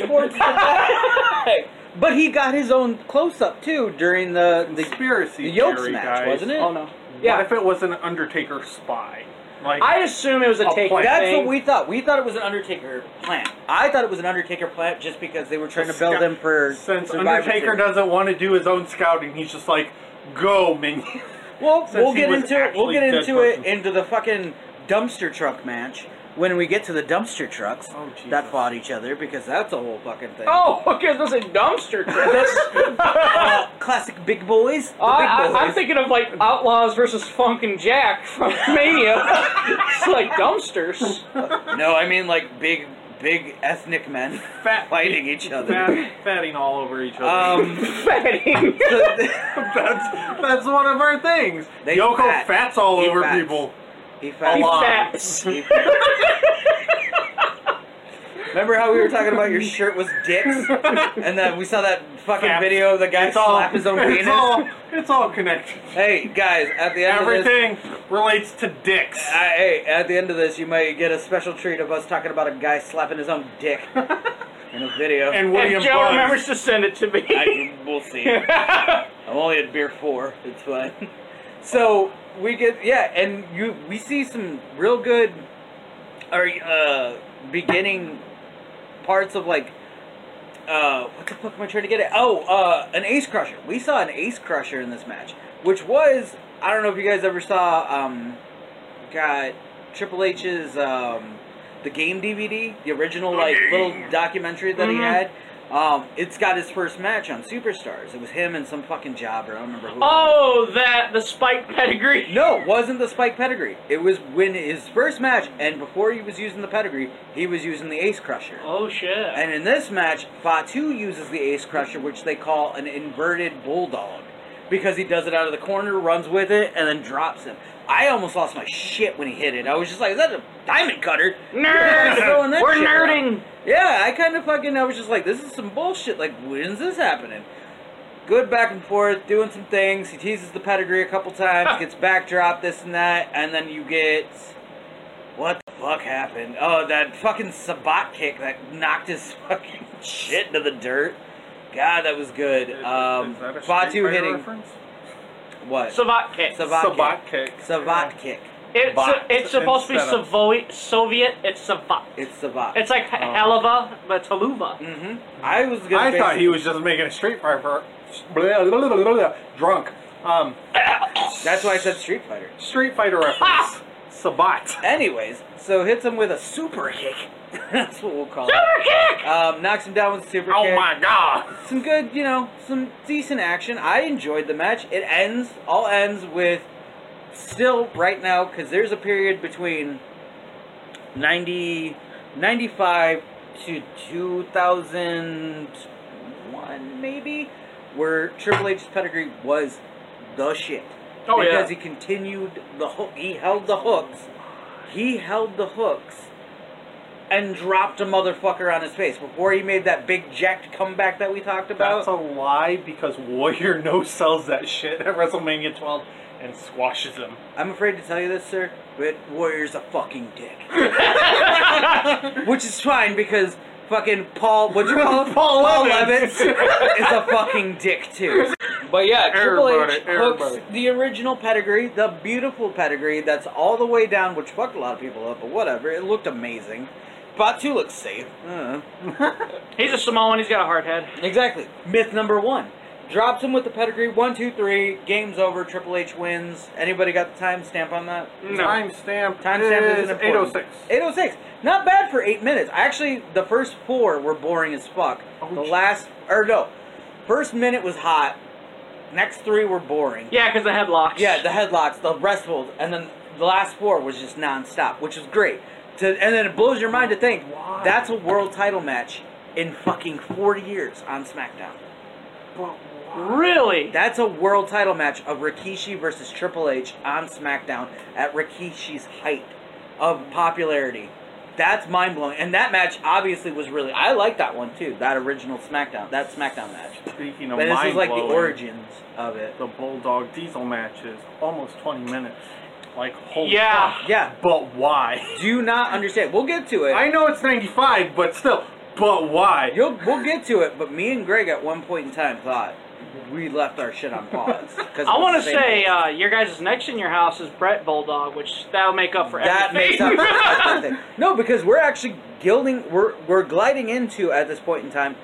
Speaker 3: towards the back. But he got his own close up too during the, the,
Speaker 4: Conspiracy
Speaker 3: the yoke
Speaker 4: theory,
Speaker 3: match,
Speaker 4: guys.
Speaker 3: wasn't it?
Speaker 5: Oh no.
Speaker 3: Yeah.
Speaker 4: What if it was an Undertaker spy? Like,
Speaker 5: I assume it was a,
Speaker 4: A
Speaker 5: take.
Speaker 4: plan.
Speaker 3: That's
Speaker 5: thing.
Speaker 3: what we thought. We thought it was an Undertaker plant. I thought it was an Undertaker plant just because they were trying to build him for
Speaker 4: since
Speaker 3: Survivor
Speaker 4: Undertaker
Speaker 3: Series.
Speaker 4: doesn't want to do his own scouting, he's just like, go, minion.
Speaker 3: Well,
Speaker 4: since
Speaker 3: we'll
Speaker 4: he
Speaker 3: get
Speaker 4: was
Speaker 3: into it. We'll
Speaker 4: actually
Speaker 3: get
Speaker 4: dead
Speaker 3: into it
Speaker 4: person.
Speaker 3: into the fucking dumpster truck match when we get to the dumpster trucks
Speaker 4: Oh, Jesus.
Speaker 3: that fought each other because that's a whole fucking thing.
Speaker 5: Oh, okay, there's a dumpster truck.
Speaker 3: Uh, classic big boys. The big
Speaker 5: I,
Speaker 3: boys.
Speaker 5: I, am thinking of like Outlaws versus Funk and Jack from Mania. it's like dumpsters.
Speaker 3: no, I mean like big, big ethnic men
Speaker 4: Fat-
Speaker 3: fighting each other.
Speaker 4: Fat, fatting all over each other.
Speaker 3: Um,
Speaker 5: Fatting.
Speaker 3: the-
Speaker 4: that's that's one of our things.
Speaker 3: They
Speaker 4: Yoko
Speaker 3: fat.
Speaker 4: fats all
Speaker 3: He
Speaker 4: over
Speaker 3: fats.
Speaker 4: people.
Speaker 3: he
Speaker 4: A
Speaker 3: found
Speaker 4: lot.
Speaker 5: Fats.
Speaker 3: He- Remember how we were talking about your shirt was dicks, and then we saw that fucking
Speaker 4: Fats.
Speaker 3: video of the guy
Speaker 4: It's all
Speaker 3: slap his own
Speaker 4: it's
Speaker 3: penis.
Speaker 4: All, it's all connected.
Speaker 3: Hey guys, at the end of this,
Speaker 4: Everything relates to dicks.
Speaker 3: I, hey, at the end of this, you might get a special treat of us talking about a guy slapping his own dick in a video.
Speaker 4: And William
Speaker 5: If Joe
Speaker 4: Buzz.
Speaker 5: remembers to send it to me.
Speaker 3: I, we'll see. I'm only at beer four. It's fine. So we get yeah, and you we see some real good, or uh, beginning parts of like, uh, what the fuck am I trying to get at? Oh, uh, an ace crusher. We saw an ace crusher in this match, which was I don't know if you guys ever saw um, got Triple H's um, the game DVD, the original like little documentary that he had. Um, it's got his first match on Superstars. It was him and some fucking jobber. I don't remember who. it was.
Speaker 5: oh, that the spike pedigree.
Speaker 3: No, it wasn't the Spike Pedigree. It was when his first match, and before he was using the Pedigree, he was using the Ace Crusher.
Speaker 5: Oh shit.
Speaker 3: And in this match, Fatu uses the Ace Crusher, which they call an inverted bulldog, because he does it out of the corner, runs with it, and then drops him. I almost lost my shit when he hit it. I was just like, "Is that a diamond cutter?"
Speaker 5: Nerd.
Speaker 3: Throwing that
Speaker 5: We're
Speaker 3: shit around.
Speaker 5: nerding.
Speaker 3: Yeah, I kind of fucking. I was just like, "This is some bullshit." Like, when's this happening? Good back and forth, doing some things. He teases the pedigree a couple times, gets backdrop, this and that, and then you get. What the fuck happened? Oh, that fucking Sabat kick that knocked his fucking shit into the dirt. God, that was good.
Speaker 4: Is-
Speaker 3: Um,
Speaker 4: is that a Street
Speaker 3: Fatu
Speaker 4: Fighter
Speaker 3: hitting
Speaker 4: reference?
Speaker 3: what?
Speaker 5: Savat kick.
Speaker 3: Savat
Speaker 4: Sabat
Speaker 3: kick.
Speaker 4: kick.
Speaker 3: Savat
Speaker 4: Yeah.
Speaker 3: kick.
Speaker 5: It's
Speaker 4: Savat
Speaker 5: it's supposed to be
Speaker 4: instead of-
Speaker 5: Savoy, Soviet. It's Savat.
Speaker 3: It's Savat.
Speaker 5: It's like halava, but it's haluva.
Speaker 3: hmm I was gonna.
Speaker 4: I thought
Speaker 3: basi-
Speaker 4: he was just making a Street Fighter for- blah, blah, blah, blah, blah, drunk. Um,
Speaker 3: That's why I said Street Fighter.
Speaker 4: Street Fighter reference. Sabat.
Speaker 3: Anyways, so hits him with a super kick. That's what we'll call
Speaker 5: Super kick.
Speaker 3: it. Um, knocks him down with a super
Speaker 4: Oh
Speaker 3: kick.
Speaker 4: my god.
Speaker 3: Some good, you know, some decent action. I enjoyed the match. It ends, all ends with still right now, because there's a period between 90, 95 to 2001, maybe, where Triple H's pedigree was the shit.
Speaker 5: Oh, yeah.
Speaker 3: because he continued the hook. He held the hooks. He held the hooks and dropped a motherfucker on his face before he made that big jacked comeback that we talked about.
Speaker 4: That's a lie because Warrior no sells that shit at WrestleMania 12 and squashes him.
Speaker 3: I'm afraid to tell you this, sir, but Warrior's a fucking dick. Which is fine because fucking Paul, what'd you call him?
Speaker 4: Paul
Speaker 3: Levitz
Speaker 4: Levitz.
Speaker 3: is a fucking dick too. But yeah,
Speaker 4: Everybody,
Speaker 3: Triple H hooks
Speaker 4: everybody.
Speaker 3: the original pedigree, the beautiful pedigree that's all the way down, which fucked a lot of people up, but whatever. It looked amazing. Batu looks safe. Uh,
Speaker 5: He's a Samoan. He's got a hard head.
Speaker 3: exactly. Myth number one. Drops him with the pedigree. One, two, three. Game's over. Triple H wins. Anybody got the timestamp on that?
Speaker 5: No. oh
Speaker 4: Timestamp
Speaker 3: Timestamp
Speaker 4: is
Speaker 3: is
Speaker 4: 806.
Speaker 3: 806. Not bad for eight minutes. Actually, the first four were boring as fuck.
Speaker 5: Oh,
Speaker 3: the
Speaker 4: geez.
Speaker 3: last, or no, first minute was hot. Next three were boring.
Speaker 5: Yeah, because the headlocks.
Speaker 3: Yeah, the headlocks, the breast holds, and then the last four was just nonstop, which is great. To, and then it blows your mind to think
Speaker 4: Why?
Speaker 3: that's a world title match in fucking 40 years on SmackDown.
Speaker 5: really.
Speaker 3: That's a world title match of Rikishi versus Triple H on SmackDown at Rikishi's height of popularity. That's mind blowing. And that match obviously was really. I like that one too. That original SmackDown. That SmackDown match.
Speaker 4: Speaking of
Speaker 3: But this is like the
Speaker 4: mind-blowing,
Speaker 3: origins of it.
Speaker 4: The Bulldog Diesel match is almost 20 minutes. Like, holy
Speaker 5: Yeah.
Speaker 4: fuck.
Speaker 3: Yeah.
Speaker 4: But why?
Speaker 3: Do not understand. We'll get to it.
Speaker 4: I know it's 95, but still, but why?
Speaker 3: You'll, we'll get to it. But me and Greg at one point in time thought we left our shit on pause. 'cause
Speaker 5: I
Speaker 3: it's
Speaker 5: want
Speaker 3: the
Speaker 5: to
Speaker 3: same
Speaker 5: say
Speaker 3: thing.
Speaker 5: uh, your guys' next in your house is Brett Bulldog, which that'll make up for
Speaker 3: that makes
Speaker 5: everything.
Speaker 3: up for everything. No, because we're actually gilding. We're we're gliding into at this point in time,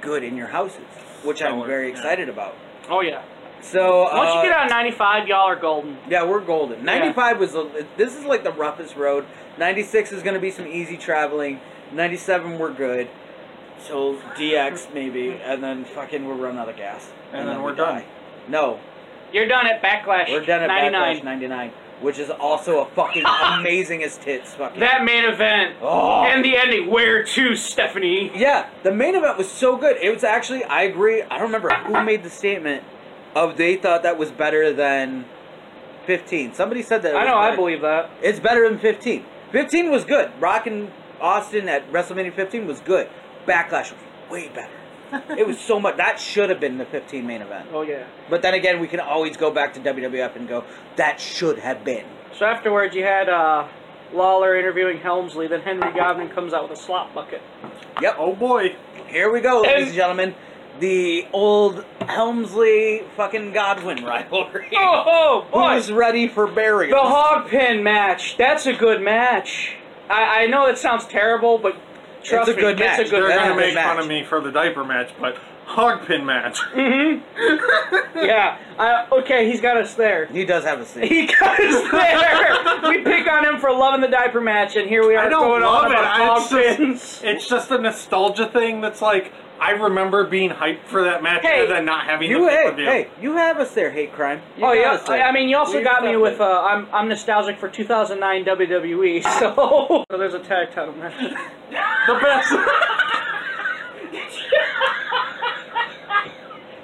Speaker 3: good in your houses, which I'm
Speaker 4: Stellar,
Speaker 3: very
Speaker 4: yeah.
Speaker 3: excited about.
Speaker 5: oh yeah.
Speaker 3: So
Speaker 5: Once
Speaker 3: uh,
Speaker 5: you get out of 95, y'all are golden.
Speaker 3: Yeah, we're golden. 95 was the, this is like the roughest road. 96 is going to be some easy traveling. 97 we're good. So DX maybe and then fucking we'll run out of gas.
Speaker 4: And then we're
Speaker 3: we
Speaker 4: done.
Speaker 3: die. No,
Speaker 5: You're done at Backlash.
Speaker 3: we're done at
Speaker 5: 99.
Speaker 3: Backlash 99, which is also a fucking amazing as tits fucking.
Speaker 5: That main event
Speaker 3: Oh.
Speaker 5: and the ending. Where to, Stephanie?
Speaker 3: Yeah, the main event was so good. It was actually, I agree. I don't remember who made the statement of they thought that was better than 15. Somebody said that. it
Speaker 5: I
Speaker 3: was
Speaker 5: know. I
Speaker 3: better.
Speaker 5: believe that.
Speaker 3: It's better than 15. 15 was good. Rock and Austin at WrestleMania 15 was good. Backlash was way better. it was so much. That should have been the 15 main event.
Speaker 5: Oh yeah.
Speaker 3: But then again, we can always go back to WWF and go, that should have been.
Speaker 5: So afterwards, you had uh, Lawler interviewing Helmsley. Then Henry Godwin comes out with a slop bucket.
Speaker 3: Yep.
Speaker 4: Oh boy.
Speaker 3: Here we go, ladies
Speaker 5: And-
Speaker 3: and gentlemen. The old Helmsley fucking Godwin rivalry.
Speaker 5: Oh, oh boy!
Speaker 3: Who's ready for burial?
Speaker 5: The hog pin match. That's a good match. I, I know it sounds terrible, but trust
Speaker 3: a
Speaker 5: me,
Speaker 3: good match.
Speaker 5: it's a good
Speaker 3: They're
Speaker 4: They're
Speaker 3: That's
Speaker 4: gonna
Speaker 3: a
Speaker 5: match.
Speaker 4: make fun
Speaker 3: match.
Speaker 4: of me for the diaper match, but hog pin match.
Speaker 5: yeah. I, okay, he's got us there.
Speaker 3: He does have a scene.
Speaker 5: He got us there. we pick on him for loving the diaper match, and here we are
Speaker 4: I don't
Speaker 5: going
Speaker 4: love
Speaker 5: on
Speaker 4: it.
Speaker 5: about
Speaker 4: I-
Speaker 5: hog
Speaker 4: It's just,
Speaker 5: pins.
Speaker 4: it's just a nostalgia thing that's like I remember being hyped for that match
Speaker 5: Hey,
Speaker 4: and then not having
Speaker 3: You
Speaker 4: the
Speaker 3: hey,
Speaker 4: pay-per-view.
Speaker 3: hey, you have us there, hate crime. You
Speaker 5: Oh
Speaker 3: got
Speaker 5: yeah,
Speaker 3: us there.
Speaker 5: I, I mean, you also
Speaker 3: We
Speaker 5: got me
Speaker 3: accept
Speaker 5: with
Speaker 3: it.
Speaker 5: uh, I'm I'm nostalgic for 2009 WWE. E, So, so there's a tag title match.
Speaker 4: The best.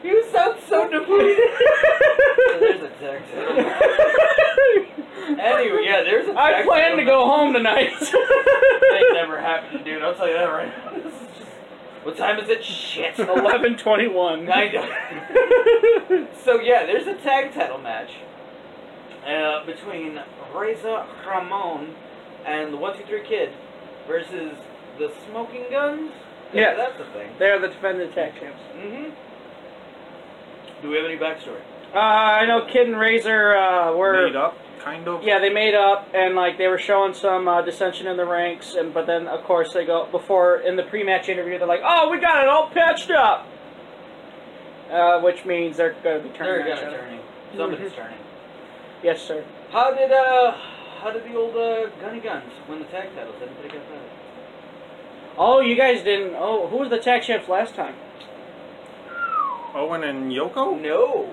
Speaker 3: You sound so depleted.
Speaker 7: there's a text. anyway, yeah, there's a text.
Speaker 5: I plan to go home tonight.
Speaker 7: That never happened, dude. I'll tell you that right now. This is just- What time is it? Shit.
Speaker 5: Eleven twenty one.
Speaker 7: I know. so yeah, there's a tag title match uh, between Reza Ramon and the One Two Three Kid versus the Smoking Guns.
Speaker 5: Yes.
Speaker 7: that's the thing.
Speaker 5: They're the defending tag champs.
Speaker 7: Mm-hmm. Do we have any backstory?
Speaker 5: Uh, I know Kid and Razor uh, were.
Speaker 4: Made up, kind of.
Speaker 5: Yeah, they made up and like they were showing some uh, dissension in the ranks, and but then of course they go before in the pre-match interview they're like, "Oh, we got it all patched up," uh, which means they're going to be
Speaker 7: They're
Speaker 5: turning.
Speaker 7: gonna
Speaker 5: on each other.
Speaker 7: turning. Somebody's turning.
Speaker 5: Yes, sir.
Speaker 7: How did uh, how did the old uh, Gunny Guns win the tag titles? I didn't think I found it.
Speaker 5: Oh, you guys didn't. Oh, who was the tag champs last time?
Speaker 4: Owen and
Speaker 7: Oh
Speaker 4: Yoko.
Speaker 7: no.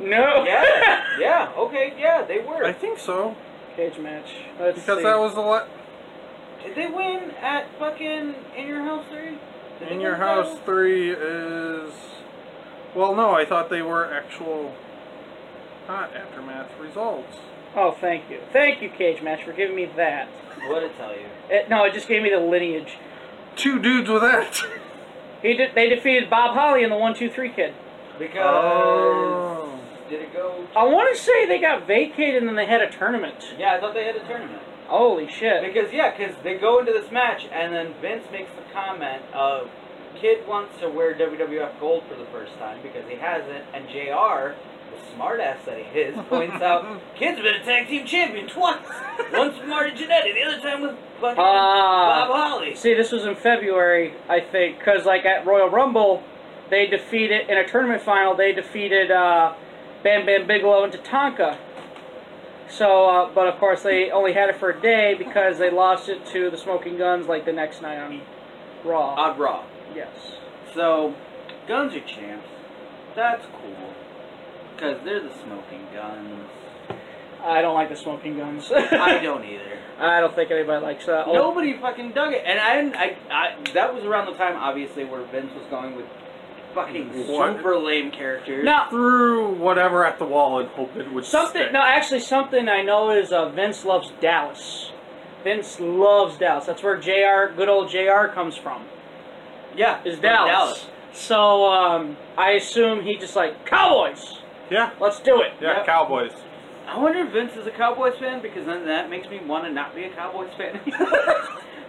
Speaker 5: No.
Speaker 7: Yeah. yeah. Okay. Yeah, they were.
Speaker 4: I think so
Speaker 5: Cage match. Let's
Speaker 4: because
Speaker 5: see.
Speaker 4: that was the la-
Speaker 7: Did they win at fucking in your house three? Did they
Speaker 4: in your
Speaker 7: win the
Speaker 4: house
Speaker 7: title?
Speaker 4: three is. Well, no, I thought they were actual. Not aftermath results.
Speaker 5: Oh, thank you, thank you, Cage match, for giving me that.
Speaker 7: What'd it tell you?
Speaker 5: It, Eh, no, it just gave me the lineage.
Speaker 4: Two dudes with that.
Speaker 5: He de- they defeated Bob Holly and the One Two Three Kid.
Speaker 7: Because
Speaker 4: Oh.
Speaker 7: did it go?
Speaker 5: I want to say they got vacated and then they had a tournament.
Speaker 7: Yeah, I thought they had a tournament.
Speaker 5: Holy shit!
Speaker 7: Because yeah, because they go into this match and then Vince makes the comment of Kid wants to wear WWF gold for the first time because he hasn't, and Jr. The smartass that he is points out, Kid's been a tag team champion twice. Once with Marty Jannetty, the other time with fucking
Speaker 5: Ah.
Speaker 7: Bob Holly.
Speaker 5: See, this was in February, I think, because like at Royal Rumble, they defeated in a tournament final. They defeated uh, Bam Bam Bigelow and Tatanka. So, uh, but of course, they only had it for a day because they lost it to the Smoking Guns like the next night on Raw.
Speaker 7: Odd Raw.
Speaker 5: yes.
Speaker 7: So, guns are champs. That's cool. Because they're the smoking guns.
Speaker 5: I don't like the Smoking Guns.
Speaker 7: I don't either.
Speaker 5: I don't think anybody likes that.
Speaker 4: Oh.
Speaker 7: Nobody fucking dug it. And I didn't, I, I, that was around the time, obviously, where Vince was going with fucking
Speaker 4: What?
Speaker 7: super lame characters.
Speaker 5: No,
Speaker 4: Threw whatever at the wall and hoped it would
Speaker 5: Something.
Speaker 4: stick.
Speaker 5: No, actually, something I know is uh, Vince loves Dallas. Vince loves Dallas. That's where Jr. Good old Jr. comes from.
Speaker 7: Yeah.
Speaker 5: Is
Speaker 7: from
Speaker 5: Dallas. So um, I assume he just like Cowboys.
Speaker 4: Yeah.
Speaker 5: Let's do it.
Speaker 4: Yeah,
Speaker 7: Yep.
Speaker 4: Cowboys.
Speaker 7: I wonder if Vince is a Cowboys fan because then that makes me want to not be a Cowboys fan.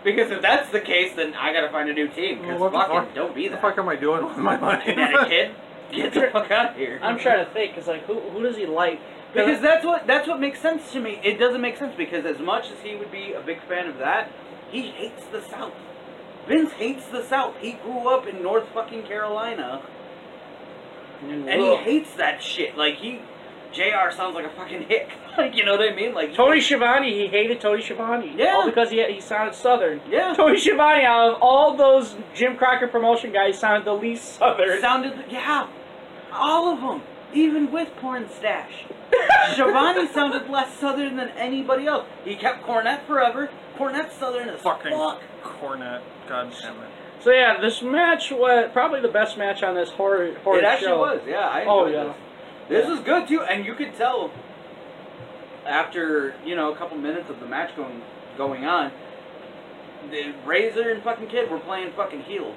Speaker 8: Because if that's the case, then I gotta find a new team. Because
Speaker 4: What the
Speaker 8: fucking
Speaker 4: fuck?
Speaker 8: don't be
Speaker 4: What the
Speaker 8: that.
Speaker 4: fuck am I doing with my money?
Speaker 8: That kid, get the fuck out of here.
Speaker 5: I'm trying to think. Cause like, who who does he like?
Speaker 3: Because that's what that's what makes sense to me. It doesn't make sense because as much as he would be a big fan of that, he hates the South. Vince hates the South. He grew up in North fucking Carolina, and he hates that shit. Like he, Jr. sounds like a fucking hick. Like you know what I mean? Like
Speaker 5: Tony Schiavone, he hated Tony Schiavone.
Speaker 3: Yeah.
Speaker 5: All because he he sounded Southern.
Speaker 3: Yeah.
Speaker 5: Tony Schiavone, out of all those Jim Crocker promotion guys, sounded the least Southern.
Speaker 3: sounded yeah, all of them, even with porn stash. Shivani sounded less Southern than anybody else. He kept Cornette forever. Cornette's Southern as
Speaker 4: Fucking
Speaker 3: fuck.
Speaker 4: cornet. God damn it.
Speaker 5: So yeah, this match was probably the best match on this horror horror
Speaker 3: It actually
Speaker 5: show.
Speaker 3: was, yeah. I
Speaker 5: Oh,
Speaker 3: enjoyed
Speaker 5: yeah.
Speaker 3: This, this was good too, and you could tell after you know a couple minutes of the match going going on, the Razor and fucking Kid were playing fucking heel,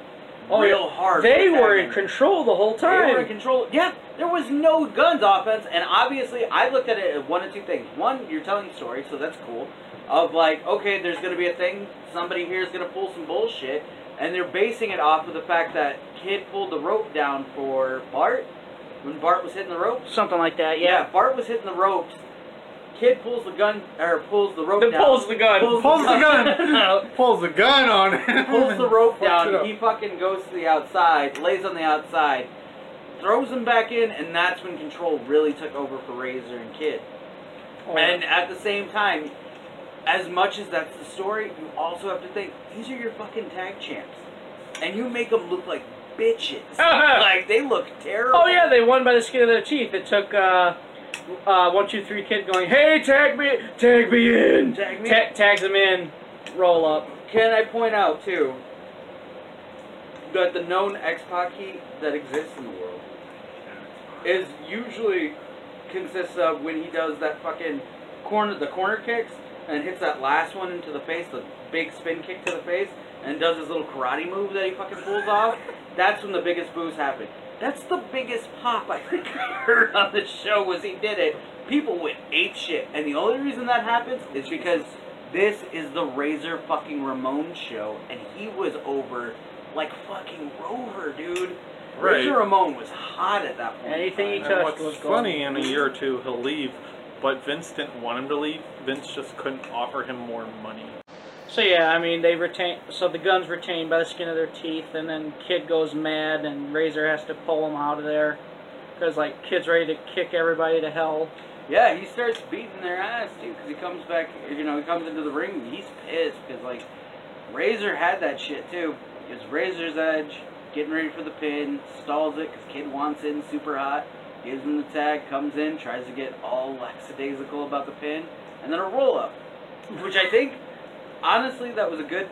Speaker 5: Oh,
Speaker 3: real
Speaker 5: yeah.
Speaker 3: hard.
Speaker 5: They were in
Speaker 3: attacking.
Speaker 5: control the whole time.
Speaker 3: They were in control. Yeah, there was no guns offense, and obviously, I looked at it as one of two things. One, you're telling a story, so that's cool. Of like, okay, there's gonna be a thing. Somebody here is gonna pull some bullshit, and they're basing it off of the fact that kid pulled the rope down for Bart when Bart was hitting the ropes.
Speaker 5: Something like that.
Speaker 3: Yeah, Bart was hitting the ropes. Kid pulls the gun or pulls the rope
Speaker 5: Then
Speaker 3: down.
Speaker 5: pulls the gun.
Speaker 4: Pulls the gun. Pulls the gun on him.
Speaker 3: pulls the rope
Speaker 4: Fucks it up.
Speaker 3: down. He fucking goes to the outside, lays on the outside, throws him back in, and that's when control really took over for Razor and Kid.
Speaker 5: Oh.
Speaker 3: And at the same time, as much as that's the story, you also have to think these are your fucking tag champs, and you make them look like bitches. like they look terrible.
Speaker 5: Oh yeah, they won by the skin of their teeth. It took uh, uh, one, two, three kid going, "Hey, tag me, tag me in,
Speaker 3: Tag me
Speaker 5: Ta- tags him in, roll up."
Speaker 3: Can I point out too that the known X Pac heat that exists in the world is usually consists of when he does that fucking corner the corner kicks and hits that last one into the face, the big spin kick to the face, and does his little karate move that he fucking pulls off. That's when the biggest boos happen. That's the biggest pop I think I heard on the show was he did it. People went ape shit, and the only reason that happens is because this is the Razor fucking Ramon show, and he was over like fucking Rover, dude.
Speaker 4: Right.
Speaker 3: Razor Ramon was hot at that point. in
Speaker 5: Anything he
Speaker 3: time.
Speaker 4: And
Speaker 5: touched
Speaker 4: what's
Speaker 5: was
Speaker 4: funny, in a year or two, he'll leave. But Vince didn't want him to leave. Vince just couldn't offer him more money.
Speaker 5: gold. So yeah, I mean they retain. So the gun's retained by the skin of their teeth, and then kid goes mad, and Razor has to pull him out of there because like kid's ready to kick everybody to hell.
Speaker 3: Yeah, he starts beating their ass too because he comes back. You know, he comes into the ring. and He's pissed because like Razor had that shit too. It's Razor's Edge getting ready for the pin, stalls it because Kid wants in super hot. Gives him the tag, comes in, tries to get all lackadaisical about the pin, and then a roll up, which I think honestly that was a good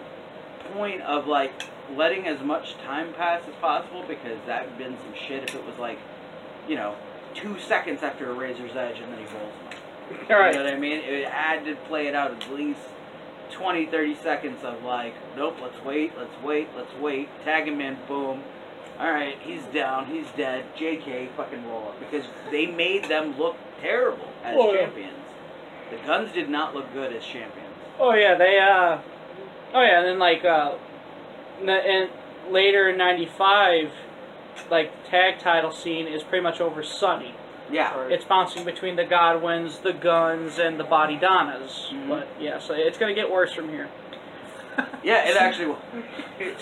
Speaker 3: point of like letting as much time pass as possible because that would have been some shit if it was like you know two seconds after a razor's edge and then he rolls him up.
Speaker 5: All
Speaker 3: You know
Speaker 5: right.
Speaker 3: what I mean? It had to play it out at least 20, 30 seconds of like, nope, let's wait, let's wait, let's wait. Tag him in, boom. All right, he's down, he's dead. JK, fucking roll up because they made them look terrible as
Speaker 5: Oh, yeah.
Speaker 3: champions. The guns did not look good as champions.
Speaker 5: Oh yeah, they uh, oh yeah, and then like uh, n- and later in '95, like tag title scene is pretty much over Sunny.
Speaker 3: Yeah,
Speaker 5: It's bouncing between the Godwins, the Guns, and the Body Donnas. But yeah, so it's gonna get worse from here.
Speaker 3: yeah, it actually.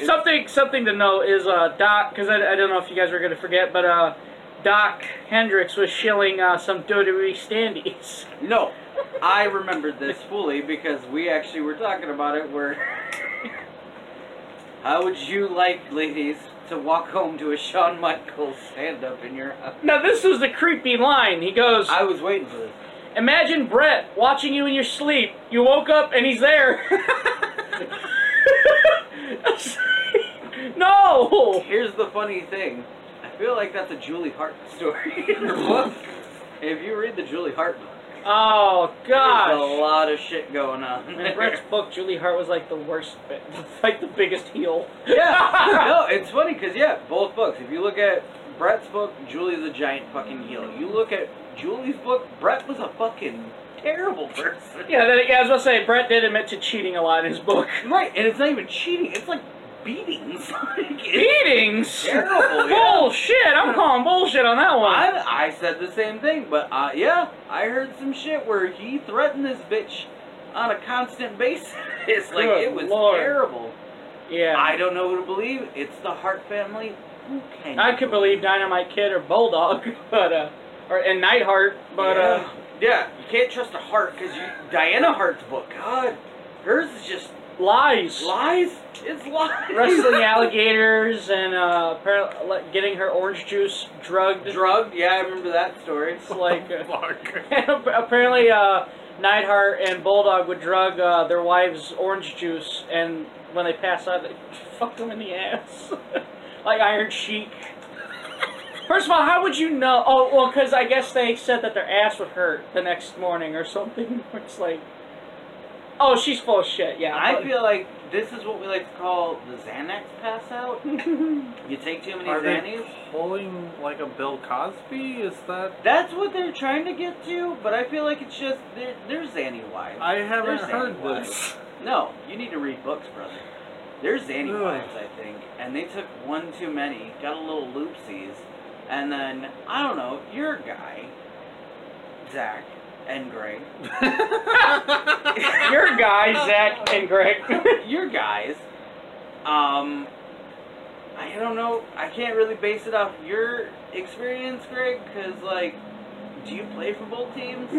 Speaker 5: something something to note is uh, Doc, because I, I don't know if you guys were gonna forget, but uh, Doc Hendricks was shilling uh, some WWE standees.
Speaker 3: No, I remembered this fully because we actually were talking about it. Where how would you like, ladies, to walk home to a Shawn Michaels stand up in your house?
Speaker 5: Now this was the creepy line. He goes,
Speaker 3: I was waiting for this.
Speaker 5: "Imagine Brett watching you in your sleep. You woke up and he's there." no.
Speaker 3: Here's the funny thing. I feel like that's a Julie Hart story in her book. If you read the Julie Hart book,
Speaker 5: Oh
Speaker 3: there's
Speaker 5: gosh.
Speaker 3: a lot of shit going on.
Speaker 5: In Brett's book, Julie Hart was like the worst, bit- like the biggest heel.
Speaker 3: yeah. No, it's funny because yeah, both books. If you look at Brett's book, Julie's a giant fucking heel. You look at Julie's book, Brett was a fucking
Speaker 9: terrible person.
Speaker 5: Yeah, then, yeah, I was gonna say Brett did admit to cheating a lot in his book.
Speaker 3: Right, and it's not even cheating. It's like beatings. like, it's
Speaker 5: Beatings.
Speaker 3: terrible. yeah.
Speaker 5: Bullshit! I'm calling bullshit on that one.
Speaker 3: I, I said the same thing, but uh, yeah, I heard some shit where he threatened this bitch on a constant basis. like
Speaker 5: Good
Speaker 3: it was
Speaker 5: Lord.
Speaker 3: terrible.
Speaker 5: yeah,
Speaker 3: I don't know who to believe. It's the Hart family. Who can
Speaker 5: I
Speaker 3: you
Speaker 5: could believe Dynamite Kid or Bulldog, but uh, or and Nightheart, but uh,
Speaker 3: yeah, you can't trust a Hart because you Diana Hart's book. God, hers is just
Speaker 5: lies.
Speaker 3: lies. It's lies.
Speaker 5: Wrestling alligators and uh, appar- like, getting her orange juice drugged.
Speaker 3: drugged. Yeah, I remember that story.
Speaker 5: It's like uh, apparently uh, Neidhart and Bulldog would drug uh, their wives' orange juice, and when they pass out, they fuck them in the ass, like Iron Sheik. First of all, how would you know? Oh, well, because I guess they said that their ass would hurt the next morning or something. It's like, oh, she's full of shit. Yeah,
Speaker 3: I
Speaker 5: but-
Speaker 3: feel like this is what we like to call the Xanax pass out. you take too many
Speaker 4: Are they
Speaker 3: Xannies.
Speaker 4: pulling like a Bill Cosby? Is that?
Speaker 3: That's what they're trying to get to, but I feel like it's just they're, they're Xanny wives.
Speaker 4: I haven't
Speaker 3: They're
Speaker 4: heard
Speaker 3: Xanny
Speaker 4: this.
Speaker 3: No, you need to read books, brother. They're Xanny
Speaker 4: Ugh.
Speaker 3: wives, I think, and they took one too many, got a little loopsies, and then I don't know. Your guy, Zach and Greg,
Speaker 5: your guy Zach and Greg.
Speaker 3: your guys. Um, I don't know. I can't really base it off your experience, Greg, because like, do you play for both teams,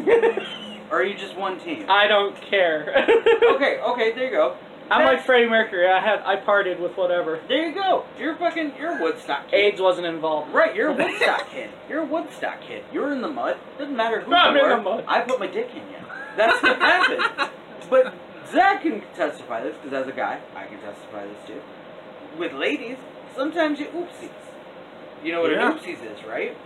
Speaker 3: or are you just one team?
Speaker 5: I don't care.
Speaker 3: okay, okay, there you go.
Speaker 5: I'm like
Speaker 3: That's-
Speaker 5: Freddie Mercury. I had I partied with whatever.
Speaker 3: there you go. You're fucking, you're a Woodstock kid.
Speaker 5: AIDS wasn't involved.
Speaker 3: Right, you're a Woodstock kid. You're a Woodstock kid. You're in the mud. Doesn't matter who
Speaker 5: I'm
Speaker 3: you
Speaker 5: in
Speaker 3: are.
Speaker 5: the mud.
Speaker 3: I put my dick in you. That's what happened. But Zach can testify this because as a guy, I can testify this too. With ladies, sometimes you oopsies. You know what
Speaker 4: Yeah.
Speaker 3: an oopsies is, right?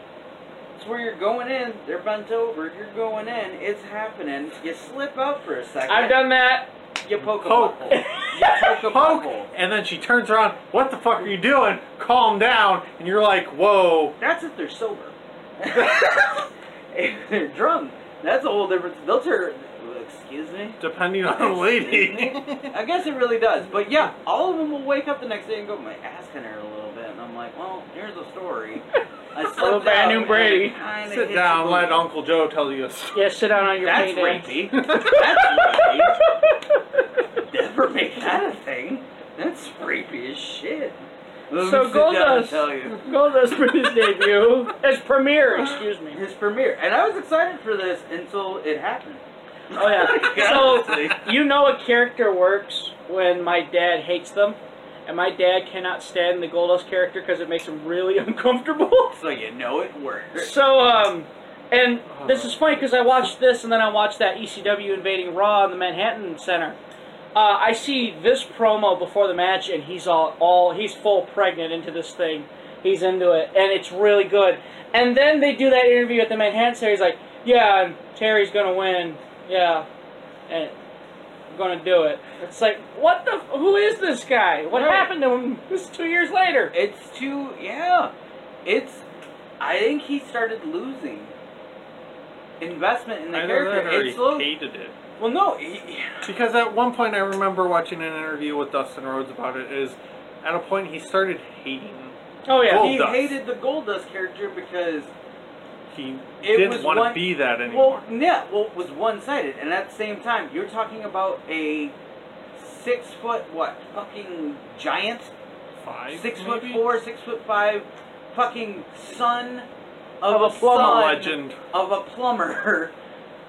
Speaker 3: It's where you're going in, they're bent over, you're going in, it's happening. You slip out for a second.
Speaker 5: I've done that.
Speaker 3: You poke a
Speaker 4: Poke.
Speaker 3: butthole. You poke a butthole.
Speaker 4: Poke, and then she turns around. What the fuck are you doing? Calm down. And you're like, whoa.
Speaker 3: That's if they're sober. if they're drunk, that's a whole different. They'll turn. Excuse me.
Speaker 4: Depending on the lady.
Speaker 3: I guess it really does, but yeah, all of them will wake up the next day and go, "My ass can hurt a little bit," and I'm like, "Well, here's the story." I
Speaker 5: Little
Speaker 3: slept
Speaker 5: Brad
Speaker 3: out
Speaker 5: New
Speaker 3: and
Speaker 5: Brady.
Speaker 3: it kinda hit
Speaker 4: Sit
Speaker 3: the
Speaker 4: down. Let
Speaker 3: booty."
Speaker 4: Uncle Joe tell you a story.
Speaker 5: Yeah, sit down on your
Speaker 3: That's
Speaker 5: payday.
Speaker 3: rapey. That's rapey. Never make that a thing. That's rapey as shit. Let me
Speaker 5: So
Speaker 3: sit down and
Speaker 5: Goldust,
Speaker 3: tell you.
Speaker 5: Goldust for his debut, his premiere, excuse me.
Speaker 3: his premiere, and I was excited for this until it happened.
Speaker 5: Oh yeah. So you know a character works when my dad hates them, and my dad cannot stand the Goldust character because it makes him really uncomfortable.
Speaker 3: So you know it works.
Speaker 5: So, um, and this is funny because I watched this and then I watched that ECW invading Raw in the Manhattan Center. Uh, I see this promo before the match and he's all, all he's full pregnant into this thing. He's into it and it's really good. And then they do that interview at the Manhattan Center. He's like, "Yeah, and Terry's gonna win. Yeah, and I'm gonna do it." It's like, what the? Who is this guy? What
Speaker 3: Right.
Speaker 5: happened to him? This is two years later.
Speaker 3: It's too yeah. It's I think he started losing investment in the character. It's slow.
Speaker 4: hated it.
Speaker 3: Well, no, he,
Speaker 4: Because at one point I remember watching an interview with Dustin Rhodes about it is at a point he started hating.
Speaker 5: Oh yeah,
Speaker 4: Gold
Speaker 3: he
Speaker 4: Goldust.
Speaker 3: hated the Goldust character because
Speaker 4: He
Speaker 3: It
Speaker 4: didn't
Speaker 3: was
Speaker 4: want to
Speaker 3: one-
Speaker 4: be that anymore.
Speaker 3: well, yeah, well, it was one-sided, and at the same time, you're talking about a six-foot what fucking giant
Speaker 4: Five,
Speaker 3: six foot
Speaker 4: maybe?
Speaker 3: four, six foot five, fucking son of,
Speaker 5: Of a plumber.
Speaker 3: son
Speaker 4: legend.
Speaker 3: of a plumber,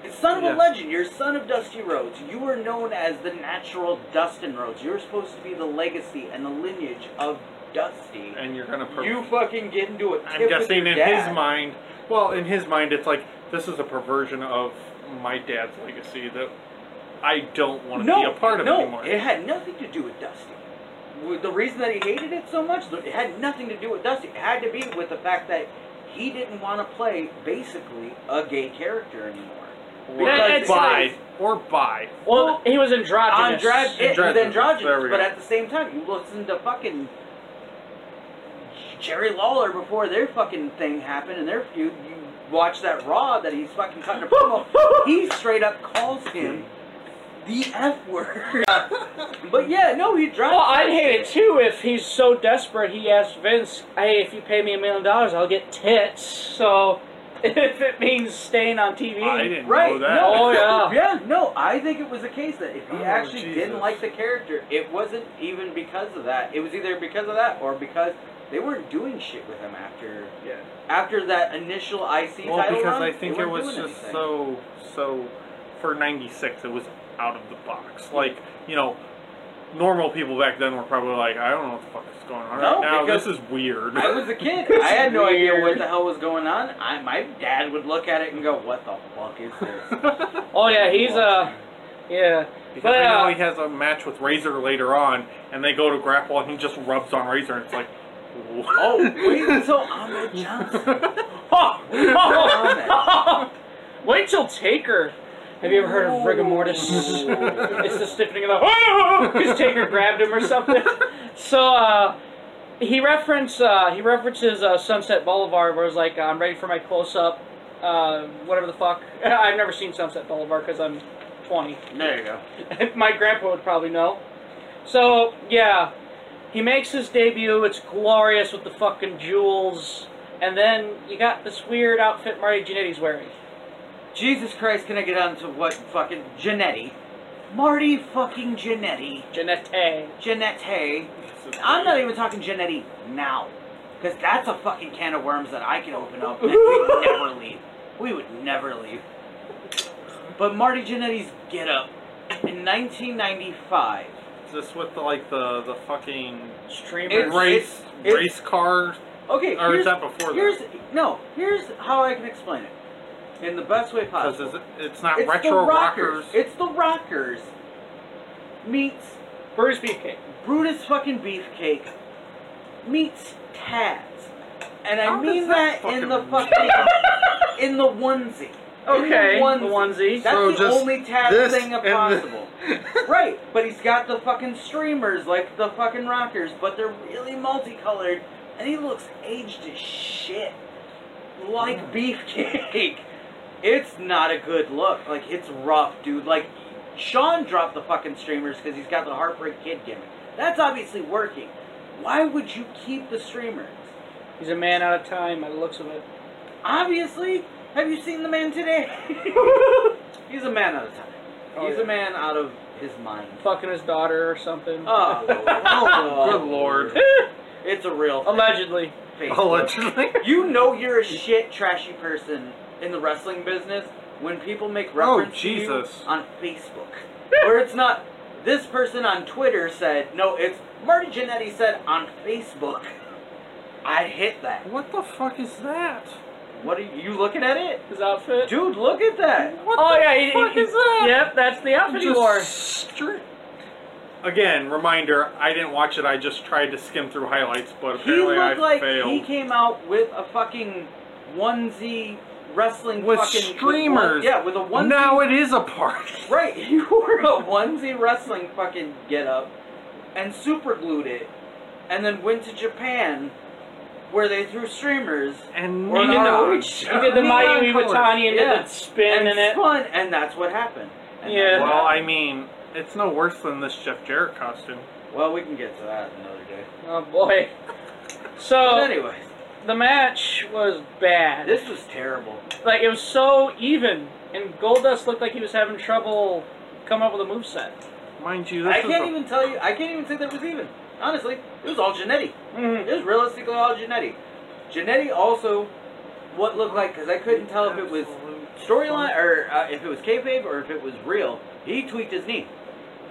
Speaker 3: son of a
Speaker 4: Yeah.
Speaker 3: legend. You're son of Dusty Rhodes. You were known as the natural Dustin Rhodes. You're supposed to be the legacy and the lineage of Dusty.
Speaker 4: And you're gonna. Perv-
Speaker 3: you fucking get into it.
Speaker 4: I'm guessing in his mind. Well, in his mind, it's like this is a perversion of my dad's legacy that I don't want to
Speaker 3: no,
Speaker 4: be a part of
Speaker 3: no,
Speaker 4: anymore.
Speaker 3: it had nothing to do with Dusty. With The reason that he hated it so much, it had nothing to do with Dusty. It had to be with the fact that he didn't want to play basically a gay character anymore.
Speaker 4: or
Speaker 5: That- it's
Speaker 4: buy
Speaker 5: like-
Speaker 4: or buy.
Speaker 5: well, he was androgynous.
Speaker 3: Androgynous. It was
Speaker 4: Androgynous. There we
Speaker 3: androgynous,
Speaker 4: go.
Speaker 3: but at the same time, you listen to fucking Jerry Lawler before their fucking thing happened and their feud. You watch that Raw that he's fucking cutting a promo, he straight up calls him the F word. but yeah, no, he dropped.
Speaker 5: Well, I'd hate it too if he's so desperate he asked Vince, "Hey, if you pay me a million dollars, I'll get tits." So, if it means staying on TV,
Speaker 10: I didn't
Speaker 3: Right,
Speaker 10: know that.
Speaker 3: no.
Speaker 5: oh yeah,
Speaker 3: Yeah, no, I think it was the case that if he
Speaker 11: He
Speaker 4: Oh,
Speaker 11: actually
Speaker 4: Jesus.
Speaker 11: didn't like the character. It wasn't even because of that. It was either because of that or because they weren't doing shit with him after
Speaker 4: Yeah.
Speaker 11: after that initial IC
Speaker 4: Well,
Speaker 11: title
Speaker 4: because
Speaker 11: run.
Speaker 4: I
Speaker 11: they
Speaker 4: think it
Speaker 11: weren't
Speaker 4: was
Speaker 11: doing
Speaker 4: just
Speaker 11: anything.
Speaker 4: so so for '96, it was out of the box. Like you know, normal people back then were probably like, I don't know what the fuck is going on
Speaker 3: No,
Speaker 4: right now.
Speaker 3: because
Speaker 4: This is weird.
Speaker 3: I was a kid. I had no idea what the hell was going on. I, my dad would look at it and go, "What the fuck is this?"
Speaker 5: oh yeah, he's uh, yeah.
Speaker 4: because
Speaker 5: But,
Speaker 4: I know
Speaker 5: uh,
Speaker 4: he has a match with Razor later on, and they go to grapple, and he just rubs on Razor, and it's like,
Speaker 3: oh, wait until Ahmed Johnson.
Speaker 5: uh, oh, Wait till Taker. Have you ever heard of rigor mortis? it's the stiffening of the because Taker grabbed him or something. So uh, he reference uh, he references uh, Sunset Boulevard, where it's like uh, I'm ready for my close up, uh, whatever the fuck. I've never seen Sunset Boulevard because I'm 20.
Speaker 3: There you go.
Speaker 5: My grandpa would probably know. So yeah, he makes his debut. It's glorious with the fucking jewels, and then you got this weird outfit Marty Jannetty's wearing.
Speaker 3: Jesus Christ, can I get on to what fucking Janetti? Marty fucking Janetti.
Speaker 5: Jannetty.
Speaker 3: Janette. I'm not even talking Janetti now. Because that's a fucking can of worms that I can open up and we'd never leave. We would never leave. But Marty Janetti's get up in 1995.
Speaker 4: is this with the, like the the fucking
Speaker 5: Streamer.
Speaker 3: It's-
Speaker 4: race
Speaker 3: it's-
Speaker 4: race car,
Speaker 3: Okay,
Speaker 4: or
Speaker 3: here's,
Speaker 4: is that before
Speaker 3: here's
Speaker 4: that?
Speaker 3: no. Here's how I can explain it in the best way
Speaker 4: Because
Speaker 3: possible.
Speaker 4: is it- it's not
Speaker 3: Uh, It's
Speaker 4: retro
Speaker 3: the rockers.
Speaker 4: rockers.
Speaker 3: It's the Rockers meets
Speaker 5: Bruce Beefcake.
Speaker 3: Brutus fucking Beefcake meets Taz. And I
Speaker 4: How does
Speaker 3: mean
Speaker 4: that
Speaker 3: that, in
Speaker 4: fucking-
Speaker 3: the fucking in the onesie.
Speaker 5: Okay,
Speaker 3: In the onesie.
Speaker 5: the onesie.
Speaker 3: That's
Speaker 10: So
Speaker 3: the
Speaker 10: just
Speaker 3: only Taz
Speaker 10: this
Speaker 3: thing
Speaker 10: and the-
Speaker 3: possible. right, but he's got the fucking streamers like the fucking rockers, but they're really multicolored and he looks aged as shit. Like
Speaker 5: Mm.
Speaker 3: beefcake. It's not a good look. Like it's rough, dude. Like Sean dropped the fucking streamers because he's got the heartbreak kid gimmick. That's obviously working. Why would you keep the streamers?
Speaker 5: He's a man out of time by the looks of it.
Speaker 3: Obviously, have you seen the man today? he's a man out of time.
Speaker 5: Oh,
Speaker 3: he's
Speaker 5: yeah.
Speaker 3: a man out of his mind.
Speaker 5: Fucking his daughter or something.
Speaker 3: Oh, oh,
Speaker 4: Good lord.
Speaker 3: It's a real
Speaker 5: Allegedly.
Speaker 3: Facebook.
Speaker 4: Oh, Allegedly.
Speaker 3: You know you're a shit trashy person in the wrestling business when people make reference
Speaker 4: Jesus.
Speaker 3: to you on Facebook. Where it's not this person on Twitter said, no, it's Marty Jannetty said on Facebook. I hit that.
Speaker 4: What the fuck is that?
Speaker 3: What are you, you looking at it?
Speaker 5: His outfit.
Speaker 3: Dude, look at that.
Speaker 4: What
Speaker 5: oh
Speaker 4: the
Speaker 5: yeah, he,
Speaker 4: fuck
Speaker 5: he-
Speaker 4: is that?
Speaker 5: Yep, that's the outfit he wore.
Speaker 4: stri- Again, reminder, I didn't watch it, I just tried to skim through highlights, but
Speaker 3: He
Speaker 4: apparently I
Speaker 3: looked like
Speaker 4: failed.
Speaker 3: he came out with a fucking onesie wrestling
Speaker 4: with
Speaker 3: fucking with one-
Speaker 4: streamers.
Speaker 3: yeah, with a onesie.
Speaker 4: Now it is a party.
Speaker 3: Right, he wore a onesie wrestling fucking get up and super glued it and then went to Japan where they threw streamers
Speaker 4: And
Speaker 3: Or
Speaker 5: He did the,
Speaker 3: not.
Speaker 5: he did the
Speaker 3: Neon
Speaker 5: Mighty
Speaker 3: colors.
Speaker 5: Iwatani and
Speaker 3: Yeah.
Speaker 5: did the spin
Speaker 3: and
Speaker 5: in it.
Speaker 3: spun and that's what happened. And
Speaker 5: Yeah.
Speaker 3: that's what
Speaker 4: Well, I
Speaker 3: happened.
Speaker 4: mean, it's no worse than this Jeff Jarrett costume.
Speaker 3: Well, we can get to that another day.
Speaker 5: Oh boy.
Speaker 3: But
Speaker 5: So
Speaker 3: anyway,
Speaker 5: the match was bad.
Speaker 3: this was terrible.
Speaker 5: like it was so even, and Goldust looked like he was having trouble coming up with a moveset.
Speaker 4: Mind you, this
Speaker 3: I
Speaker 4: is
Speaker 3: can't
Speaker 4: a-
Speaker 3: even tell you I can't even say that was even. Honestly, it was all Janetti.
Speaker 5: Mm.
Speaker 3: It was realistically all Janetti. Janetti also what looked like because I couldn't tell if it was storyline or uh, if it was kayfabe or if it was real. He tweaked his knee.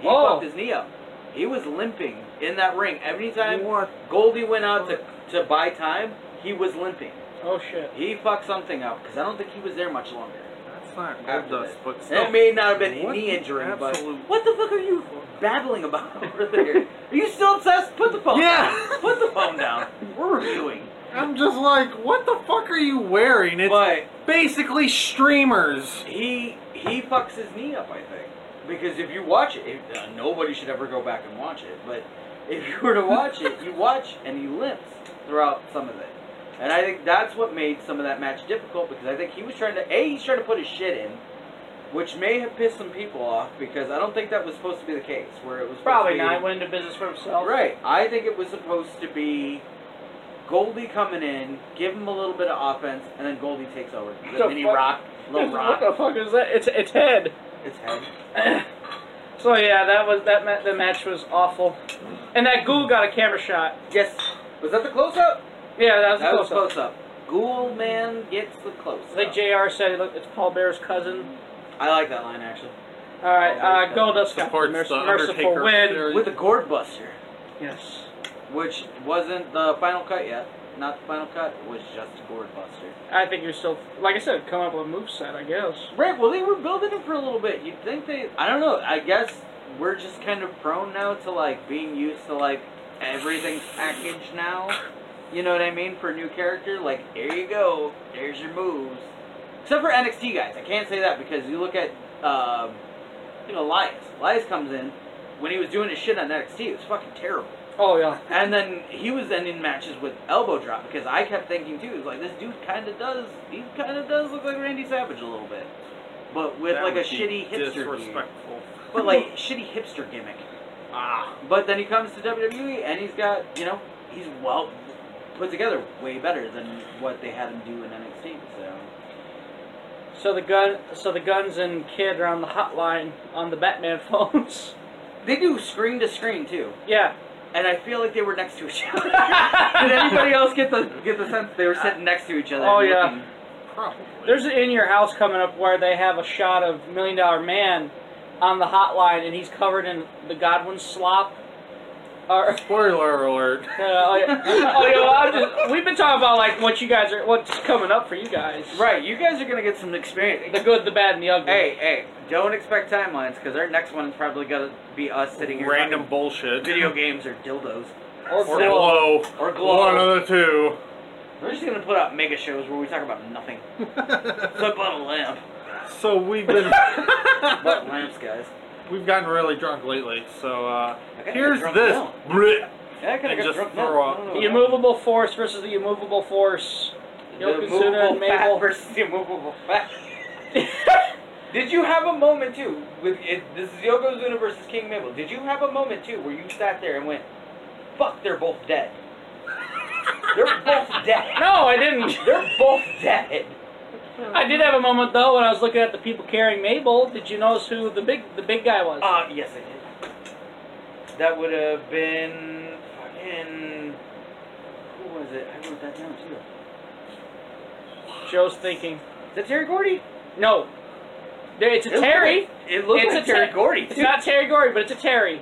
Speaker 3: He
Speaker 5: Oh.
Speaker 3: fucked his knee up. He was limping in that ring every time
Speaker 4: What?
Speaker 3: Goldie went out to to buy time. He was limping.
Speaker 5: Oh shit.
Speaker 3: He fucked something up because I don't think he was there much longer.
Speaker 4: That's not
Speaker 3: After
Speaker 4: gold dust,
Speaker 3: that.
Speaker 4: but still.
Speaker 3: That may not have been a
Speaker 4: What
Speaker 3: knee
Speaker 4: the
Speaker 3: injury, but
Speaker 4: absolute-
Speaker 3: what the fuck are you babbling about over there? Are you still obsessed? Put the phone
Speaker 4: Yeah.
Speaker 3: down. Put the phone down. We're reviewing.
Speaker 4: I'm just like, what the fuck are you wearing? It's
Speaker 3: But
Speaker 4: basically streamers.
Speaker 3: he he fucks his knee up, I think, because if you watch it, if, uh, nobody should ever go back and watch it. But if you were to watch it, you watch and he limps throughout some of it. And I think that's what made some of that match difficult because I think he was trying to a he's trying to put his shit in, which may have pissed some people off because I don't think that was supposed to be the case where it was supposed
Speaker 5: Probably
Speaker 3: to be-
Speaker 5: not. Went into business for himself.
Speaker 3: Right. I think it was supposed to be Goldie coming in, give him a little bit of offense, and then Goldie takes over. The,
Speaker 5: The
Speaker 3: mini
Speaker 5: fuck-
Speaker 3: rock, little
Speaker 5: What
Speaker 3: rock,
Speaker 5: the fuck is that? It's it's head.
Speaker 3: its head.
Speaker 5: So yeah, that was that. Ma- the match was awful, and that ghoul got a camera shot.
Speaker 3: Yes. Was that the close up?
Speaker 5: Yeah, that was
Speaker 3: That was
Speaker 5: close.
Speaker 3: close up. Ghoul man gets the close.
Speaker 5: I think Jr. said, "Look, it's Paul Bear's cousin."
Speaker 3: I like that line actually.
Speaker 5: All right,
Speaker 3: Paul
Speaker 5: uh,
Speaker 3: Bear's cousin.
Speaker 5: Goldust got the
Speaker 4: Supports
Speaker 5: merc-
Speaker 4: the
Speaker 5: merciful
Speaker 4: Undertaker
Speaker 5: win.
Speaker 4: theory.
Speaker 3: With the gourd buster,
Speaker 5: Yes.
Speaker 3: which wasn't the final cut yet. Not the final cut. It was just a gourd buster.
Speaker 5: I think you're still, like I said, come up with a moveset, I guess.
Speaker 3: Right. Well, they were building it for a little bit. You'd think they. I don't know. I guess we're just kind of prone now to like being used to like everything packaged now. You know what I mean? For a new character, like here you go. There's your moves. Except for NXT guys, I can't say that because you look at um, you know Elias. Elias comes in when he was doing his shit on NXT. It was fucking terrible.
Speaker 5: Oh, yeah.
Speaker 3: And then he was ending matches with elbow drop because I kept thinking too, like this dude kind of does, he kind of does look like Randy Savage a little bit, but with
Speaker 4: That
Speaker 3: like a
Speaker 4: would be
Speaker 3: shitty hipster, gimmick.
Speaker 4: Disrespectful.
Speaker 3: but like shitty hipster gimmick. Ah. But then he comes to WWE and he's got, you know, he's well put together, way better than what they had him do in NXT. So
Speaker 5: So the gun, so the guns and kid are on the hotline on the Batman phones.
Speaker 3: they do screen to screen too,
Speaker 5: yeah.
Speaker 3: and I feel like they were next to each other. Did anybody else get the get the sense they were sitting next to each other?
Speaker 5: Oh,
Speaker 3: and
Speaker 5: yeah.
Speaker 3: looking?
Speaker 4: Probably.
Speaker 5: There's an in your house coming up where they have a shot of Million Dollar Man on the hotline, and he's covered in the Godwin slop. Or,
Speaker 4: Spoiler alert.
Speaker 5: Uh, oh, yeah. Oh, yeah, well, I'm just- we've been talking about like what you guys are, what's coming up for you guys.
Speaker 3: Right, you guys are gonna get some experience.
Speaker 5: The good, the bad, and the ugly.
Speaker 3: Hey, hey, don't expect timelines because our next one is probably gonna be us sitting here.
Speaker 4: Random
Speaker 3: talking
Speaker 4: bullshit.
Speaker 3: video games or dildos.
Speaker 5: or
Speaker 4: Or
Speaker 5: blow.
Speaker 4: glow.
Speaker 3: Or glow.
Speaker 4: One of the two.
Speaker 3: We're just gonna put out mega shows where we talk about nothing. Flip on a lamp.
Speaker 4: So we've been
Speaker 3: But lamps, guys.
Speaker 4: we've gotten really drunk lately. So uh,
Speaker 3: Okay,
Speaker 4: here's
Speaker 3: drunk
Speaker 4: this.
Speaker 3: now.
Speaker 4: Blech.
Speaker 3: Yeah, I could have
Speaker 4: And
Speaker 3: got
Speaker 4: just
Speaker 3: drunk
Speaker 4: throw
Speaker 3: now. I
Speaker 4: up.
Speaker 3: don't know.
Speaker 5: The immovable force versus the immovable force.
Speaker 3: The
Speaker 5: Yokozuna
Speaker 3: movable
Speaker 5: and
Speaker 3: fat
Speaker 5: Mabel.
Speaker 3: versus the immovable fat.
Speaker 12: Did you have a moment too? With it, this is Yokozuna versus King Mabel. Did you have a moment too where you sat there and went, "Fuck, they're both dead. they're both dead.
Speaker 5: No, I didn't.
Speaker 12: They're both dead."
Speaker 5: I did have a moment though when I was looking at the people carrying Mabel. Did you notice who the big the big guy was?
Speaker 12: Uh, yes, I did. That would have been fucking.
Speaker 3: Who was it? I wrote that down too.
Speaker 5: Joe's thinking.
Speaker 3: Is that Terry Gordy?
Speaker 5: No, There- it's a
Speaker 3: It
Speaker 5: Terry.
Speaker 3: looked like- It looks
Speaker 5: It's
Speaker 3: like
Speaker 5: a
Speaker 3: Terry
Speaker 5: Ter-
Speaker 3: Gordy.
Speaker 5: It's
Speaker 3: too.
Speaker 5: not Terry Gordy, but it's a Terry.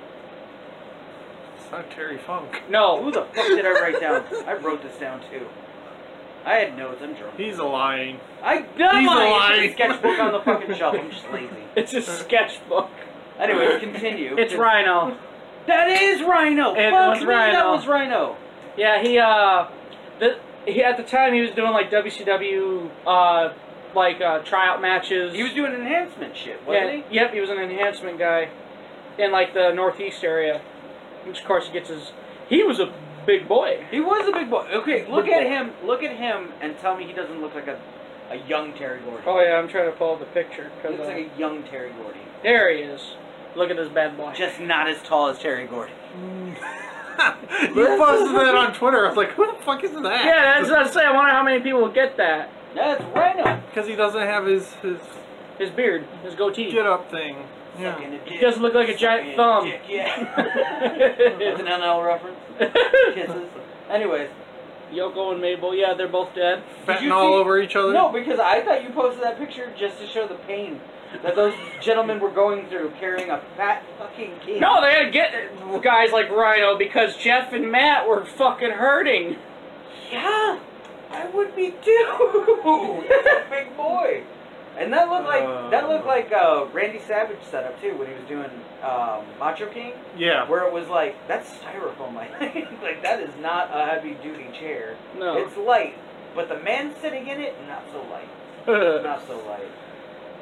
Speaker 4: It's not Terry Funk.
Speaker 3: Who
Speaker 5: No,
Speaker 3: the fuck did I write down? I wrote this down too. I had notes. I'm drunk.
Speaker 4: He's lying.
Speaker 3: I done
Speaker 4: He's
Speaker 3: my
Speaker 4: lying.
Speaker 3: sketchbook on the fucking shelf. I'm just lazy.
Speaker 5: it's a sketchbook.
Speaker 3: Anyway, continue.
Speaker 5: It's Rhino.
Speaker 3: That is Rhino.
Speaker 5: It
Speaker 3: Fuck
Speaker 5: was
Speaker 3: me, That
Speaker 5: Rhino.
Speaker 3: was Rhino.
Speaker 5: Yeah, he uh, the, he at the time he was doing like WCW uh like uh tryout matches.
Speaker 3: He was doing enhancement shit,
Speaker 5: yeah,
Speaker 3: wasn't
Speaker 5: Yep, he was an enhancement guy in like the northeast area. Which of course he gets his he was a big boy.
Speaker 3: he? He was a big boy. Okay, look
Speaker 5: Big
Speaker 3: at
Speaker 5: boy.
Speaker 3: him. Look at him and tell me he doesn't look like a, a young Terry Gordy.
Speaker 5: Oh yeah, I'm trying to pull up the picture
Speaker 3: He
Speaker 5: 'cause,
Speaker 3: looks
Speaker 5: uh,
Speaker 3: like a young Terry Gordy.
Speaker 5: there he is. Look at this bad boy.
Speaker 3: Just not as tall as Terry Gordy.
Speaker 4: you posted that on Twitter. I was like, who the fuck is that?
Speaker 5: yeah, that's what I say. I wonder how many people will get that.
Speaker 3: That's Rhino.
Speaker 4: Because he doesn't have his his
Speaker 5: His beard, his goatee.
Speaker 4: get up thing. Yeah.
Speaker 3: Sucking a dick.
Speaker 5: He doesn't look like a
Speaker 3: Sucking
Speaker 5: giant thumb.
Speaker 3: dick, yeah. That's an NL reference. Kisses. Anyways,
Speaker 5: Yoko and Mabel, yeah, they're both dead.
Speaker 4: Fetting
Speaker 3: you
Speaker 4: all
Speaker 3: see-
Speaker 4: over each other.
Speaker 3: No, because I thought you posted that picture just to show the pain that those gentlemen were going through carrying a fat fucking kid.
Speaker 5: No, they had to get guys like Rhino because Jeff and Matt were fucking hurting.
Speaker 3: Yeah, I would be too. That's a big boy. And that looked like that looked like uh, Randy Savage setup too when he was doing um, Macho King,
Speaker 4: Yeah.
Speaker 3: where it was like that's styrofoam like like that is not a heavy duty chair.
Speaker 5: No.
Speaker 3: It's light, but the man sitting in it not so light, not so light.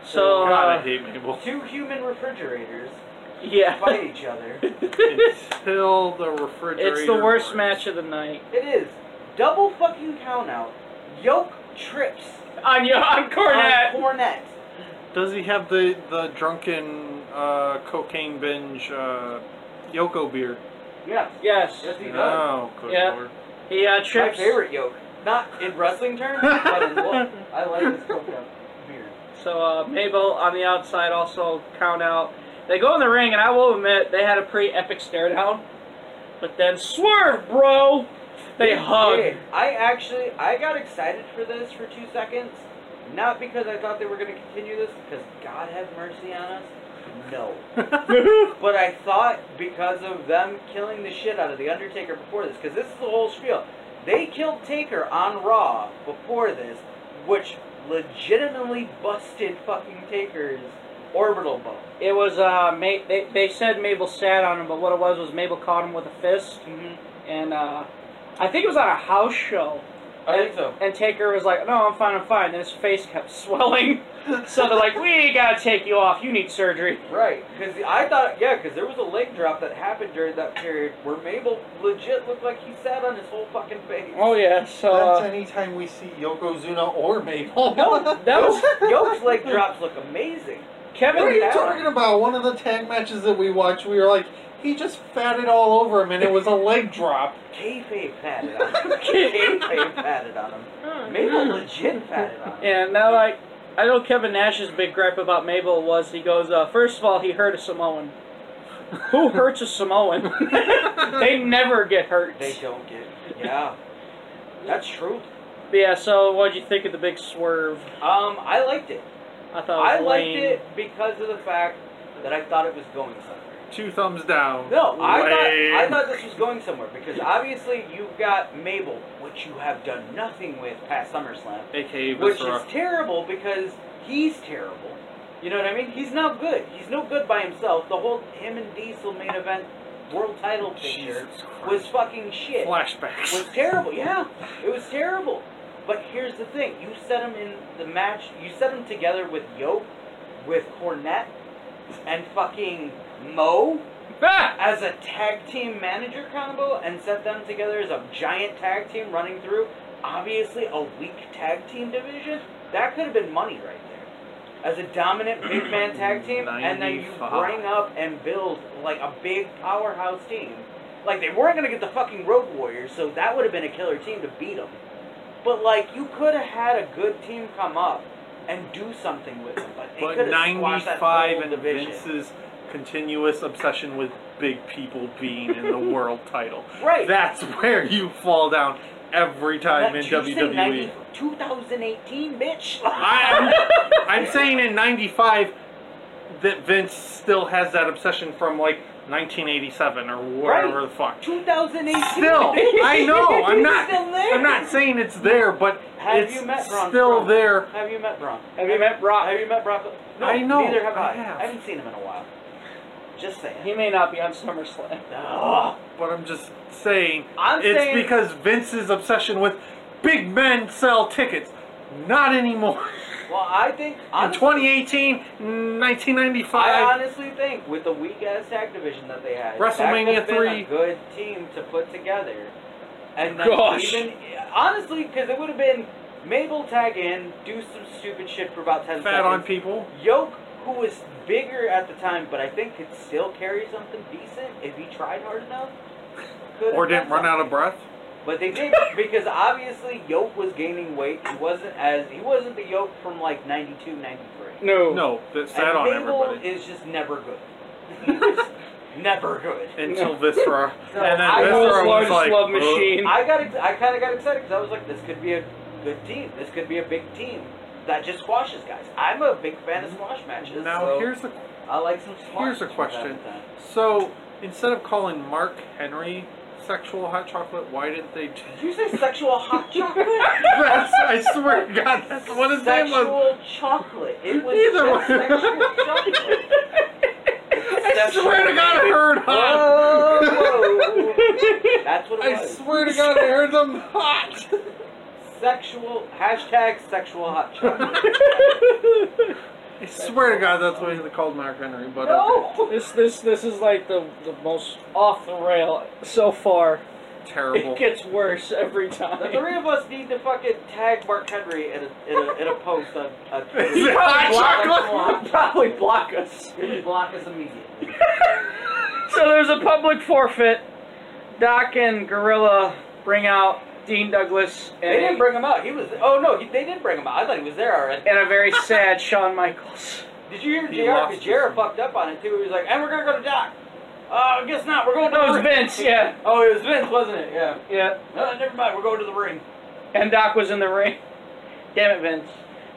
Speaker 5: so,
Speaker 4: Oh, God, I
Speaker 5: uh,
Speaker 4: hate Mabel.
Speaker 3: Two human refrigerators
Speaker 5: yeah.
Speaker 3: fight each other.
Speaker 4: Until the refrigerator.
Speaker 5: It's the worst
Speaker 4: breaks.
Speaker 5: match of the night.
Speaker 3: It is. double fucking count out. Yoke trips
Speaker 5: On your on Cornette.
Speaker 3: on Cornette.
Speaker 4: Does he have the the drunken uh, cocaine binge uh, Yoko beer?
Speaker 3: Yes.
Speaker 5: Yes.
Speaker 3: Yes, he does.
Speaker 4: Oh, good
Speaker 5: Yeah.
Speaker 4: lord.
Speaker 5: He uh,
Speaker 3: My
Speaker 5: trips.
Speaker 3: favorite yoke. Not in wrestling terms, but in look. I like this cooked up beer.
Speaker 5: So uh, Mabel on the outside also count out. They go in the ring, and I will admit they had a pretty epic stare down. But then swerve, bro. They hug.
Speaker 3: Yeah, I actually I got excited for this for two seconds. Not because I thought they were going to continue this, because God have mercy on us. No. but I thought because of them killing the shit out of The Undertaker before this, because this is the whole spiel. They killed Taker on Raw before this, which legitimately busted fucking Taker's orbital bone.
Speaker 5: It was uh, Ma- they, they said Mabel sat on him, but what it was was Mabel caught him with a fist, and uh, I think it was on a house show.
Speaker 3: I think so.
Speaker 5: And Taker was like, "No, I'm fine, I'm fine." And his face kept swelling, so they're like, "We gotta take you off. You need surgery."
Speaker 3: Right, because I thought, yeah, because there was a leg drop that happened during that period where Mabel legit looked like he sat on his whole fucking face.
Speaker 5: Oh yeah, so
Speaker 4: That's
Speaker 5: uh,
Speaker 4: anytime we see Yokozuna or Mabel.
Speaker 5: no, that was
Speaker 3: Yoke's leg drops look amazing.
Speaker 5: Kevin.
Speaker 4: What are you
Speaker 3: Yeah.
Speaker 4: talking about? One of the tag matches that we watched, we were like, he just fatted all over him, and it was a leg drop.
Speaker 3: Kayfabe patted on him. Kayfabe patted on him. Mabel legit patted on him.
Speaker 5: And now, like, I know Kevin Nash's big gripe about Mabel was he goes, uh, first of all, he hurt a Samoan. Who hurts a Samoan? they never get hurt.
Speaker 3: They don't get. Yeah, that's true.
Speaker 5: Yeah, so what'd you think of the big swerve?
Speaker 3: Um, I liked it.
Speaker 5: I thought
Speaker 3: I
Speaker 5: it was
Speaker 3: liked
Speaker 5: lame.
Speaker 3: it because of the fact that I thought it was going somewhere.
Speaker 4: Two thumbs down.
Speaker 3: No, I thought I
Speaker 4: Lame.
Speaker 3: thought this was going somewhere because obviously you've got Mabel, which you have done nothing with past SummerSlam,
Speaker 4: AKA
Speaker 3: which
Speaker 4: Viscera.
Speaker 3: is terrible because he's terrible. You know what I mean? He's not good. He's no good by himself. The whole him and Diesel main event world title picture
Speaker 4: Jesus
Speaker 3: was
Speaker 4: Christ.
Speaker 3: fucking shit.
Speaker 4: Flashbacks.
Speaker 3: Was terrible. Yeah, it was terrible. But here's the thing: you set him in the match. You set him together with Yoke, with Cornette, and fucking Mo
Speaker 5: Ah!
Speaker 3: as a tag team manager combo and set them together as a giant tag team running through obviously a weak tag team division that could have been money right there as a dominant big man tag team and then you
Speaker 4: 95.
Speaker 3: bring up and build like a big powerhouse team like they weren't going to get the fucking road warriors so that would have been a killer team to beat them but like you could have had a good team come up and do something with them but, they
Speaker 4: But
Speaker 3: could have squashed that
Speaker 4: 95
Speaker 3: whole
Speaker 4: and
Speaker 3: division.
Speaker 4: Vince's continuous obsession with big people being in the world title.
Speaker 3: Right.
Speaker 4: That's where you fall down every time in E.
Speaker 3: That you say
Speaker 4: WWE.
Speaker 3: 90 2018, bitch.
Speaker 4: I'm, I'm saying in 95 that Vince still has that obsession from like 1987 or whatever
Speaker 3: Right.
Speaker 4: the fuck.
Speaker 3: 2018.
Speaker 4: Still, I know. I'm not.
Speaker 3: Still there.
Speaker 4: I'm not saying it's there, but
Speaker 3: Have
Speaker 4: it's
Speaker 3: you met Braun
Speaker 4: still
Speaker 3: Strowman?
Speaker 4: there.
Speaker 3: Have you met Brock?
Speaker 5: Have you met Brock?
Speaker 3: Have you met Brock? No,
Speaker 4: I know,
Speaker 3: Neither have
Speaker 4: I
Speaker 3: I.
Speaker 4: have.
Speaker 3: I haven't seen him in a while. Just saying.
Speaker 5: He may not be on SummerSlam.
Speaker 3: Ugh.
Speaker 4: But I'm just saying
Speaker 3: I'm
Speaker 4: it's
Speaker 3: saying-
Speaker 4: because Vince's obsession with big men sell tickets. Not anymore.
Speaker 3: Well, I think
Speaker 4: In
Speaker 3: honestly,
Speaker 4: 2018,
Speaker 3: I
Speaker 4: 1995,
Speaker 3: honestly think with the weak ass tag division that they had,
Speaker 4: WrestleMania
Speaker 3: that could have been
Speaker 4: 3.
Speaker 3: a good team to put together. And then
Speaker 5: Gosh.
Speaker 3: even honestly, because it would have been Mabel tag in, do some stupid shit for about ten
Speaker 4: fat
Speaker 3: seconds,
Speaker 4: on people.
Speaker 3: Yoke, who was bigger at the time, but I think could still carry something decent if he tried hard enough. could
Speaker 4: Or
Speaker 3: have done
Speaker 4: didn't run out
Speaker 3: something.
Speaker 4: of breath.
Speaker 3: But they did because obviously Yoke was gaining weight. He wasn't as he wasn't the Yoke from like 92, 93.
Speaker 5: No.
Speaker 4: No, that sat
Speaker 3: and
Speaker 4: on
Speaker 3: Mabel
Speaker 4: everybody.
Speaker 3: is just never good. He's never good.
Speaker 4: until Viscera.
Speaker 3: No,
Speaker 4: and then
Speaker 3: I
Speaker 4: Viscera
Speaker 3: was
Speaker 4: was
Speaker 5: largest
Speaker 4: like,
Speaker 5: love
Speaker 4: "Ugh."
Speaker 5: machine.
Speaker 3: I got ex- I kind of got excited because I was like, this could be a good team. This could be a big team that just squashes guys. I'm a big fan of squash matches.
Speaker 4: Now
Speaker 3: so
Speaker 4: here's the
Speaker 3: I like some squash.
Speaker 4: here's a
Speaker 3: from time to
Speaker 4: question.
Speaker 3: time.
Speaker 4: So instead of calling Mark Henry sexual hot chocolate, why didn't they? do
Speaker 3: Did you say sexual hot chocolate?
Speaker 4: That's, I swear to God, that's what his name was.
Speaker 3: sexual chocolate. It was
Speaker 4: Either
Speaker 3: just
Speaker 4: way.
Speaker 3: sexual chocolate.
Speaker 4: I swear to God, I heard hot.
Speaker 3: Whoa, whoa. That's what it
Speaker 4: I
Speaker 3: was.
Speaker 4: swear to God, I heard them hot.
Speaker 3: Sexual hashtag sexual hot chocolate.
Speaker 4: I swear to God, that's what they called Mark Henry. But uh,
Speaker 3: No.
Speaker 5: This this this is like the the most off the rail so far.
Speaker 4: terrible.
Speaker 5: It gets worse every time.
Speaker 3: The three of us need to fucking tag Mark Henry in a, in a, in a post on, on
Speaker 4: He's
Speaker 3: Twitter.
Speaker 4: not blocked.
Speaker 3: block,
Speaker 5: probably block us.
Speaker 3: block us immediately.
Speaker 5: So there's a public forfeit. Doc and Gorilla bring out Dean Douglas
Speaker 3: They didn't
Speaker 5: and,
Speaker 3: bring him out. He was. Oh no, he, they did bring him out. I thought he was there already.
Speaker 5: and a very sad Shawn Michaels.
Speaker 3: Did you hear
Speaker 4: He
Speaker 3: Jr.
Speaker 4: lost
Speaker 3: Because Jr. fucked up on it too. He was like, "And we're gonna go to Doc." Uh, guess not. We're going to
Speaker 5: No, it
Speaker 3: the
Speaker 5: was
Speaker 3: ring.
Speaker 5: Vince, yeah.
Speaker 3: Oh, it was Vince, wasn't it? Yeah.
Speaker 5: Yeah.
Speaker 3: No, never mind. We're going to the ring.
Speaker 5: And Doc was in the ring. Damn it, Vince.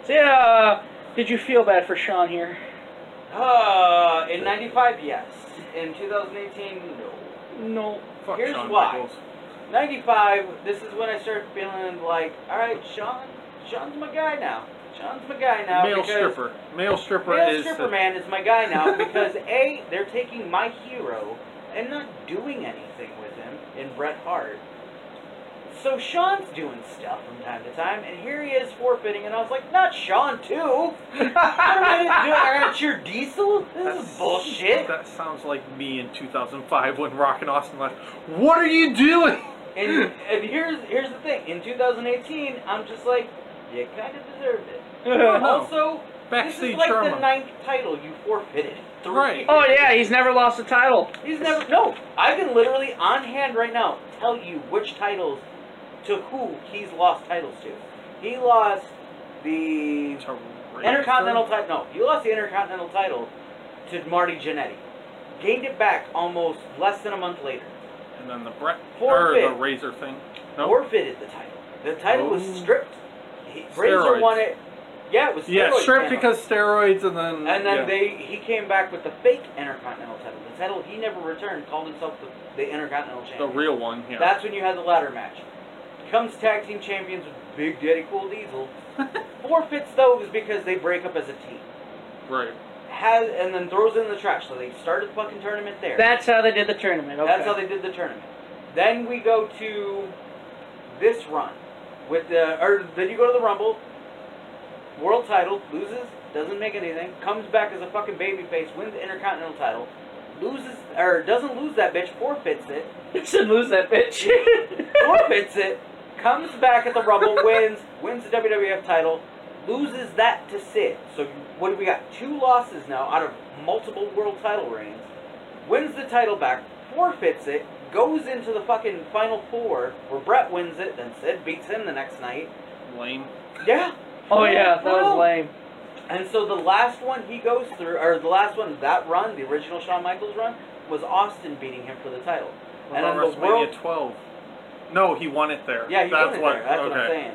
Speaker 5: So yeah, uh, did you feel bad for Shawn here?
Speaker 3: Uh, in '95, yes. In 2018, no.
Speaker 5: No.
Speaker 4: Fuck
Speaker 3: Here's
Speaker 4: Shawn
Speaker 3: why.
Speaker 4: Michaels.
Speaker 3: 95, this is when I started feeling like, all right, Sean, Sean's my guy now. Sean's my guy now.
Speaker 4: Male
Speaker 3: because
Speaker 4: stripper. Male stripper
Speaker 3: Male
Speaker 4: is.
Speaker 3: stripper
Speaker 4: the-
Speaker 3: man is my guy now because A, they're taking my hero and not doing anything with him in Bret Hart. So Sean's doing stuff from time to time, and here he is forfeiting, and I was like, not Sean too. What am I gonna do? I gotta cheer Diesel? This is
Speaker 4: That's-
Speaker 3: bullshit.
Speaker 4: That sounds like me in 2005 when Rock and Austin left. What are you doing?
Speaker 3: And, and here's here's the thing. In 2018, I'm just like, you kind of deserved it.
Speaker 5: Oh,
Speaker 3: Also, this
Speaker 4: Backstage
Speaker 3: is like
Speaker 4: drama.
Speaker 3: the ninth title you forfeited. Three
Speaker 4: Right.
Speaker 5: Oh yeah, he's never lost a title.
Speaker 3: He's never. No, I can literally on hand right now tell you which titles to who he's lost titles to. He lost the
Speaker 4: To rape
Speaker 3: Intercontinental
Speaker 4: them?
Speaker 3: title. No, he lost the Intercontinental title to Marty Jannetty. Gained it back almost less than a month later.
Speaker 4: And then the Brett or
Speaker 3: Forfeit.
Speaker 4: the Razor thing. No.
Speaker 3: Forfeited the title. The title was
Speaker 4: Oh.
Speaker 3: stripped. He, Razor
Speaker 4: Steroids.
Speaker 3: won it. Yeah, it was.
Speaker 4: yeah,
Speaker 3: steroid
Speaker 4: stripped
Speaker 3: scandal.
Speaker 4: because steroids, and then
Speaker 3: And then
Speaker 4: yeah.
Speaker 3: they he came back with the fake Intercontinental title. The title he never returned. Called himself the, the Intercontinental
Speaker 4: the
Speaker 3: Champion.
Speaker 4: real one. Yeah.
Speaker 3: That's when you had the ladder match. Comes tag team champions with Big Daddy Cool Diesel. Forfeits those because they break up as a team.
Speaker 4: right.
Speaker 3: Has and then throws it in the trash. So they started the fucking tournament there.
Speaker 5: That's how they did the tournament. Okay.
Speaker 3: That's how they did the tournament. Then we go to this run with the or then you go to the Rumble. World title loses, doesn't make anything. Comes back as a fucking babyface, wins the Intercontinental title, loses or doesn't lose that bitch, forfeits it,
Speaker 5: they should lose that bitch.
Speaker 3: forfeits it. Comes back at the Rumble, wins, wins the WWF title, loses that to Sid. So what do we got? Two losses now out of multiple world title reigns. Wins the title back, forfeits it, goes into the fucking final four where Brett wins it, then Sid beats him the next night.
Speaker 4: Lame.
Speaker 3: Yeah.
Speaker 5: oh yeah, that
Speaker 3: Well,
Speaker 5: was lame.
Speaker 3: And so the last one he goes through, or the last one that run, the original Shawn Michaels run, was Austin beating him for the title.
Speaker 4: What
Speaker 3: and
Speaker 4: about
Speaker 3: then the
Speaker 4: WrestleMania
Speaker 3: world
Speaker 4: 12? No, he won it there.
Speaker 3: Yeah, he
Speaker 4: That's
Speaker 3: won it
Speaker 4: what.
Speaker 3: there. That's
Speaker 4: okay.
Speaker 3: what I'm saying.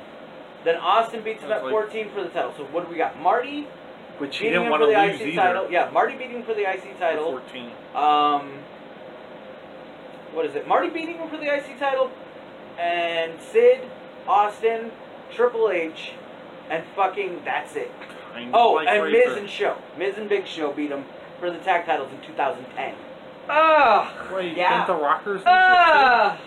Speaker 3: Then Austin beats him
Speaker 4: That's
Speaker 3: at
Speaker 4: like-
Speaker 3: 14 for the title. So what do we got? Marty
Speaker 4: Which he
Speaker 3: beating
Speaker 4: didn't
Speaker 3: him
Speaker 4: want
Speaker 3: for
Speaker 4: to
Speaker 3: the
Speaker 4: lose
Speaker 3: IC
Speaker 4: either.
Speaker 3: title. Yeah, Marty beating him for the IC title.
Speaker 4: 14.
Speaker 3: Um, what is it? Marty beating him for the IC title, and Sid, Austin, Triple H, and fucking that's it.
Speaker 4: Kind of
Speaker 3: Oh,
Speaker 4: like
Speaker 3: and
Speaker 4: Razor.
Speaker 3: Miz and Show, Miz and Big Show beat him for the tag titles in 2010.
Speaker 5: Ah,
Speaker 4: Wait,
Speaker 3: Yeah.
Speaker 4: didn't the Rockers lose it?
Speaker 5: ah.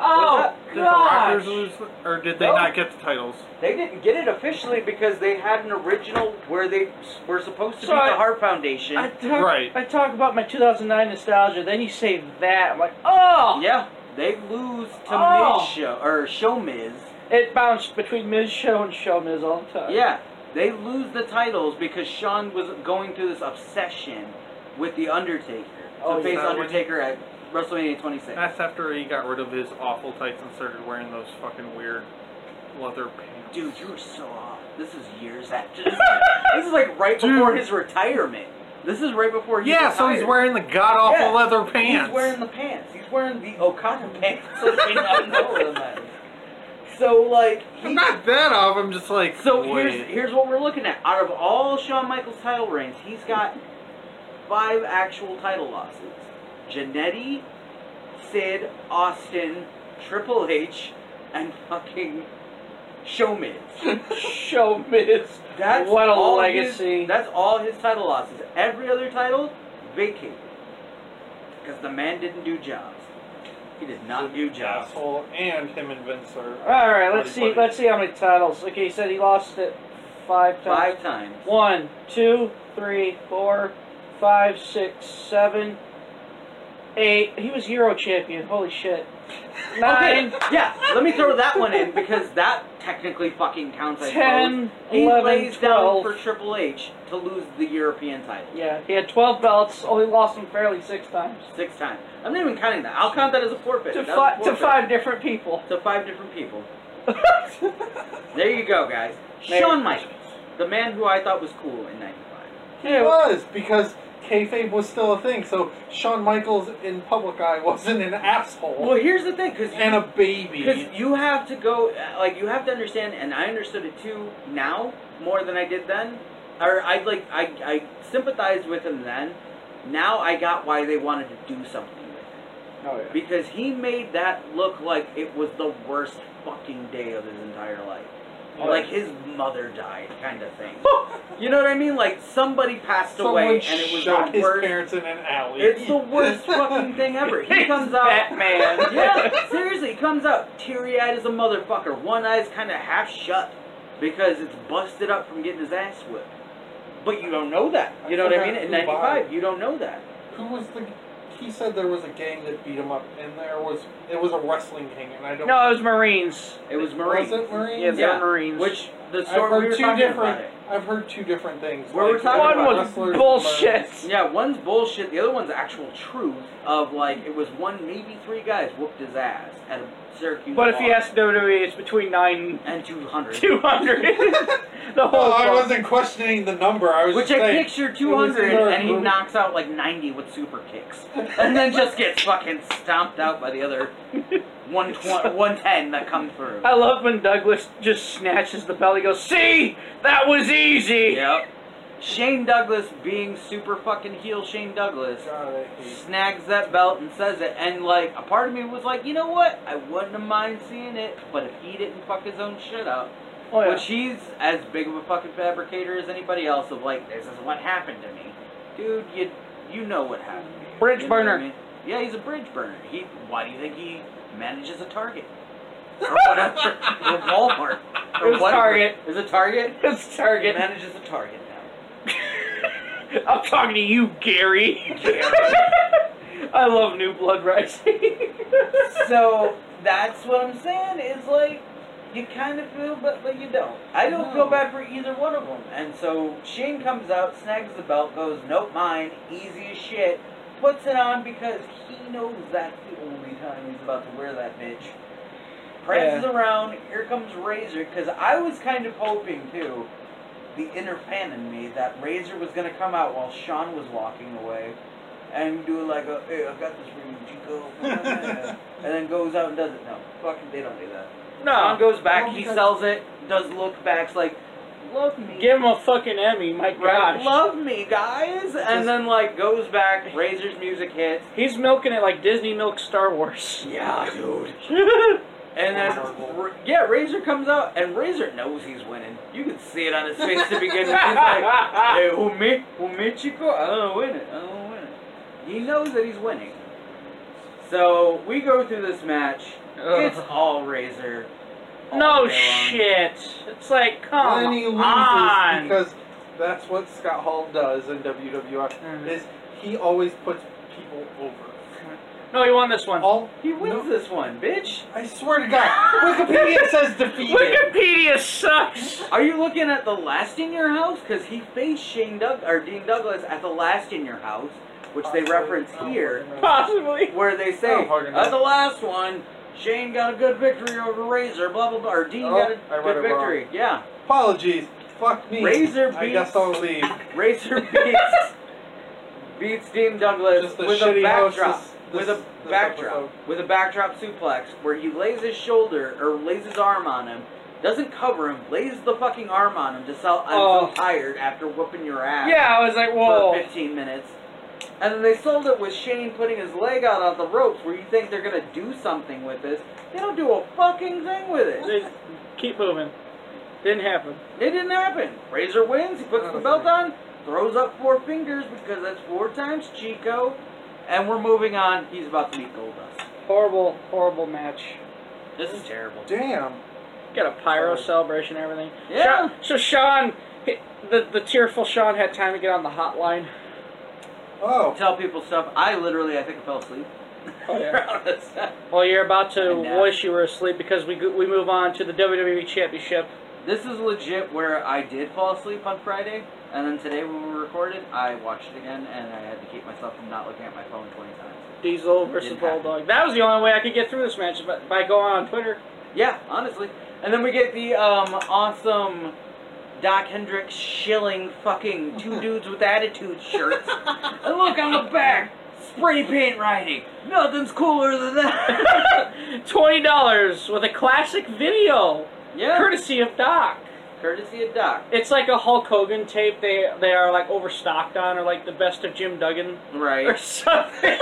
Speaker 3: Oh,
Speaker 4: too? Did the Rockers lose, it? or did they
Speaker 3: No.
Speaker 4: not get the titles?
Speaker 3: They didn't get it officially because they had an original where they s- were supposed to
Speaker 5: So
Speaker 3: be
Speaker 5: I-
Speaker 3: the Hart Foundation.
Speaker 5: I talk,
Speaker 4: Right.
Speaker 5: I talk about my 2009 nostalgia, then you say that. I'm like, oh!
Speaker 3: yeah, they lose to
Speaker 5: Oh.
Speaker 3: Miz Show or Show Miz.
Speaker 5: It bounced between Ms. Show and Show Miz all the time.
Speaker 3: Yeah, they lose the titles because Sean was going through this obsession with the Undertaker to
Speaker 5: Oh,
Speaker 3: face
Speaker 4: is that what-
Speaker 3: Undertaker at WrestleMania 26.
Speaker 4: That's after he got rid of his awful tights and started wearing those fucking weird leather pants.
Speaker 3: Dude, you were so off. This is years after. this is like right before
Speaker 4: Dude.
Speaker 3: his retirement. This is right before he
Speaker 4: Yeah, so he's
Speaker 3: retired.
Speaker 4: wearing the god awful
Speaker 3: Yeah.
Speaker 4: leather pants.
Speaker 3: He's wearing the pants. He's wearing the Okada pants. So they not know where the money is. So like
Speaker 4: I'm
Speaker 3: he,
Speaker 4: not that off. I'm just like.
Speaker 3: so
Speaker 4: wait.
Speaker 3: here's here's what we're looking at. Out of all Shawn Michaels title reigns, he's got five actual title losses. Janetti, Sid, Austin, Triple H, and fucking Showmiz.
Speaker 5: Show Miz.
Speaker 3: That's
Speaker 5: what a
Speaker 3: all
Speaker 5: legacy.
Speaker 3: His, that's all his title losses. Every other title, vacated. Because the man didn't do jobs. He did not do jobs.
Speaker 4: asshole and him and Vince are.
Speaker 5: all right, let's see.
Speaker 4: Buddy, buddy.
Speaker 5: Let's see how many titles. Okay, he said he lost it five times.
Speaker 3: Five times.
Speaker 5: One, two, three, four, five, six, seven, Eight. He was Euro champion. Holy shit.
Speaker 3: Okay,
Speaker 5: Nine.
Speaker 3: yeah, let me throw that one in because that technically fucking counts. I
Speaker 5: Ten,
Speaker 3: suppose. He
Speaker 5: 11,
Speaker 3: lays
Speaker 5: 12.
Speaker 3: down for Triple H to lose the European title
Speaker 5: Yeah, he had 12 belts, only lost them fairly six times.
Speaker 3: six times. I'm not even counting that. I'll count that as a forfeit.
Speaker 5: To,
Speaker 3: That was a
Speaker 5: fi- to
Speaker 3: forfeit.
Speaker 5: five different people.
Speaker 3: to five different people. there you go, guys.
Speaker 5: Merry
Speaker 3: Shawn Michaels, the man who I thought was cool in '95.
Speaker 4: He was because kayfabe was still a thing. So Shawn Michaels in public eye wasn't an
Speaker 3: Well,
Speaker 4: asshole
Speaker 3: here's the thing, because
Speaker 4: and a
Speaker 3: Because
Speaker 4: baby.
Speaker 3: you have to go, uh, like, you have to understand, and I understood it too now more than I did then. Or I like, I, I sympathized with him then. Now I got why they wanted to do something with him
Speaker 5: Oh, yeah.
Speaker 3: because he made that look like it was the worst fucking day of his entire life.
Speaker 4: Oh,
Speaker 3: Like his mother died, kind of thing. you know what I mean? Like somebody passed away,
Speaker 4: Someone
Speaker 3: and it was
Speaker 4: shot
Speaker 3: the
Speaker 4: his
Speaker 3: worst.
Speaker 4: parents in an alley.
Speaker 3: It's the worst fucking thing ever. He comes out.
Speaker 5: Batman.
Speaker 3: yeah, seriously, he comes out teary eyed as a motherfucker. One eye's kind of half shut because it's busted up from getting his ass whipped. But you don't know that. You know what I mean? In
Speaker 4: Who bought it?
Speaker 3: '95, you don't know that.
Speaker 4: Who was the? He said there was a gang that beat him up, and there was it was a wrestling gang, and I don't.
Speaker 5: No, it was Marines.
Speaker 3: It was
Speaker 4: was
Speaker 3: Marines.
Speaker 4: it Marines?
Speaker 5: Yeah, they
Speaker 3: Yeah,
Speaker 5: were Marines.
Speaker 3: Which the
Speaker 4: I've
Speaker 3: story we
Speaker 4: heard
Speaker 3: were
Speaker 4: two
Speaker 3: talking
Speaker 4: different.
Speaker 3: about it.
Speaker 4: I've heard two different things.
Speaker 3: Where we're talking
Speaker 5: one
Speaker 3: about
Speaker 5: was
Speaker 4: wrestlers and
Speaker 5: bullshit.
Speaker 4: Marines.
Speaker 3: Yeah, one's bullshit. The other one's actual truth of like it was one, maybe three guys whooped his ass at a Syracuse.
Speaker 5: But if
Speaker 3: bar.
Speaker 5: you ask WWE, E, it's between nine
Speaker 3: and 200.
Speaker 5: and 200. the whole
Speaker 4: Well, I
Speaker 5: fuck.
Speaker 4: wasn't questioning the number. I was
Speaker 3: Which
Speaker 4: just
Speaker 3: I
Speaker 4: saying,
Speaker 3: picture
Speaker 4: it
Speaker 3: 200
Speaker 4: was
Speaker 3: and he
Speaker 4: nerve-
Speaker 3: knocks out like 90 with super kicks. And then just gets fucking stomped out by the other 120, 110 that come through.
Speaker 5: I love when Douglas just snatches the belt. He goes, "See, that was easy."
Speaker 3: Yep. Shane Douglas being super fucking heel Shane Douglas
Speaker 4: God, I hate
Speaker 3: snags that belt and says it. And like, a part of me was like, you know what? I wouldn't have mind seeing it, but if he didn't fuck his own shit up,
Speaker 5: Oh, yeah.
Speaker 3: Which he's as big of a fucking fabricator as anybody else. Of like, this is what happened to me, dude. You you know what happened. To you,
Speaker 5: Bridge
Speaker 3: you know what I
Speaker 5: burner.
Speaker 3: mean? Yeah, he's a bridge burner. He. Why do you think he manages a Target or whatever or Walmart or
Speaker 5: It was
Speaker 3: whatever.
Speaker 5: Target.
Speaker 3: Is it Target?
Speaker 5: it's
Speaker 3: He
Speaker 5: Target.
Speaker 3: manages a Target now.
Speaker 5: I'm talking to you, Gary. I love New Blood Rising.
Speaker 3: So that's what I'm saying. Is like. You kind of feel, but, but you don't. I don't feel bad for either one of them. And so Shane comes out, snags the belt, goes, nope, mine, easy as shit, puts it on because he knows that's the only time he's about to wear that bitch. Prances around, here comes Razor, because I was kind of hoping too, the inner fan in me, that Razor was going to come out while Sean was walking away and do like a, hey, I got this for you, Chico. and then goes out and does it. No, fucking, they don't do that. Sean goes back,
Speaker 4: Oh,
Speaker 3: he
Speaker 4: because-
Speaker 3: sells it, does look backs like, love me.
Speaker 5: Give him a fucking Emmy, my
Speaker 3: Right,
Speaker 5: gosh.
Speaker 3: love me, guys, and then like goes back. Razor's music hits.
Speaker 5: He's milking it like Disney milks Star Wars.
Speaker 3: Yeah, dude. And then Ra- yeah, Razor comes out, and Razor knows he's winning. You can see it on his face to begin with. He's like, "Hey, who me? Who me, Chico? I don't win it. I don't win it." He knows that he's winning. So we go through this match. It's all Razor. all day
Speaker 5: no
Speaker 3: long.
Speaker 5: shit. It's like, come
Speaker 4: Then he loses
Speaker 5: on.
Speaker 4: because that's what Scott Hall does in WWF. Is he always puts people over?
Speaker 5: no, he won this one.
Speaker 4: All
Speaker 3: He wins
Speaker 4: No,
Speaker 3: this one, bitch.
Speaker 4: I swear to God, Wikipedia says defeated.
Speaker 5: Wikipedia sucks.
Speaker 3: Are you looking at the last in your house? Because he faced Shane Doug or Dean Douglas at the last in your house, which they reference here,
Speaker 5: Possibly.
Speaker 3: where they
Speaker 4: I
Speaker 3: say
Speaker 4: don't fucking know.
Speaker 3: at the last one, Shane got a good victory over Razor, blah blah blah. Or Dean
Speaker 4: Oh,
Speaker 3: got a
Speaker 4: I read
Speaker 3: good
Speaker 4: it wrong.
Speaker 3: victory. Yeah,
Speaker 4: Apologies. Fuck me.
Speaker 3: Razor
Speaker 4: I
Speaker 3: beats-
Speaker 4: guess I'll leave.
Speaker 3: Razor beats beats Dean Douglas
Speaker 4: Just a
Speaker 3: with a
Speaker 4: shitty host
Speaker 3: backdrop,
Speaker 4: this-
Speaker 3: with
Speaker 4: this-
Speaker 3: a
Speaker 4: this
Speaker 3: backdrop,
Speaker 4: episode.
Speaker 3: with a backdrop suplex where he lays his shoulder or lays his arm on him. Doesn't cover him, lays the fucking arm on him to sell. I'm
Speaker 5: Oh.
Speaker 3: so tired after whooping your ass.
Speaker 5: Yeah, I was like,
Speaker 3: for
Speaker 13: Oh.
Speaker 5: whoa.
Speaker 3: 15 minutes. And then they sold it with Shane putting his leg out on the ropes where you think they're going to do something with this. They don't do a fucking thing with it.
Speaker 5: They- Keep moving. Didn't happen.
Speaker 3: It didn't happen. Razor wins. He
Speaker 13: Oh,
Speaker 3: puts the belt on, throws up four fingers because that's four times Chico. And we're moving on. He's about to meet Goldust.
Speaker 5: Horrible, horrible match.
Speaker 3: This is terrible.
Speaker 4: Damn.
Speaker 5: Got a pyro celebration and everything.
Speaker 3: Yeah.
Speaker 5: Sha- So Sean, the the tearful Sean had time to get on the hotline.
Speaker 13: Oh.
Speaker 3: tell people stuff. I literally, I think I fell asleep.
Speaker 13: Oh, yeah.
Speaker 5: Well, you're about to
Speaker 3: I know.
Speaker 5: wish you were asleep because we go- we move on to the WWE Championship.
Speaker 3: This is legit where I did fall asleep on Friday, and then today when we recorded, I watched it again, and I had to keep myself from not looking at my phone 20 times.
Speaker 5: Diesel versus
Speaker 3: Didn't happen.
Speaker 5: Bulldog. That was the only way I could get through this match by, by going on Twitter.
Speaker 3: Yeah, honestly. And then we get the um, awesome Doc Hendricks shilling fucking two dudes with attitude shirts. and look on the back, spray paint writing. Nothing's cooler than that.
Speaker 5: Twenty dollars with a classic video,
Speaker 3: yeah,
Speaker 5: courtesy of Doc.
Speaker 3: courtesy of Doc.
Speaker 5: It's like a Hulk Hogan tape. They they are like overstocked on, or like the best of Jim Duggan or
Speaker 3: Right.
Speaker 5: something,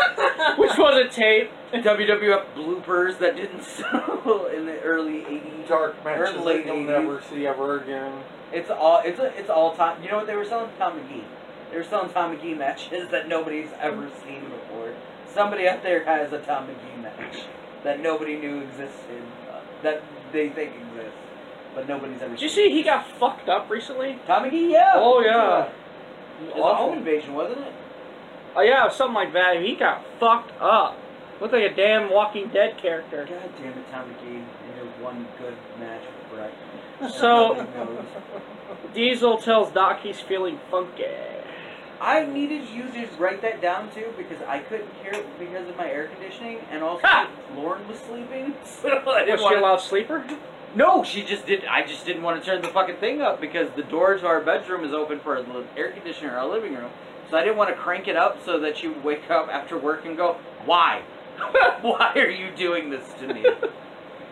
Speaker 5: which was a tape.
Speaker 3: WWF bloopers that didn't sell in the early 80s.
Speaker 4: Dark matches
Speaker 3: Early
Speaker 4: that you'll
Speaker 3: 80s.
Speaker 4: never see ever again.
Speaker 3: It's all it's a, it's all Tom. You know what they were selling? Tom McGee. They were selling Tom McGee matches that nobody's ever seen before. Somebody out there has a Tom McGee match that nobody knew existed, uh, that they think exists, but nobody's ever.
Speaker 5: Did you
Speaker 3: seen.
Speaker 5: see he got fucked up recently?
Speaker 3: Tom McGee? Yeah.
Speaker 5: Oh, yeah.
Speaker 3: It was a
Speaker 5: Awful.
Speaker 3: home invasion, wasn't it?
Speaker 5: Oh yeah, something like that. He got fucked up. Looked like a damn Walking Dead character.
Speaker 3: God damn it, Tom McGee! And your one good match with Brett.
Speaker 5: So
Speaker 3: Nobody knows.
Speaker 5: Diesel tells Doc he's feeling funky.
Speaker 3: I needed you to write that down too because I couldn't hear it because of my air conditioning and also
Speaker 5: Ha!
Speaker 3: Lauren was sleeping. So I didn't
Speaker 5: Was she
Speaker 3: wanna-
Speaker 5: a loud sleeper?
Speaker 3: No, she just did. I just didn't want to turn the fucking thing up because the door to our bedroom is open for the air conditioner in our living room. So I didn't want to crank it up so that she would wake up after work and go, "Why? Why are you doing this to me?"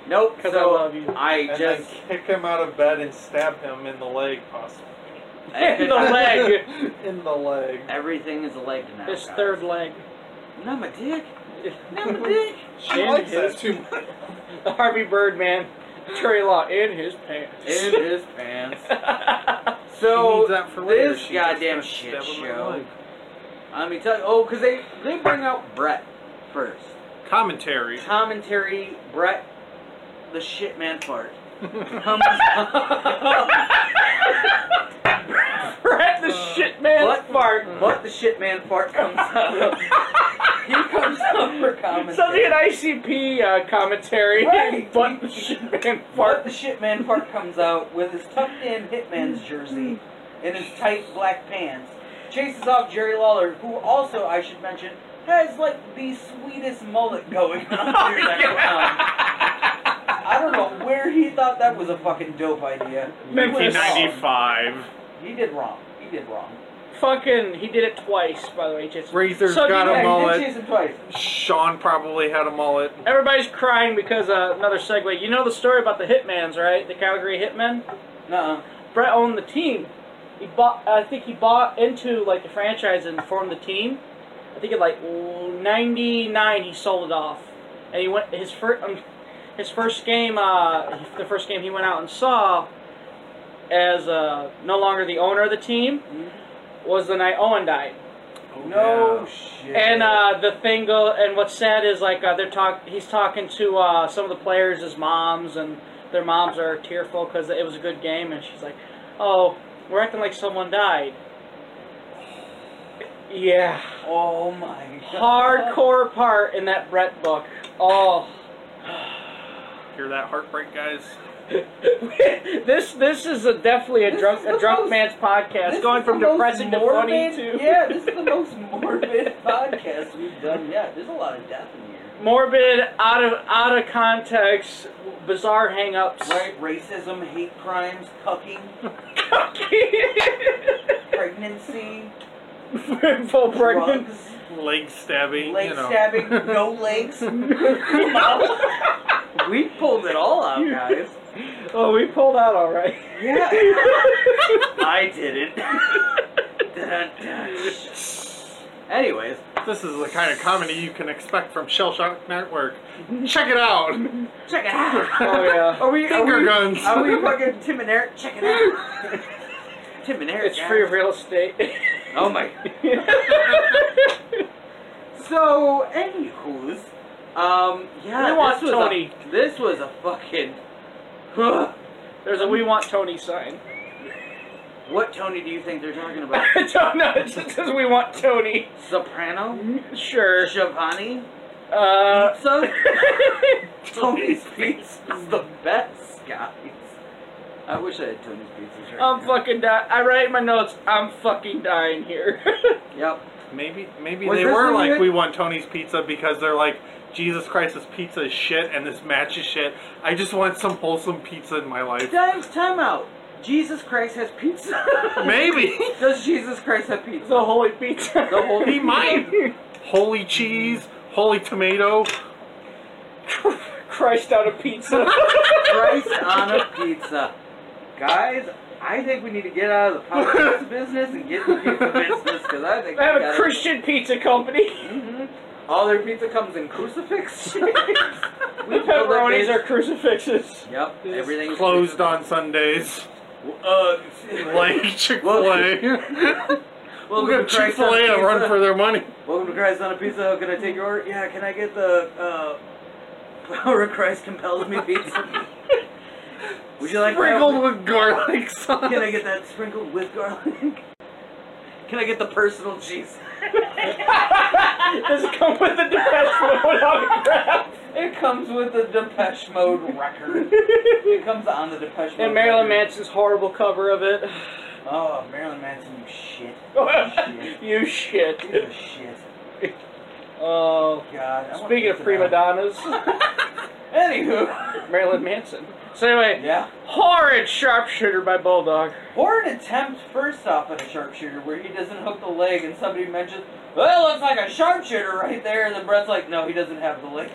Speaker 3: nope.
Speaker 5: 'Cause I
Speaker 3: so
Speaker 5: love you.
Speaker 3: I
Speaker 4: And
Speaker 3: just
Speaker 4: then kick him out of bed and stab him in the leg, possibly.
Speaker 3: I
Speaker 5: In
Speaker 3: could-
Speaker 5: the leg.
Speaker 4: in the leg.
Speaker 3: Everything is a leg now.
Speaker 5: His
Speaker 3: guys.
Speaker 5: third leg.
Speaker 3: Not my dick. Not my dick.
Speaker 13: She
Speaker 5: In
Speaker 13: likes
Speaker 5: his-
Speaker 13: that too much.
Speaker 5: Harvey Birdman. Terry Law in his pants.
Speaker 3: In his pants.
Speaker 5: I
Speaker 3: So
Speaker 4: She needs that for later.
Speaker 3: this
Speaker 4: She just
Speaker 3: goddamn
Speaker 4: got
Speaker 3: shit
Speaker 4: stabbed in the
Speaker 3: show.
Speaker 4: leg.
Speaker 3: Let me tell you. Oh, because they they bring out Brett first.
Speaker 4: Commentary.
Speaker 3: commentary Brett the shit man fart comes up.
Speaker 5: Brett the shit man
Speaker 3: What?
Speaker 5: fart.
Speaker 3: but the shit man fart comes up. he comes up for commentary.
Speaker 5: Something in ICP uh, commentary.
Speaker 3: Right.
Speaker 5: But the shit man
Speaker 3: Fart
Speaker 5: fart.
Speaker 3: the shit man fart comes out with his tucked in hitman's jersey and his tight black pants. Chases off Jerry Lawler, who also I should mention has like the sweetest mullet going on here that around. I don't know where he thought that was a fucking dope idea. He was wrong.
Speaker 4: 1995.
Speaker 3: He did wrong. He did wrong.
Speaker 5: Fucking, he did it twice, by the way. Just,
Speaker 4: Razor's
Speaker 5: So do
Speaker 4: got
Speaker 5: you-
Speaker 4: a
Speaker 5: Hey,
Speaker 3: Yeah, he
Speaker 4: mullet.
Speaker 3: did chase him twice.
Speaker 4: Sean probably had a mullet.
Speaker 5: everybody's crying because uh, another segue. You know the story about the Hitmans, right? The Calgary Hitmen?
Speaker 3: No.
Speaker 5: Brett owned the team. He bought. I think he bought into like the franchise and formed the team. I think in like '99 he sold it off, and he went his first um, his first game. Uh, the first game he went out and saw as uh, no longer the owner of the team was the night Owen died.
Speaker 3: No
Speaker 4: Oh,
Speaker 3: shit.
Speaker 5: And uh, the thing go, and what's sad is like uh, they're talk. He's talking to uh, some of the players, his moms, and their moms are tearful because it was a good game, and she's like, "Oh, we're acting like someone died." Yeah,
Speaker 3: oh my god.
Speaker 5: hardcore part in that Brett book. Oh,
Speaker 4: Hear that heartbreak, guys?
Speaker 5: this this is a definitely a
Speaker 3: This
Speaker 5: drunk
Speaker 3: is the
Speaker 5: a drunk
Speaker 3: most-
Speaker 5: man's podcast,
Speaker 3: This
Speaker 5: going
Speaker 3: is the
Speaker 5: from
Speaker 3: most
Speaker 5: depressing to funny
Speaker 3: morbid-
Speaker 5: to
Speaker 3: Yeah, this is the most morbid podcast we've done yet. There's a lot of death in here.
Speaker 5: morbid, out of out of context, bizarre hangups.
Speaker 3: Right? Racism, hate crimes, cucking, pregnancy,
Speaker 5: full pregnant.
Speaker 3: drugs,
Speaker 4: Leg stabbing.
Speaker 3: leg
Speaker 4: you know.
Speaker 3: stabbing, no legs. we pulled it all out, guys.
Speaker 5: Oh, we pulled out all right.
Speaker 3: Yeah. I didn't. Dun, dun. Anyways,
Speaker 4: This is the kind of comedy you can expect from Shell Shock Network. Check it out.
Speaker 3: check it out.
Speaker 5: Oh yeah.
Speaker 3: Are we, are
Speaker 4: Finger
Speaker 3: we,
Speaker 4: guns.
Speaker 3: Are we fucking Tim and Eric? Check it out. Tim and Eric.
Speaker 5: It's
Speaker 3: guys.
Speaker 5: free of real estate.
Speaker 3: Oh my. so, anywho's, um, yeah,
Speaker 5: We want
Speaker 3: this was
Speaker 5: Tony.
Speaker 3: A, this was a fucking.
Speaker 5: There's a "We Want Tony" sign.
Speaker 3: What Tony do you think they're talking about?
Speaker 5: I don't know. It just says we want Tony.
Speaker 3: Soprano?
Speaker 5: Sure.
Speaker 3: Giovanni?
Speaker 5: Uh,
Speaker 3: Pizza? Tony's Pizza is the best, guys. I wish I had Tony's Pizza right
Speaker 5: I'm
Speaker 3: now.
Speaker 5: fucking dying. I write in my notes. I'm fucking dying here.
Speaker 3: Yep.
Speaker 4: Maybe maybe
Speaker 3: Was
Speaker 4: they
Speaker 3: this
Speaker 4: were
Speaker 3: one
Speaker 4: like
Speaker 3: good?
Speaker 4: we want Tony's pizza because they're like Jesus Christ, this pizza is shit and this match is shit. I just want some wholesome pizza in my life.
Speaker 3: Time, time out. Jesus Christ has pizza.
Speaker 4: Maybe
Speaker 3: Does Jesus Christ have pizza?
Speaker 5: the holy pizza. The holy.
Speaker 4: he might. Holy cheese, holy tomato.
Speaker 5: Christ out of pizza.
Speaker 3: Christ on a pizza. Guys, I think we need to get out of the podcast business and get in the pizza business because I think
Speaker 5: I have
Speaker 3: we
Speaker 5: a
Speaker 3: gotta-
Speaker 5: Christian pizza company.
Speaker 3: all their pizza comes in crucifix shapes.
Speaker 5: The pepperonis are crucifixes.
Speaker 3: Yep, everything's
Speaker 4: Closed on Sundays,
Speaker 3: Uh,
Speaker 4: like Chick Fil A.
Speaker 3: welcome to
Speaker 4: Chick
Speaker 3: Christ on
Speaker 4: Fil A
Speaker 3: a
Speaker 4: run
Speaker 3: Pizza.
Speaker 4: for their money.
Speaker 3: Welcome to Christ on a Pizza. Can I take your order? Yeah, can I get the uh, power of Christ compels me pizza? Would you like that?
Speaker 4: Sprinkled with garlic sauce.
Speaker 3: Can I get that sprinkled with garlic? Can I get the personal cheese?
Speaker 5: Does it come with a defense mode autograph?
Speaker 3: It comes with the Depeche Mode record. it comes on the Depeche Mode.
Speaker 5: And Marilyn
Speaker 3: record.
Speaker 5: Manson's horrible cover of it.
Speaker 3: Oh, Marilyn Manson, you shit.
Speaker 5: you shit.
Speaker 3: You shit.
Speaker 5: Oh.
Speaker 3: God. I want
Speaker 5: Speaking of
Speaker 3: pizza
Speaker 5: prima
Speaker 3: now.
Speaker 5: donnas,
Speaker 3: Anywho.
Speaker 5: Marilyn Manson. So anyway,
Speaker 3: Yeah.
Speaker 5: horrid sharpshooter by Bulldog.
Speaker 3: Or an attempt first off at a sharpshooter where he doesn't hook the leg and somebody mentions, well, it looks like a sharpshooter right there. And then Brett's like, no, he doesn't have the leg.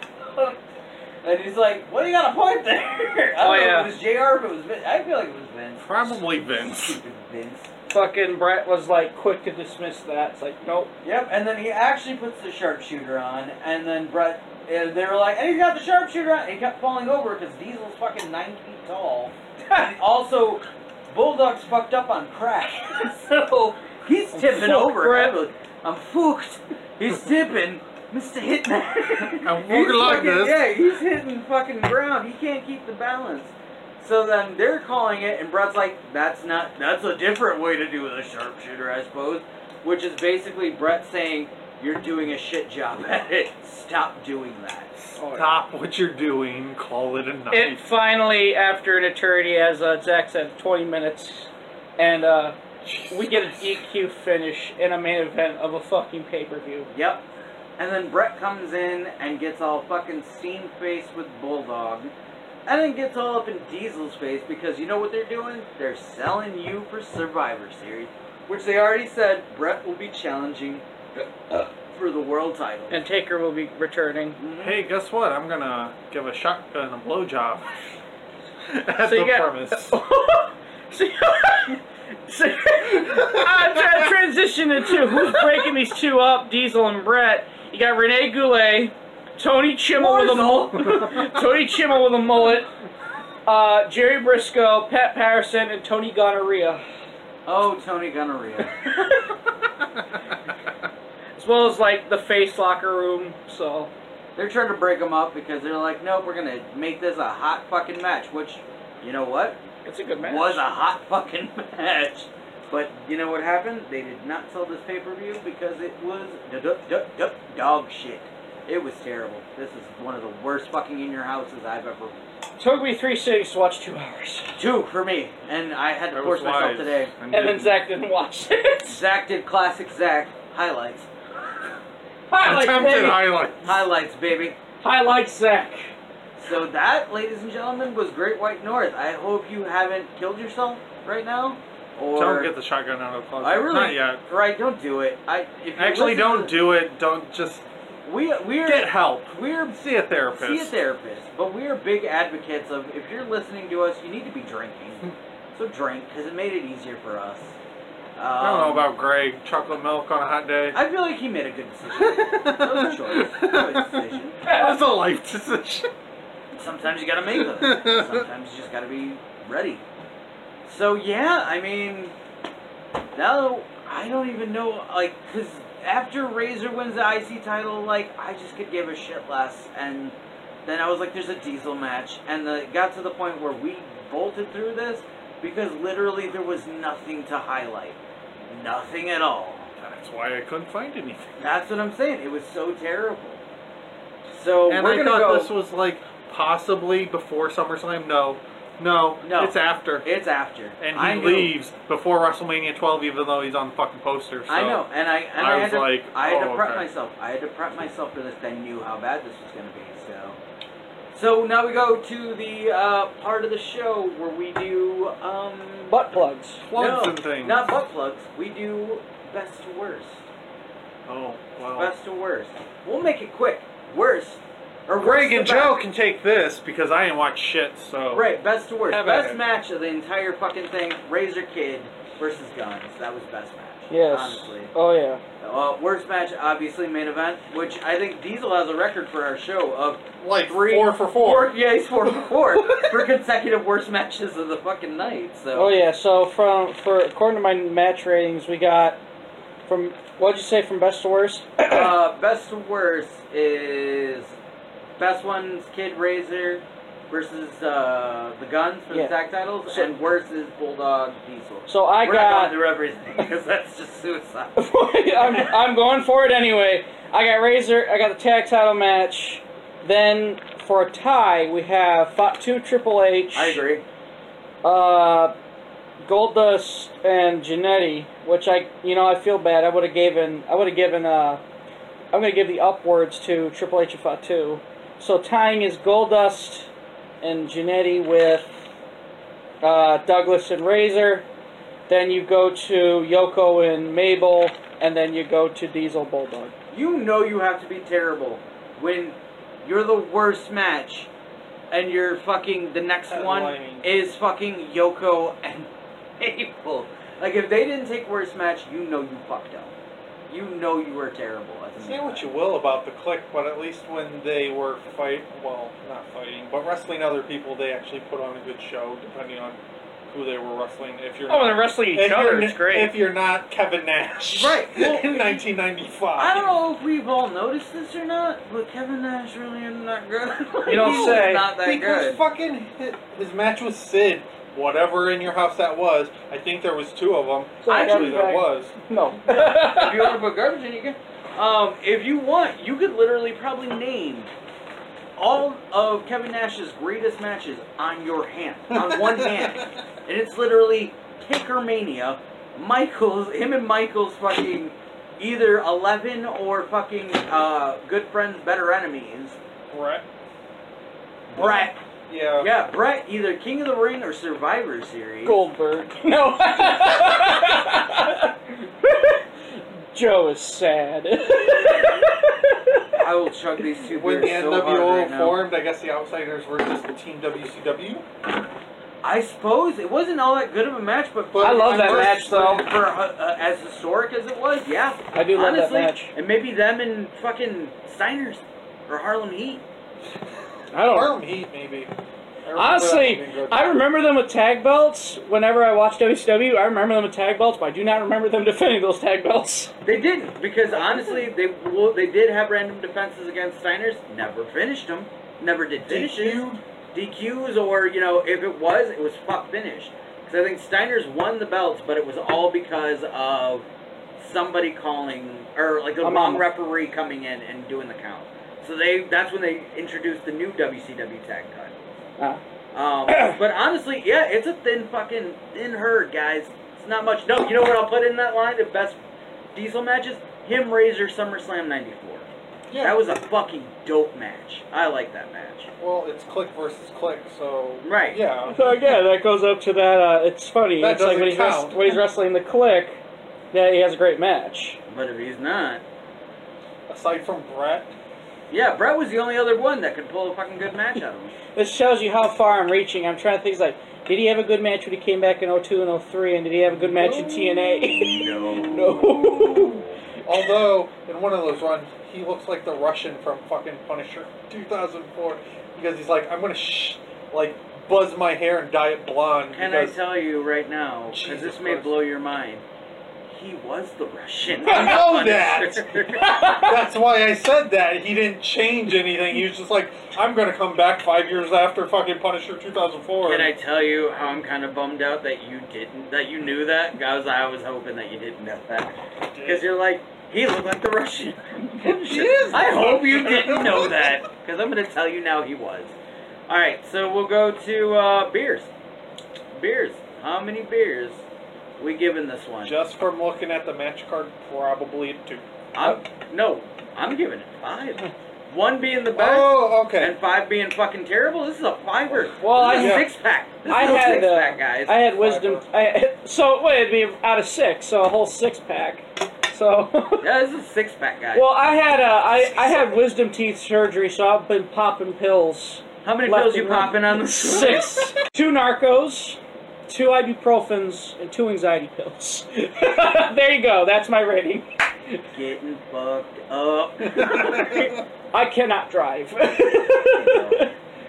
Speaker 3: and he's like, what do you got a point there? I don't
Speaker 5: Oh,
Speaker 3: know
Speaker 5: yeah.
Speaker 3: if it was JR, if it was Vince. I feel like it was Vince.
Speaker 4: Probably Vince.
Speaker 3: Stupid Vince.
Speaker 5: Fucking Brett was like quick to dismiss that. It's like, nope.
Speaker 3: Yep, and then he actually puts the sharpshooter on, and then Brett, uh, they were like, and he's got the sharpshooter on, and he kept falling over because Diesel's fucking nine feet tall. and also, Bulldog's fucked up on crack, so he's tipping
Speaker 5: fucked,
Speaker 3: over.
Speaker 5: Brett.
Speaker 3: heavily. I'm fucked. He's tipping. Mr. Hitman.
Speaker 4: I'm
Speaker 3: He's
Speaker 4: walking like
Speaker 3: fucking-
Speaker 4: this.
Speaker 3: Yeah, he's hitting fucking ground. He can't keep the balance. So then they're calling it, and Brett's like, "That's not. That's a different way to do the sharpshooter, I suppose." Which is basically Brett saying, "You're doing a shit job at it. Stop doing that."
Speaker 4: Stop what you're doing. Call it a night.
Speaker 5: It finally, after an eternity, as uh, Zach said, 20 minutes, and uh, we get an EQ finish in a main event of a fucking pay per view.
Speaker 3: Yep. And then Brett comes in and gets all fucking steam faced with Bulldog. And then gets all up in Diesel's face because you know what they're doing? They're selling you for Survivor Series, which they already said Brett will be challenging uh, for the world title.
Speaker 5: And Taker will be returning.
Speaker 4: Hey, guess what? I'm gonna give a shotgun a blowjob. That's
Speaker 5: So you
Speaker 4: the
Speaker 5: got-
Speaker 4: premise.
Speaker 5: So, so uh, tra- transition into who's breaking these two up, Diesel and Brett. You got Renee Goulet, Tony Chimmel with a mullet, Tony Chimmel with a mullet, uh, Jerry Briscoe, Pat Patterson, and Tony Gonorrhea,
Speaker 3: Oh, Tony Gonorrhea.
Speaker 5: as well as like the face locker room. So
Speaker 3: they're trying to break them up because they're like, nope, we're going to make this a hot fucking match, which, you know what?
Speaker 5: it's a good match.
Speaker 3: was a hot fucking match. But you know what happened? They did not sell this pay per view because it was d- d- d- d- dog shit. It was terrible. This is one of the worst fucking in your houses I've ever.
Speaker 5: Took me three cities to watch two hours,
Speaker 3: Two for me, and I had to
Speaker 4: That
Speaker 3: force
Speaker 4: was
Speaker 3: myself
Speaker 4: wise.
Speaker 3: today.
Speaker 4: I'm
Speaker 5: and then
Speaker 4: good.
Speaker 5: Zach didn't watch it.
Speaker 3: Zach did classic Zach highlights.
Speaker 5: Highlights,
Speaker 4: Attempted
Speaker 5: baby.
Speaker 4: highlight.
Speaker 3: Highlights, baby.
Speaker 5: Highlights, Zach.
Speaker 3: So that, ladies and gentlemen, was Great White North. I hope you haven't killed yourself right now. Or
Speaker 4: Don't get the shotgun out of the closet.
Speaker 3: I really
Speaker 4: Not yet.
Speaker 3: right. Don't do it. I if you listen to
Speaker 4: Actually, don't
Speaker 3: the-
Speaker 4: do it. Don't just
Speaker 3: We we're
Speaker 4: get help.
Speaker 3: We're
Speaker 4: See a therapist.
Speaker 3: see a therapist, but we are big advocates of if you're listening to us, you need to be drinking. so drink, because it made it easier for us. Um,
Speaker 4: I don't know about Greg. Chocolate milk on a hot day.
Speaker 3: I feel like he made a good decision. that was a choice. That was a decision.
Speaker 4: That was a life decision.
Speaker 3: Sometimes you gotta make those. Sometimes you just gotta be ready. So yeah, I mean, now I don't even know, like, cause after Razor wins the IC title, like, I just could give a shit less. And then I was like, there's a Diesel match, and the, it got to the point where we bolted through this, because literally there was nothing to highlight. Nothing at all.
Speaker 4: That's why I couldn't find anything.
Speaker 3: That's what I'm saying. It was so terrible. So
Speaker 4: and
Speaker 3: we're
Speaker 4: I
Speaker 3: gonna
Speaker 4: thought
Speaker 3: go.
Speaker 4: this was like possibly before SummerSlam. No, no,
Speaker 3: No.
Speaker 4: it's after.
Speaker 3: It's after.
Speaker 4: And he
Speaker 3: I knew.
Speaker 4: leaves before WrestleMania 12, even though he's on the fucking poster. So.
Speaker 3: I know, and I and
Speaker 4: I
Speaker 3: I,
Speaker 4: was
Speaker 3: had to,
Speaker 4: like,
Speaker 3: I had
Speaker 4: oh,
Speaker 3: to prep
Speaker 4: okay.
Speaker 3: myself. I had to prep myself for this. I knew how bad this was going to be. So, so now we go to the uh, part of the show where we do um,
Speaker 5: Butt plugs.
Speaker 4: Plugs
Speaker 3: no,
Speaker 4: and things.
Speaker 3: not butt plugs. We do best to worst.
Speaker 4: Oh, wow.
Speaker 3: Best to worst. We'll make it quick. Worst or
Speaker 4: Greg
Speaker 3: worst
Speaker 4: and
Speaker 3: to best.
Speaker 4: Joe can take this because I didn't watch shit, so.
Speaker 3: Right, best to worst.
Speaker 4: Have at
Speaker 3: best
Speaker 4: it.
Speaker 3: match of the entire fucking thing. Razor Kid versus Guns. That was best match.
Speaker 5: Yes.
Speaker 3: Honestly.
Speaker 5: Oh yeah.
Speaker 3: Uh, worst match, obviously, main event, which I think Diesel has a record for our show of
Speaker 4: Like
Speaker 3: Three-
Speaker 4: four for four.
Speaker 3: four, yeah, he's four for four for consecutive worst matches of the fucking night. So
Speaker 5: Oh yeah. So from for according to my match ratings, we got from what'd you say from best to worst?
Speaker 3: uh, best to worst is best ones Kid Razor versus uh, the Guns for
Speaker 5: Yeah.
Speaker 3: the tag titles,
Speaker 5: So-
Speaker 3: and worst is Bulldog Diesel.
Speaker 5: So I
Speaker 3: We're not
Speaker 5: got.
Speaker 3: going through everything because that's just suicide.
Speaker 5: I'm, I'm going for it anyway. I got Razor. I got the tag title match. Then for a tie, we have Fatu Triple H.
Speaker 3: I agree.
Speaker 5: Uh, Goldust and Janetti, which I, you know, I feel bad. I would have given, I would have given, uh, I'm going to give the upwards to Triple H and Fatu. So tying is Goldust and Janetti with uh, Douglas and Razor. Then you go to Yoko and Mabel, and then you go to Diesel Bulldog.
Speaker 3: You know you have to be terrible when you're the worst match and you're fucking the next
Speaker 14: That's
Speaker 3: one
Speaker 14: what I mean.
Speaker 3: is fucking Yoko and Mabel. Like if they didn't take worst match, you know you fucked up. You know you were terrible. As a
Speaker 4: Say
Speaker 3: main
Speaker 4: what you
Speaker 3: event.
Speaker 4: will about the click, but at least when they were fight, well, not fighting, but wrestling other people, they actually put on a good show, depending on who they were wrestling. If you're
Speaker 14: Oh,
Speaker 4: not,
Speaker 14: they're wrestling each
Speaker 4: if
Speaker 14: other.
Speaker 4: you're,
Speaker 14: It's great.
Speaker 4: If you're not Kevin Nash,
Speaker 3: Right, well,
Speaker 4: in 1995,
Speaker 3: I don't know if we've all noticed this or not, but Kevin Nash really is not good.
Speaker 14: You don't
Speaker 3: He's
Speaker 14: say.
Speaker 3: Not that
Speaker 4: because
Speaker 3: good.
Speaker 4: fucking his, his match with Sid, whatever in your house that was, I think there was two of them.
Speaker 5: So I
Speaker 4: actually,
Speaker 5: got
Speaker 4: there
Speaker 5: back-
Speaker 4: was.
Speaker 5: No.
Speaker 3: if you want to put garbage in, you can. Um, if you want, you could literally probably name all of Kevin Nash's greatest matches on your hand, on one hand, and it's literally Kicker Mania, Michaels, him and Michaels fucking either eleven or fucking uh, good friends, better enemies.
Speaker 4: Brett.
Speaker 3: Brett,
Speaker 4: Yeah.
Speaker 3: yeah, Brett, either King of the Ring or Survivor Series.
Speaker 5: Goldberg. No. Joe is sad.
Speaker 3: I will chug these two
Speaker 4: When
Speaker 3: beers
Speaker 4: the
Speaker 3: so hard
Speaker 4: NWO
Speaker 3: right now.
Speaker 4: formed, I guess the Outsiders were just the team WCW.
Speaker 3: I suppose it wasn't all that good of a match, but
Speaker 4: I
Speaker 5: love that
Speaker 3: for-
Speaker 5: match, though.
Speaker 3: For uh, uh, as historic as it was, yeah.
Speaker 5: I do love that
Speaker 3: Honestly,
Speaker 5: match.
Speaker 3: And maybe them and fucking Steiner's or Harlem Heat.
Speaker 5: I don't
Speaker 4: Harlem Heat, maybe. I remember that
Speaker 5: Honestly,
Speaker 4: being good.
Speaker 5: I remember them with tag belts. Whenever I watch WCW, I remember them with tag belts, but I do not remember them defending those tag belts.
Speaker 3: They didn't because honestly, they well, they did have random defenses against Steiner's. Never finished them. Never did finishes.
Speaker 4: DQ?
Speaker 3: DQs or you know if it was, it was fuck finished. Because I think Steiner's won the belts, but it was all because of somebody calling or like a
Speaker 5: I'm
Speaker 3: wrong
Speaker 5: on.
Speaker 3: referee coming in and doing the count. So they that's when they introduced the new WCW tag title.
Speaker 5: Ah.
Speaker 3: Um, but honestly, yeah, it's a thin fucking thin herd, guys. It's not much. No, you know what I'll put in that line of best diesel matches? Him Razor SummerSlam '94.
Speaker 4: Yeah.
Speaker 3: That was a fucking dope match. I like that match.
Speaker 4: Well, it's click versus click, so.
Speaker 3: Right.
Speaker 4: Yeah.
Speaker 5: So again, that goes up to that. Uh, it's funny.
Speaker 4: That
Speaker 5: it's like when
Speaker 4: doesn't
Speaker 5: he's, wrest-
Speaker 4: count.
Speaker 5: when he's wrestling the Click, that he has a great match.
Speaker 3: But if he's not,
Speaker 4: Aside from Brett,
Speaker 3: yeah, Brett was the only other one that could pull a fucking good match out of him.
Speaker 5: This shows you how far I'm reaching. I'm trying to think like, did he have a good match when he came back in 02 and 03, and did he have a good match in TNA? no.
Speaker 4: although in one of those runs, he looks like the Russian from fucking Punisher 2004 because he's like, I'm gonna sh- like buzz my hair and dye it blonde.
Speaker 3: Can I
Speaker 4: because
Speaker 3: tell you right now? Because
Speaker 4: Jesus
Speaker 3: this may
Speaker 4: Christ.
Speaker 3: blow your mind. he was the Russian.
Speaker 4: I know that.
Speaker 5: that.
Speaker 4: That's why I said that. He didn't change anything. He was just like, I'm gonna come back five years after fucking Punisher 2004.
Speaker 3: Can I tell you how I'm kind of bummed out that you didn't, that you knew that? I was, I was hoping that you didn't know that. Because you're like, he looked like the Russian.
Speaker 4: is
Speaker 3: I hope you didn't know that. Because I'm going to tell you now he was. All right, so we'll go to uh, beers. Beers. How many beers we giving this one?
Speaker 4: Just from looking at the match card, probably a two.
Speaker 3: I'm, no, I'm giving it five. One being the best.
Speaker 4: Oh, okay.
Speaker 3: And five being fucking terrible. This is a fiver.
Speaker 5: Well,
Speaker 3: this
Speaker 5: I-
Speaker 3: is a
Speaker 4: yeah.
Speaker 3: six pack. This
Speaker 5: I
Speaker 3: is a
Speaker 5: had
Speaker 3: six pack,
Speaker 5: uh,
Speaker 3: guys.
Speaker 5: I had wisdom. I, so wait, it'd be out of six, so a whole six pack. So
Speaker 3: Yeah, this is a six pack, guys.
Speaker 5: well, I had uh, I I had wisdom teeth surgery, so I've been popping pills.
Speaker 3: How many
Speaker 5: left
Speaker 3: pills you
Speaker 5: and right.
Speaker 3: popping on the
Speaker 5: Six, two Narcos, two ibuprofens, and two anxiety pills. there you go. That's my rating.
Speaker 3: Getting fucked up.
Speaker 5: I cannot drive.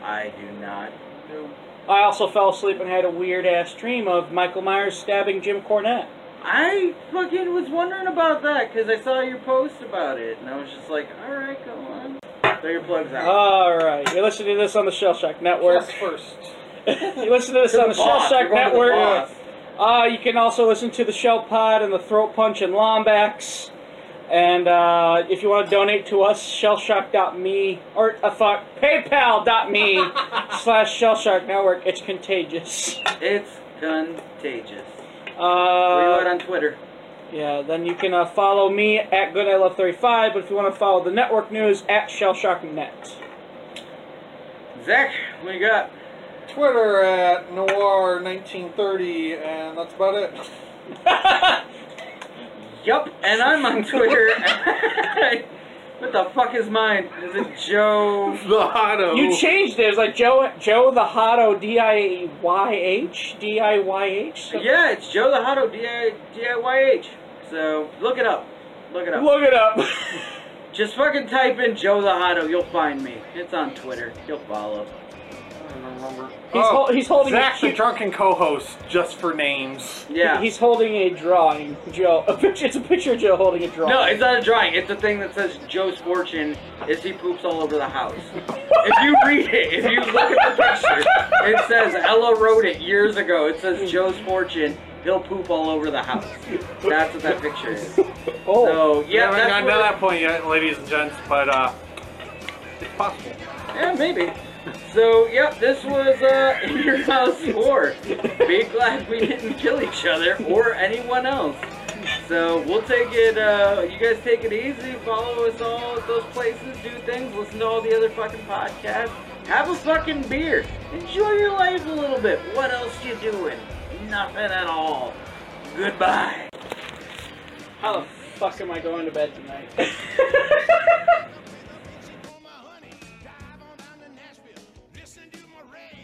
Speaker 3: I do not. know.
Speaker 5: I also fell asleep and had a weird ass dream of Michael Myers stabbing Jim Cornette.
Speaker 3: I fucking was wondering about that because I saw your post about it, and I was just like, all right, go on. Throw your plugs out.
Speaker 5: All right, you're listening to this on the Shell Shock Network.
Speaker 4: Plus first.
Speaker 5: you listen to this on the Shell
Speaker 3: Boss, you're going
Speaker 5: Shock
Speaker 3: to the
Speaker 5: Network.
Speaker 3: boss.
Speaker 5: Uh, you can also listen to the Shell Pod and the Throat Punch and Lombax. And uh, if you want to donate to us, shellshock.me or uh, fuck paypal.me slash shellshock network. It's contagious.
Speaker 3: It's contagious. Reload
Speaker 5: Uh,
Speaker 3: on Twitter.
Speaker 5: yeah, then you can uh, follow me at Good I Love 35. But if you want to follow the network news, at shellshocknet.
Speaker 3: Zach, what you got?
Speaker 4: Twitter at noir1930, and that's about it.
Speaker 3: Yup, and I'm on Twitter. what the fuck is mine? Is it Joe?
Speaker 4: The Hotto.
Speaker 5: You changed it. It's like Joe Joe the Hotto D I Y H D I Y H.
Speaker 3: Yeah, it's Joe the Hotto D- DIYH. So look it up. Look it up.
Speaker 5: Look it up.
Speaker 3: Just fucking type in Joe the Hotto. You'll find me. It's on Twitter. You'll follow.
Speaker 5: He's, hol- he's holding a
Speaker 4: Oh, Zach, the
Speaker 5: cute-
Speaker 4: drunken co-host, just for names.
Speaker 3: Yeah.
Speaker 5: He's holding a drawing, Joe. A picture, it's a picture of Joe holding a drawing.
Speaker 3: no, it's not a drawing. It's a thing that says Joe's fortune is he poops all over the house. if you read it, if you look at the picture, it says Ella wrote it years ago. It says Joe's fortune. He'll poop all over the house. That's what that picture is.
Speaker 5: oh,
Speaker 3: So
Speaker 4: We
Speaker 3: yeah,
Speaker 4: haven't
Speaker 3: that's
Speaker 4: gotten to
Speaker 3: where-
Speaker 4: that point yet, ladies and gents, but uh, it's possible.
Speaker 3: Yeah, maybe. So, yep, this was uh, In Your House 4. Be glad we didn't kill each other or anyone else. So, we'll take it, uh, you guys take it easy. Follow us all at those places, do things, listen to all the other fucking podcasts. Have a fucking beer. Enjoy your life a little bit. What else you doing? Nothing at all. Goodbye.
Speaker 5: how the fuck am I going to bed tonight?
Speaker 15: Drive on down to Nashville, listen to my radio.